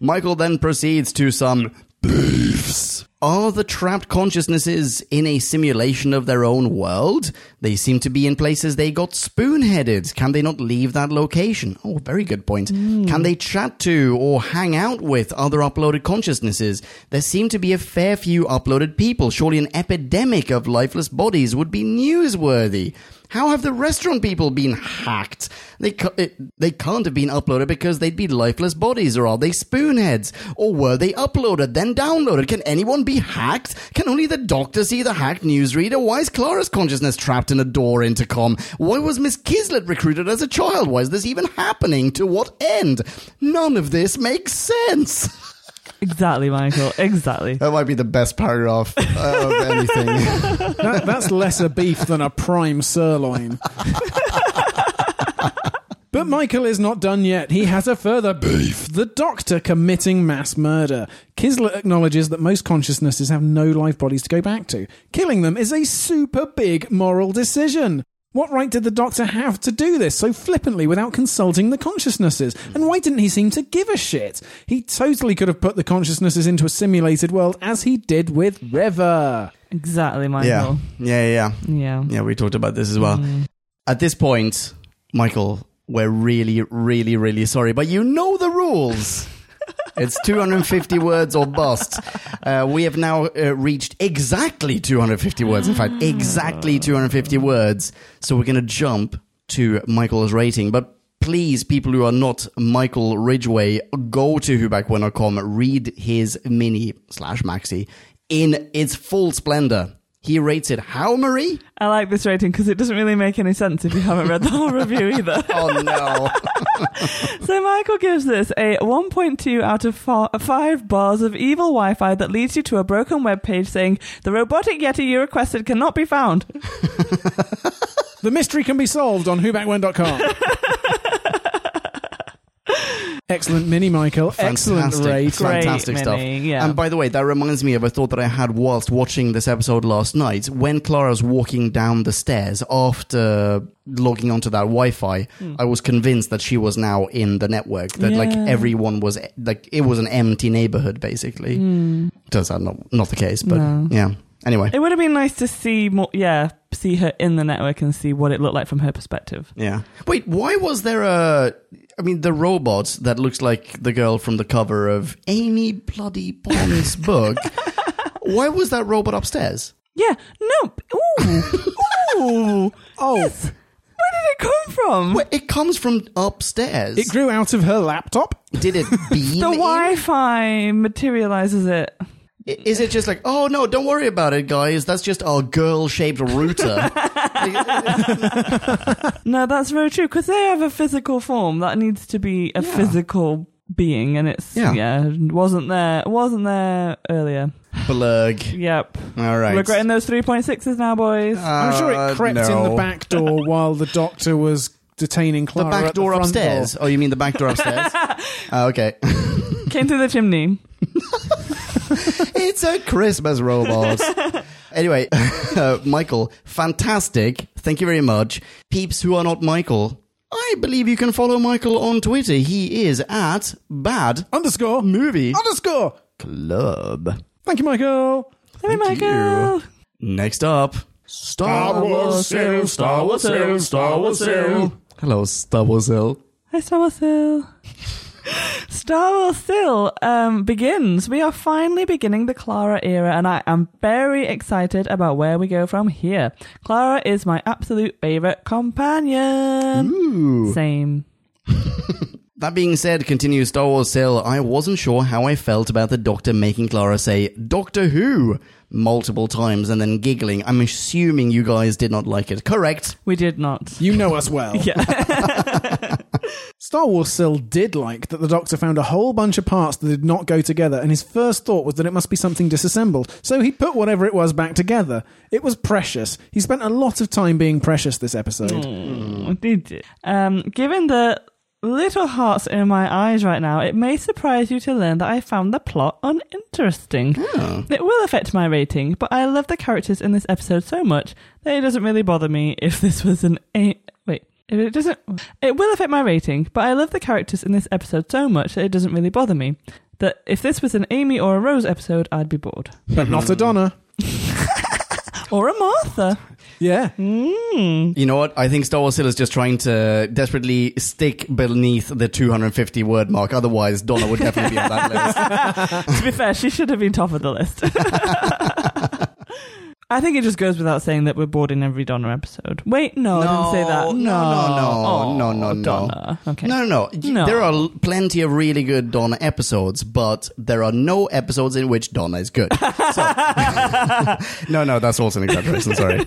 Speaker 3: Michael then proceeds to some beefs. Are the trapped consciousnesses in a simulation of their own world? They seem to be in places they got spoon headed. Can they not leave that location? Oh, very good point. Can they chat to or hang out with other uploaded consciousnesses? There seem to be a fair few uploaded people. Surely an epidemic of lifeless bodies would be newsworthy. How have the restaurant people been hacked? They ca- it, they can't have been uploaded because they'd be lifeless bodies, or are they spoonheads? Or were they uploaded then downloaded? Can anyone be hacked? Can only the doctor see the hacked newsreader? Why is Clara's consciousness trapped in a door intercom? Why was Miss Kislet recruited as a child? Why is this even happening? To what end? None of this makes sense.
Speaker 2: Exactly, Michael. Exactly.
Speaker 3: That might be the best paragraph of anything.
Speaker 1: That, that's less a beef than a prime sirloin. But Michael is not done yet. He has a further beef. The doctor committing mass murder. Kisler acknowledges that most consciousnesses have no live bodies to go back to. Killing them is a super big moral decision. What right did the doctor have to do this so flippantly without consulting the consciousnesses? And why didn't he seem to give a shit? He totally could have put the consciousnesses into a simulated world as he did with River.
Speaker 2: Exactly,
Speaker 3: yeah,
Speaker 2: Michael.
Speaker 3: yeah, yeah.
Speaker 2: Yeah.
Speaker 3: Yeah, we talked about this as well. At this point, Michael, we're really, really, really sorry, but you know the rules. it's 250 words or bust. Uh, we have now uh, reached exactly 250 words. In fact, exactly 250 words. So we're going to jump to Michael's rating, but. Please, people who are not Michael Ridgway, go to whobackwhen.com, read his mini slash maxi in its full splendor. He rates it how, Marie?
Speaker 2: I like this rating because it doesn't really make any sense if you haven't read the whole review either.
Speaker 3: Oh no!
Speaker 2: So Michael gives this a 1.2 out of fo- 5 bars of evil Wi-Fi that leads you to a broken web page saying the robotic yeti you requested cannot be found.
Speaker 1: The mystery can be solved on whobackwhen.com. Excellent mini, Michael. Excellent
Speaker 3: Fantastic.
Speaker 1: rate.
Speaker 2: Great
Speaker 3: Fantastic stuff.
Speaker 2: mini, yeah.
Speaker 3: And by the way, that reminds me of a thought that I had whilst watching this episode last night. When Clara's walking down the stairs after logging onto that Wi-Fi, I was convinced that she was now in the network. That like
Speaker 2: Hmm. Yeah.
Speaker 3: everyone was like it was an empty neighborhood basically. Turns out not not the case, but
Speaker 2: Hmm. No.
Speaker 3: yeah. Anyway,
Speaker 2: It would have been nice to see more, yeah, see her in the network and see what it looked like from her perspective.
Speaker 3: Yeah. Wait, why was there a? I mean, the robot that looks like the girl from the cover of Amy Bloody Pond's book. Why was that robot upstairs?
Speaker 2: Yeah, no, ooh, ooh,
Speaker 1: Oh,
Speaker 2: where did it come from?
Speaker 3: Well, it comes from upstairs.
Speaker 1: it grew out of her laptop.
Speaker 3: Did it beam?
Speaker 2: the
Speaker 3: in?
Speaker 2: Wi-Fi materializes it.
Speaker 3: I- Is it just like, oh no, don't worry about it, guys. That's just our girl-shaped router.
Speaker 2: No, that's very true because they have a physical form that needs to be a
Speaker 3: Yeah.
Speaker 2: physical being, and it's
Speaker 3: Yeah.
Speaker 2: yeah. wasn't there wasn't there earlier.
Speaker 3: Blurg.
Speaker 2: Yep,
Speaker 3: All right.
Speaker 2: regretting those three point sixes now, boys.
Speaker 1: I'm sure
Speaker 3: Uh,
Speaker 1: it crept in
Speaker 3: no.
Speaker 1: the back door while the doctor was detaining
Speaker 3: The
Speaker 1: Clara.
Speaker 3: back
Speaker 1: at the
Speaker 3: door
Speaker 1: front
Speaker 3: upstairs.
Speaker 1: door.
Speaker 3: Oh, you mean the back door upstairs? Ah, okay.
Speaker 2: Came through the chimney.
Speaker 3: It's a Christmas robot. anyway, uh, Michael, fantastic. Thank you very much. Peeps who are not Michael, I believe you can follow Michael on Twitter. He is at Bad
Speaker 1: Underscore.
Speaker 3: Movie
Speaker 1: Underscore.
Speaker 3: Club.
Speaker 1: Thank you, Michael.
Speaker 2: Hey,
Speaker 3: Thank
Speaker 2: Michael.
Speaker 3: Next up, Star Wars Hill, Star Wars Hill, Star Wars Hill. Hello, Star Wars Hill.
Speaker 2: Hi, Star Wars Hill. Star Wars Hill um, begins. We are finally beginning the Clara era, and I am very excited about where we go from here. Clara is my absolute favorite companion. Same.
Speaker 3: That being said, continues Star Wars Hill, I wasn't sure how I felt about the Doctor making Clara say, Doctor Who, multiple times and then giggling. I'm assuming you guys did not like it. Correct.
Speaker 2: We did not.
Speaker 1: You know us well.
Speaker 2: Yeah.
Speaker 1: Star Wars still did like that the Doctor found a whole bunch of parts that did not go together, and his first thought was that it must be something disassembled, so he put whatever it was back together. It was precious. He spent a lot of time being precious this episode.
Speaker 2: Mm. Did it? Um, given the little hearts in my eyes right now, it may surprise you to learn that I found the plot uninteresting.
Speaker 3: Hmm. Ah.
Speaker 2: It will affect my rating, but I love the characters in this episode so much that it doesn't really bother me if this was an eight. Wait. If it doesn't, it will affect my rating, but I love the characters in this episode so much that it doesn't really bother me. that if this was an Amy or a Rose episode, I'd be bored.
Speaker 1: But not a Donna.
Speaker 2: Or a Martha.
Speaker 1: Yeah.
Speaker 2: Mm.
Speaker 3: You know what? I think Star Wars Hill is just trying to desperately stick beneath the 250 word mark. Otherwise, Donna would definitely be on that list.
Speaker 2: to be fair, she should have been top of the list. I think it just goes without saying that we're bored in every Donna episode. Wait, no, I didn't say that. No,
Speaker 3: No, no, no,
Speaker 2: Oh,
Speaker 3: no, no, no.
Speaker 2: Donna. Okay.
Speaker 3: No, no, no.
Speaker 2: No.
Speaker 3: There are l- plenty of really good Donna episodes, but there are no episodes in which Donna is good. So, no, no, that's also an exaggeration. Sorry.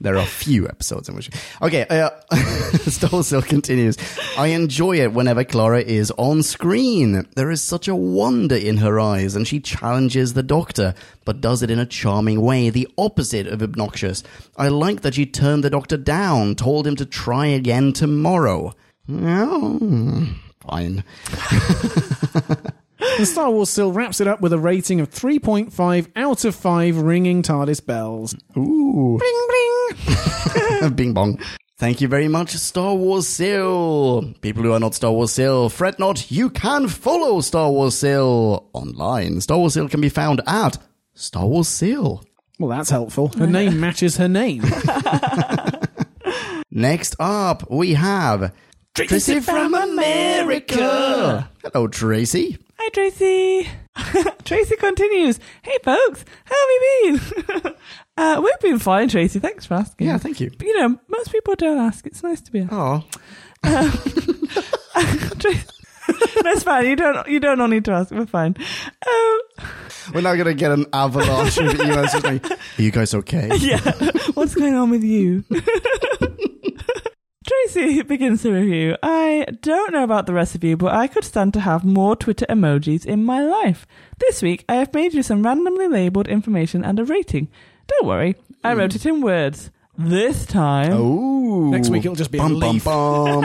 Speaker 3: There are few episodes in which. Okay, uh, Stole Silk continues. I enjoy it whenever Clara is on screen. There is such a wonder in her eyes, and she challenges the doctor, but does it in a charming way, the opposite of obnoxious. I like that she turned the doctor down, told him to try again tomorrow. Well, Fine.
Speaker 1: And Star Wars still wraps it up with a rating of 3.5 out of 5 ringing TARDIS bells.
Speaker 3: Ooh. Bling bling. Bing bong. Thank you very much, Star Wars Sill. People who are not Star Wars Sill, fret not. You can follow Star Wars Sill online. Star Wars Sill can be found at Star Wars Sill.
Speaker 1: Well, that's helpful. Her name matches her name.
Speaker 3: Next up, we have Tracy from America. Hello, Tracy.
Speaker 2: Hi, Tracy. Tracy continues. Hey, folks, how have you been? uh, we've been fine, Tracy. Thanks for asking.
Speaker 3: Yeah, thank you.
Speaker 2: But, you know, most people don't ask. It's nice to be asked.
Speaker 3: Oh,
Speaker 2: Tracy- That's fine. You don't. You don't all need to ask. We're fine. Um,
Speaker 3: we're now gonna get an avalanche of emails. just like, Are you guys okay?
Speaker 2: yeah. What's going on with you? Tracy begins the review. I don't know about the rest of you, but I could stand to have more Twitter emojis in my life. This week, I have made you some randomly labeled information and a rating. Don't worry, I wrote it in words. This time.
Speaker 3: Ooh.
Speaker 1: Next week it'll just be a
Speaker 3: bum, bum,
Speaker 1: leaf.
Speaker 3: bum.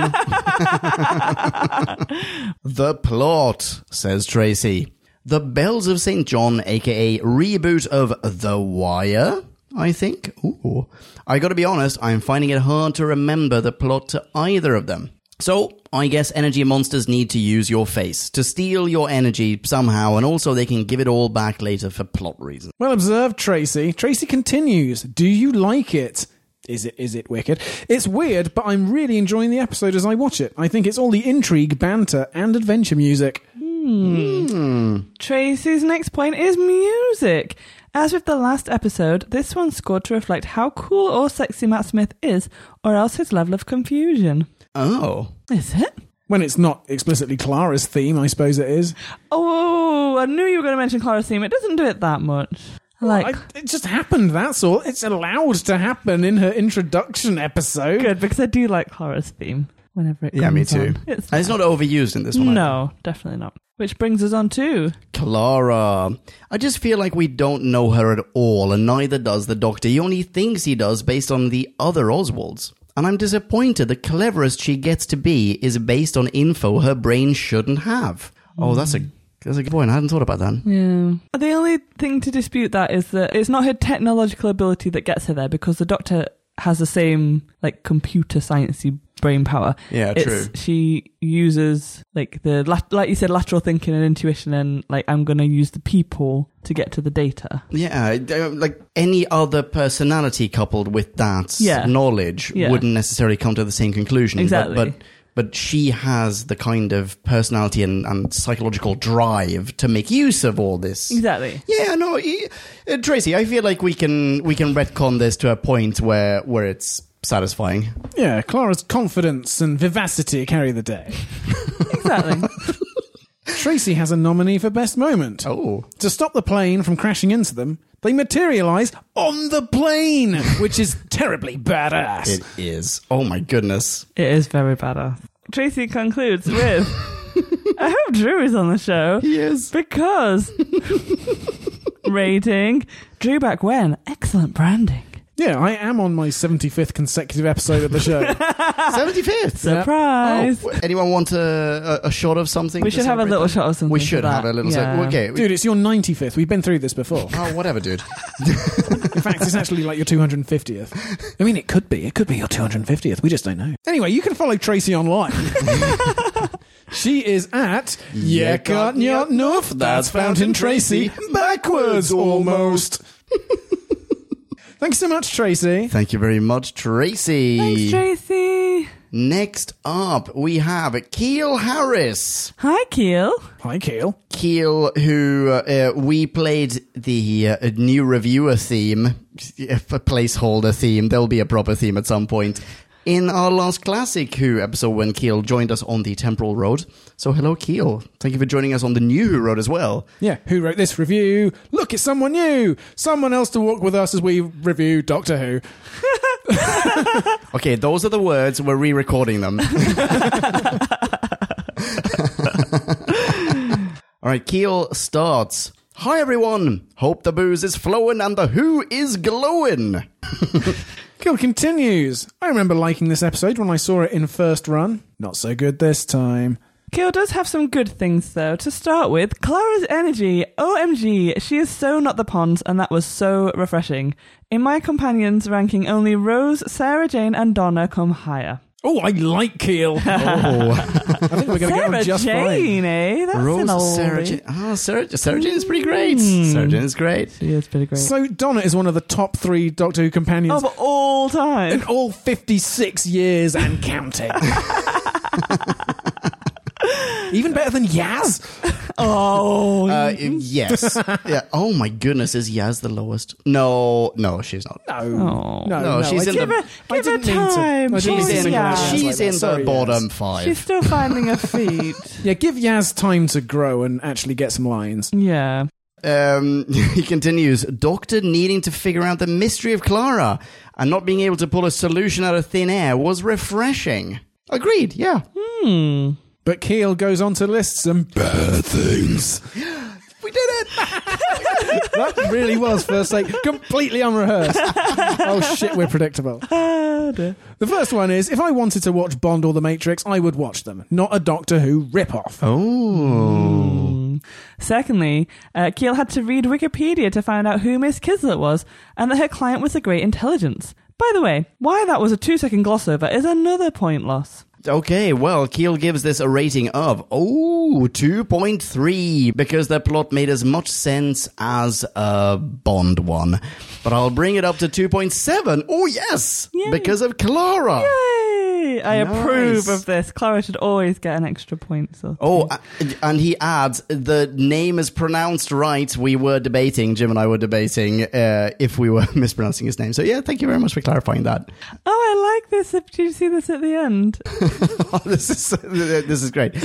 Speaker 3: the plot, says Tracy. The Bells of St. John, aka reboot of The Wire, I think. Ooh. I gotta be honest, I'm finding it hard to remember the plot to either of them. So, I guess energy monsters need to use your face to steal your energy somehow, and also they can give it all back later for plot reasons.
Speaker 1: Well observed, Tracy. Tracy continues. Do you like it? Is it is it wicked? It's weird, but I'm really enjoying the episode as I watch it. I think it's all the intrigue, banter, and adventure music.
Speaker 2: Tracy's next point is music. As with the last episode, this one's scored to reflect how cool or sexy Matt Smith is, or else his level of confusion.
Speaker 3: Oh.
Speaker 2: Is it?
Speaker 1: When it's not explicitly Clara's theme, I suppose it is.
Speaker 2: Oh, I knew you were going to mention Clara's theme. It doesn't do it that much. Like,
Speaker 1: I, it just happened, that's all. It's allowed to happen in her introduction episode.
Speaker 2: good, because I do like Clara's theme whenever it comes
Speaker 3: Yeah, me too.
Speaker 2: on. It's,
Speaker 3: And it's not overused in this one. I don't
Speaker 2: no, definitely not. Which brings us on to
Speaker 3: Clara. I just feel like we don't know her at all, and neither does the doctor. He only thinks he does based on the other Oswalds. And I'm disappointed the cleverest she gets to be is based on info her brain shouldn't have. Oh, that's a that's a good point. I hadn't thought about that.
Speaker 2: Yeah. The only thing to dispute that is that it's not her technological ability that gets her there because the doctor has the same like computer sciencey brain power.
Speaker 3: Yeah,
Speaker 2: It's-
Speaker 3: true.
Speaker 2: She uses like the lat- like you said lateral thinking and intuition and like I'm going to use the people to get to the data.
Speaker 3: Yeah, I- I- like any other personality coupled with that
Speaker 2: Yeah.
Speaker 3: knowledge
Speaker 2: Yeah.
Speaker 3: wouldn't necessarily come to the same conclusion. But-
Speaker 2: Exactly.
Speaker 3: But, but she has the kind of personality and, and psychological drive to make use of all this.
Speaker 2: Exactly.
Speaker 3: Yeah, no, e- uh, Tracy. I feel like we can we can retcon this to a point where where it's satisfying.
Speaker 1: Yeah, Clara's confidence and vivacity carry the day.
Speaker 2: Exactly.
Speaker 1: Tracy has a nominee for best moment.
Speaker 3: Oh,
Speaker 1: To stop the plane from crashing into them, they materialize on the plane, which is terribly badass.
Speaker 3: it is. Oh my goodness.
Speaker 2: it is very badass. Tracy concludes with I hope Drew is on the show.
Speaker 3: He is.
Speaker 2: Because rating Drew back when excellent branding.
Speaker 1: Yeah, I am on my 75th consecutive episode of the show.
Speaker 3: 75th.
Speaker 1: Yeah.
Speaker 2: Surprise!
Speaker 3: W- Oh, Anyone want a, a, a shot of something?
Speaker 2: we
Speaker 3: to
Speaker 2: should have a
Speaker 3: celebrate
Speaker 2: little
Speaker 3: that?
Speaker 2: shot of something.
Speaker 3: We
Speaker 2: for
Speaker 3: should
Speaker 2: that.
Speaker 3: have a little.
Speaker 2: Yeah.
Speaker 3: sec- Okay. we-
Speaker 1: Dude, it's your 95th. We've been through this before.
Speaker 3: Oh, whatever, dude.
Speaker 1: In fact, it's actually like your 250th. I mean, it could be. It could be your 250th. We just don't know. Anyway, you can follow Tracy online. she is at Yekotnyotnuf. That's Fountain Tracy. Backwards almost. Thanks so much, Tracy.
Speaker 3: Thank you very much, Tracy.
Speaker 2: Thanks, Tracy.
Speaker 3: Next up, we have Keel Harris.
Speaker 2: Hi, Keel.
Speaker 1: Hi, Keel.
Speaker 3: Keel, who uh, uh, we played the uh, new reviewer theme, a placeholder theme. There'll be a proper theme at some point. In our last Classic Who episode, when Keel joined us on the Temporal Road. So, hello, Keel. Thank you for joining us on the new Who Road as well.
Speaker 1: Yeah, who wrote this review? Look, it's someone new. Someone else to walk with us as we review Doctor Who.
Speaker 3: Okay, those are the words. We're re recording them. All right, Keel starts. Hi, everyone. Hope the booze is flowing and the Who is glowing.
Speaker 1: Keel continues. I remember liking this episode when I saw it in first run. Not so good this time.
Speaker 2: Keel does have some good things, though. To start with, Clara's energy. OMG, she is so not the pons, and that was so refreshing. In my companions ranking, only Rose, Sarah Jane, and Donna come higher.
Speaker 1: Oh, I like Keel.
Speaker 3: Oh,
Speaker 1: I think we're going to get
Speaker 2: Sarah
Speaker 1: on just fine.
Speaker 2: Jane, eh? That's an
Speaker 3: Rose,
Speaker 2: old.
Speaker 3: Sarah Jane. Oh, Sarah, Sarah Jane is pretty great. Sarah Jane is great.
Speaker 2: She is pretty great.
Speaker 1: So Donna is one of the top three Doctor Who companions
Speaker 2: of
Speaker 3: Oh,
Speaker 2: all
Speaker 1: in
Speaker 2: time.
Speaker 1: all 56 years and counting. Even better than Yaz.
Speaker 2: Oh,
Speaker 3: Uh, yes. Yeah. Oh my goodness, is Yaz the lowest? No, no, she's not.
Speaker 1: No, no,
Speaker 3: No, she's
Speaker 1: I
Speaker 3: in the-
Speaker 1: didn't-
Speaker 2: Give her-
Speaker 1: I
Speaker 2: give her
Speaker 1: didn't mean to-
Speaker 2: time.
Speaker 1: I didn't
Speaker 2: She's
Speaker 1: mean to
Speaker 2: in-
Speaker 1: single out Yaz
Speaker 2: yeah.
Speaker 1: like
Speaker 3: She's
Speaker 1: that.
Speaker 3: in the
Speaker 1: Sorry, Yaz.
Speaker 3: bottom five.
Speaker 2: she's still finding her feet.
Speaker 1: Yeah, give Yaz time to grow and actually get some lines.
Speaker 2: yeah.
Speaker 3: Um, he continues, Doctor needing to figure out the mystery of Clara and not being able to pull a solution out of thin air was refreshing. Agreed, yeah.
Speaker 1: But Keel goes on to list some bad things.
Speaker 3: We did it!
Speaker 1: That really was first take, completely unrehearsed. oh shit, we're predictable.
Speaker 2: Ah, dear.
Speaker 1: The first one is if I wanted to watch Bond or The Matrix, I would watch them, not a Doctor Who ripoff.
Speaker 3: Oh.
Speaker 2: Secondly, uh, Keel had to read Wikipedia to find out who Miss Kislet was and that her client was a great intelligence. By the way, why that was a two second gloss over is another point loss.
Speaker 3: Okay, well, Keel gives this a rating of, oh, 2.3, because the plot made as much sense as a Bond one. But I'll bring it up to 2.7. Oh, yes!
Speaker 2: Yay.
Speaker 3: Because of Clara.
Speaker 2: Yay! I
Speaker 3: Nice.
Speaker 2: approve of this. Clara should always get an extra point. So.
Speaker 3: Oh, a- and he adds the name is pronounced right. We were debating, Jim and I were debating uh, if we were mispronouncing his name. So, yeah, thank you very much for clarifying that.
Speaker 2: Oh, I like this. Did you see this at the end?
Speaker 3: Oh, this is this is great.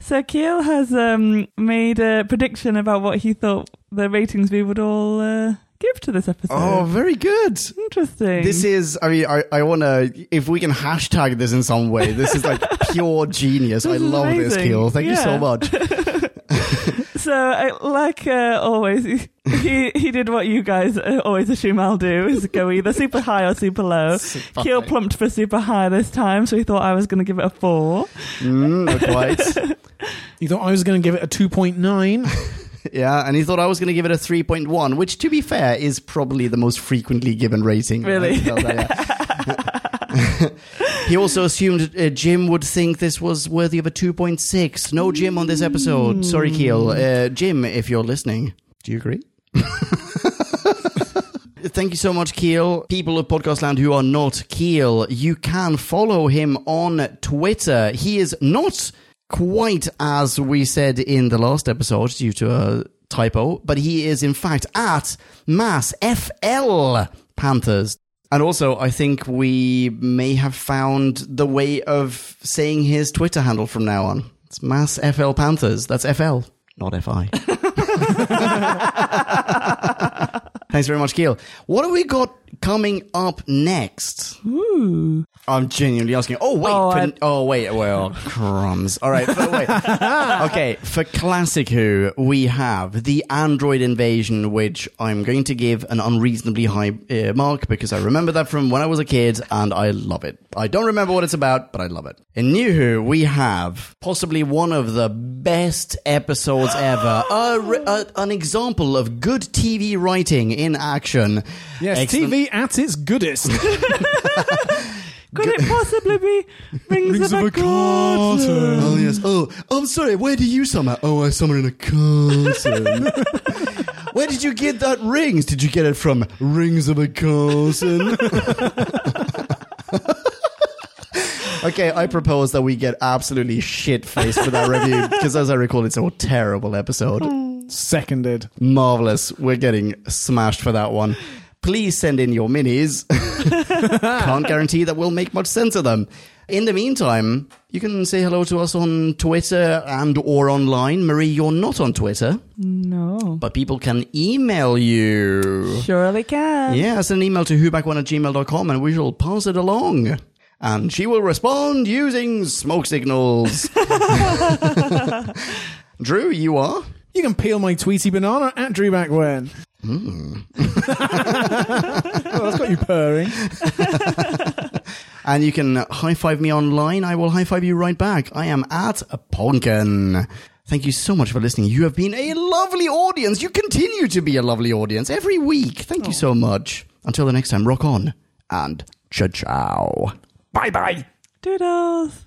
Speaker 2: So Keel has um, made a prediction about what he thought the ratings we would all uh, give to this episode.
Speaker 3: Oh, very good.
Speaker 2: Interesting.
Speaker 3: This is, I mean, I, I want to, if we can hashtag this in some way, this is like pure genius. I
Speaker 2: This is
Speaker 3: love this,
Speaker 2: amazing.
Speaker 3: Keel. Thank you so
Speaker 2: Yeah.
Speaker 3: much.
Speaker 2: So, I, like uh, always, he he did what you guys uh, always assume I'll do: is go either super high or super low.
Speaker 3: Super
Speaker 2: Keel
Speaker 3: high.
Speaker 2: plumped for super high this time, so he thought I was going to give it a four.
Speaker 3: Mm, not quite.
Speaker 1: You thought I was going to give it a 2.9?
Speaker 3: Yeah, and he thought I was going to give it a 3.1, which, to be fair, is probably the most frequently given rating.
Speaker 2: Really?
Speaker 3: Uh, yeah. he also assumed uh, Jim would think this was worthy of a 2.6. No Jim on this episode. Sorry, Keel. Uh, Jim, if you're listening, do you agree? Thank you so much, Keel. People of Podcast Land who are not Keel, you can follow him on Twitter. He is not quite as we said in the last episode due to a typo, but he is in fact at Mass FL Panthers. And also, I think we may have found the way of saying his Twitter handle from now on. It's Mass FL Panthers. That's FL, not FI. Thanks very much, Keel. What have we got coming up next?
Speaker 2: Ooh.
Speaker 3: I'm genuinely asking. Oh wait,
Speaker 2: Oh,
Speaker 3: for-
Speaker 2: I-
Speaker 3: oh wait, well, crumbs. All right, but wait. okay, for classic Who, we have the Android Invasion, which I'm going to give an unreasonably high uh, mark because I remember that from when I was a kid, and I love it. I don't remember what it's about, but I love it. In New Who, we have possibly one of the best episodes ever. a, re- a, an example of good TV writing in action.
Speaker 1: Yes,
Speaker 3: Excellent-
Speaker 1: TV at its goodest.
Speaker 2: Could it possibly be Rings, of, a Carter?
Speaker 3: Oh yes. Oh, I'm sorry. Where do you summon? Oh, I summon in a carton. Where did you get that rings? Did you get it from Rings of a Carson? okay, I propose that we get absolutely shit faced for that review because, as I recall, it's a terrible episode.
Speaker 1: Seconded.
Speaker 3: Marvelous. We're getting smashed for that one. Please send in your minis. Can't guarantee that we'll make much sense of them. In the meantime, you can say hello to us on Twitter and or online. Marie, you're not on Twitter,
Speaker 2: No.
Speaker 3: but people can email you.
Speaker 2: Surely can.
Speaker 3: Yeah, send an email to whoback1 at gmail.com and we shall pass it along. And she will respond using smoke signals. Drew, you are?
Speaker 1: You can peel my Tweety banana at Drew back when. well, that's got you purring.
Speaker 3: And you can high five me online. I will high five you right back. I am at a Ponkin. Thank you so much for listening. You have been a lovely audience. You continue to be a lovely audience every week. Thank you so much. Until the next time, rock on and ciao ciao.
Speaker 1: Bye bye.
Speaker 2: Doodles.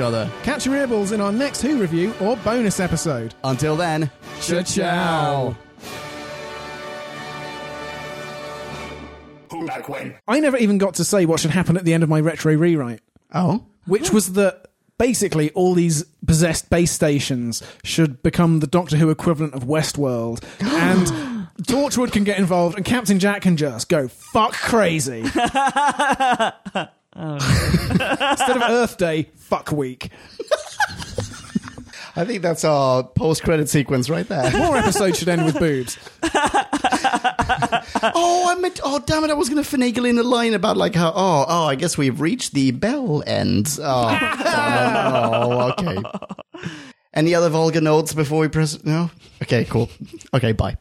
Speaker 3: other.
Speaker 1: Catch your earballs in our next Who review or bonus episode.
Speaker 3: Until then,
Speaker 1: Cha-chao.
Speaker 4: Who back when?
Speaker 1: I never even got to say what should happen at the end of my retro rewrite,
Speaker 3: Oh?
Speaker 1: which was that basically all these possessed base stations should become the Doctor Who equivalent of Westworld. And Torchwood can get involved, and Captain Jack can just go fuck crazy. Instead of Earth Day, fuck week.
Speaker 3: I think that's our post credit sequence right there.
Speaker 1: More episodes should end with boobs.
Speaker 3: Oh, I meant. Oh, damn it! I was going to finagle in a line about like how. Oh, oh, I guess we've reached the bell end. Oh, damn it. oh okay. Any other vulgar notes before we press? No. Okay, cool. Okay, bye.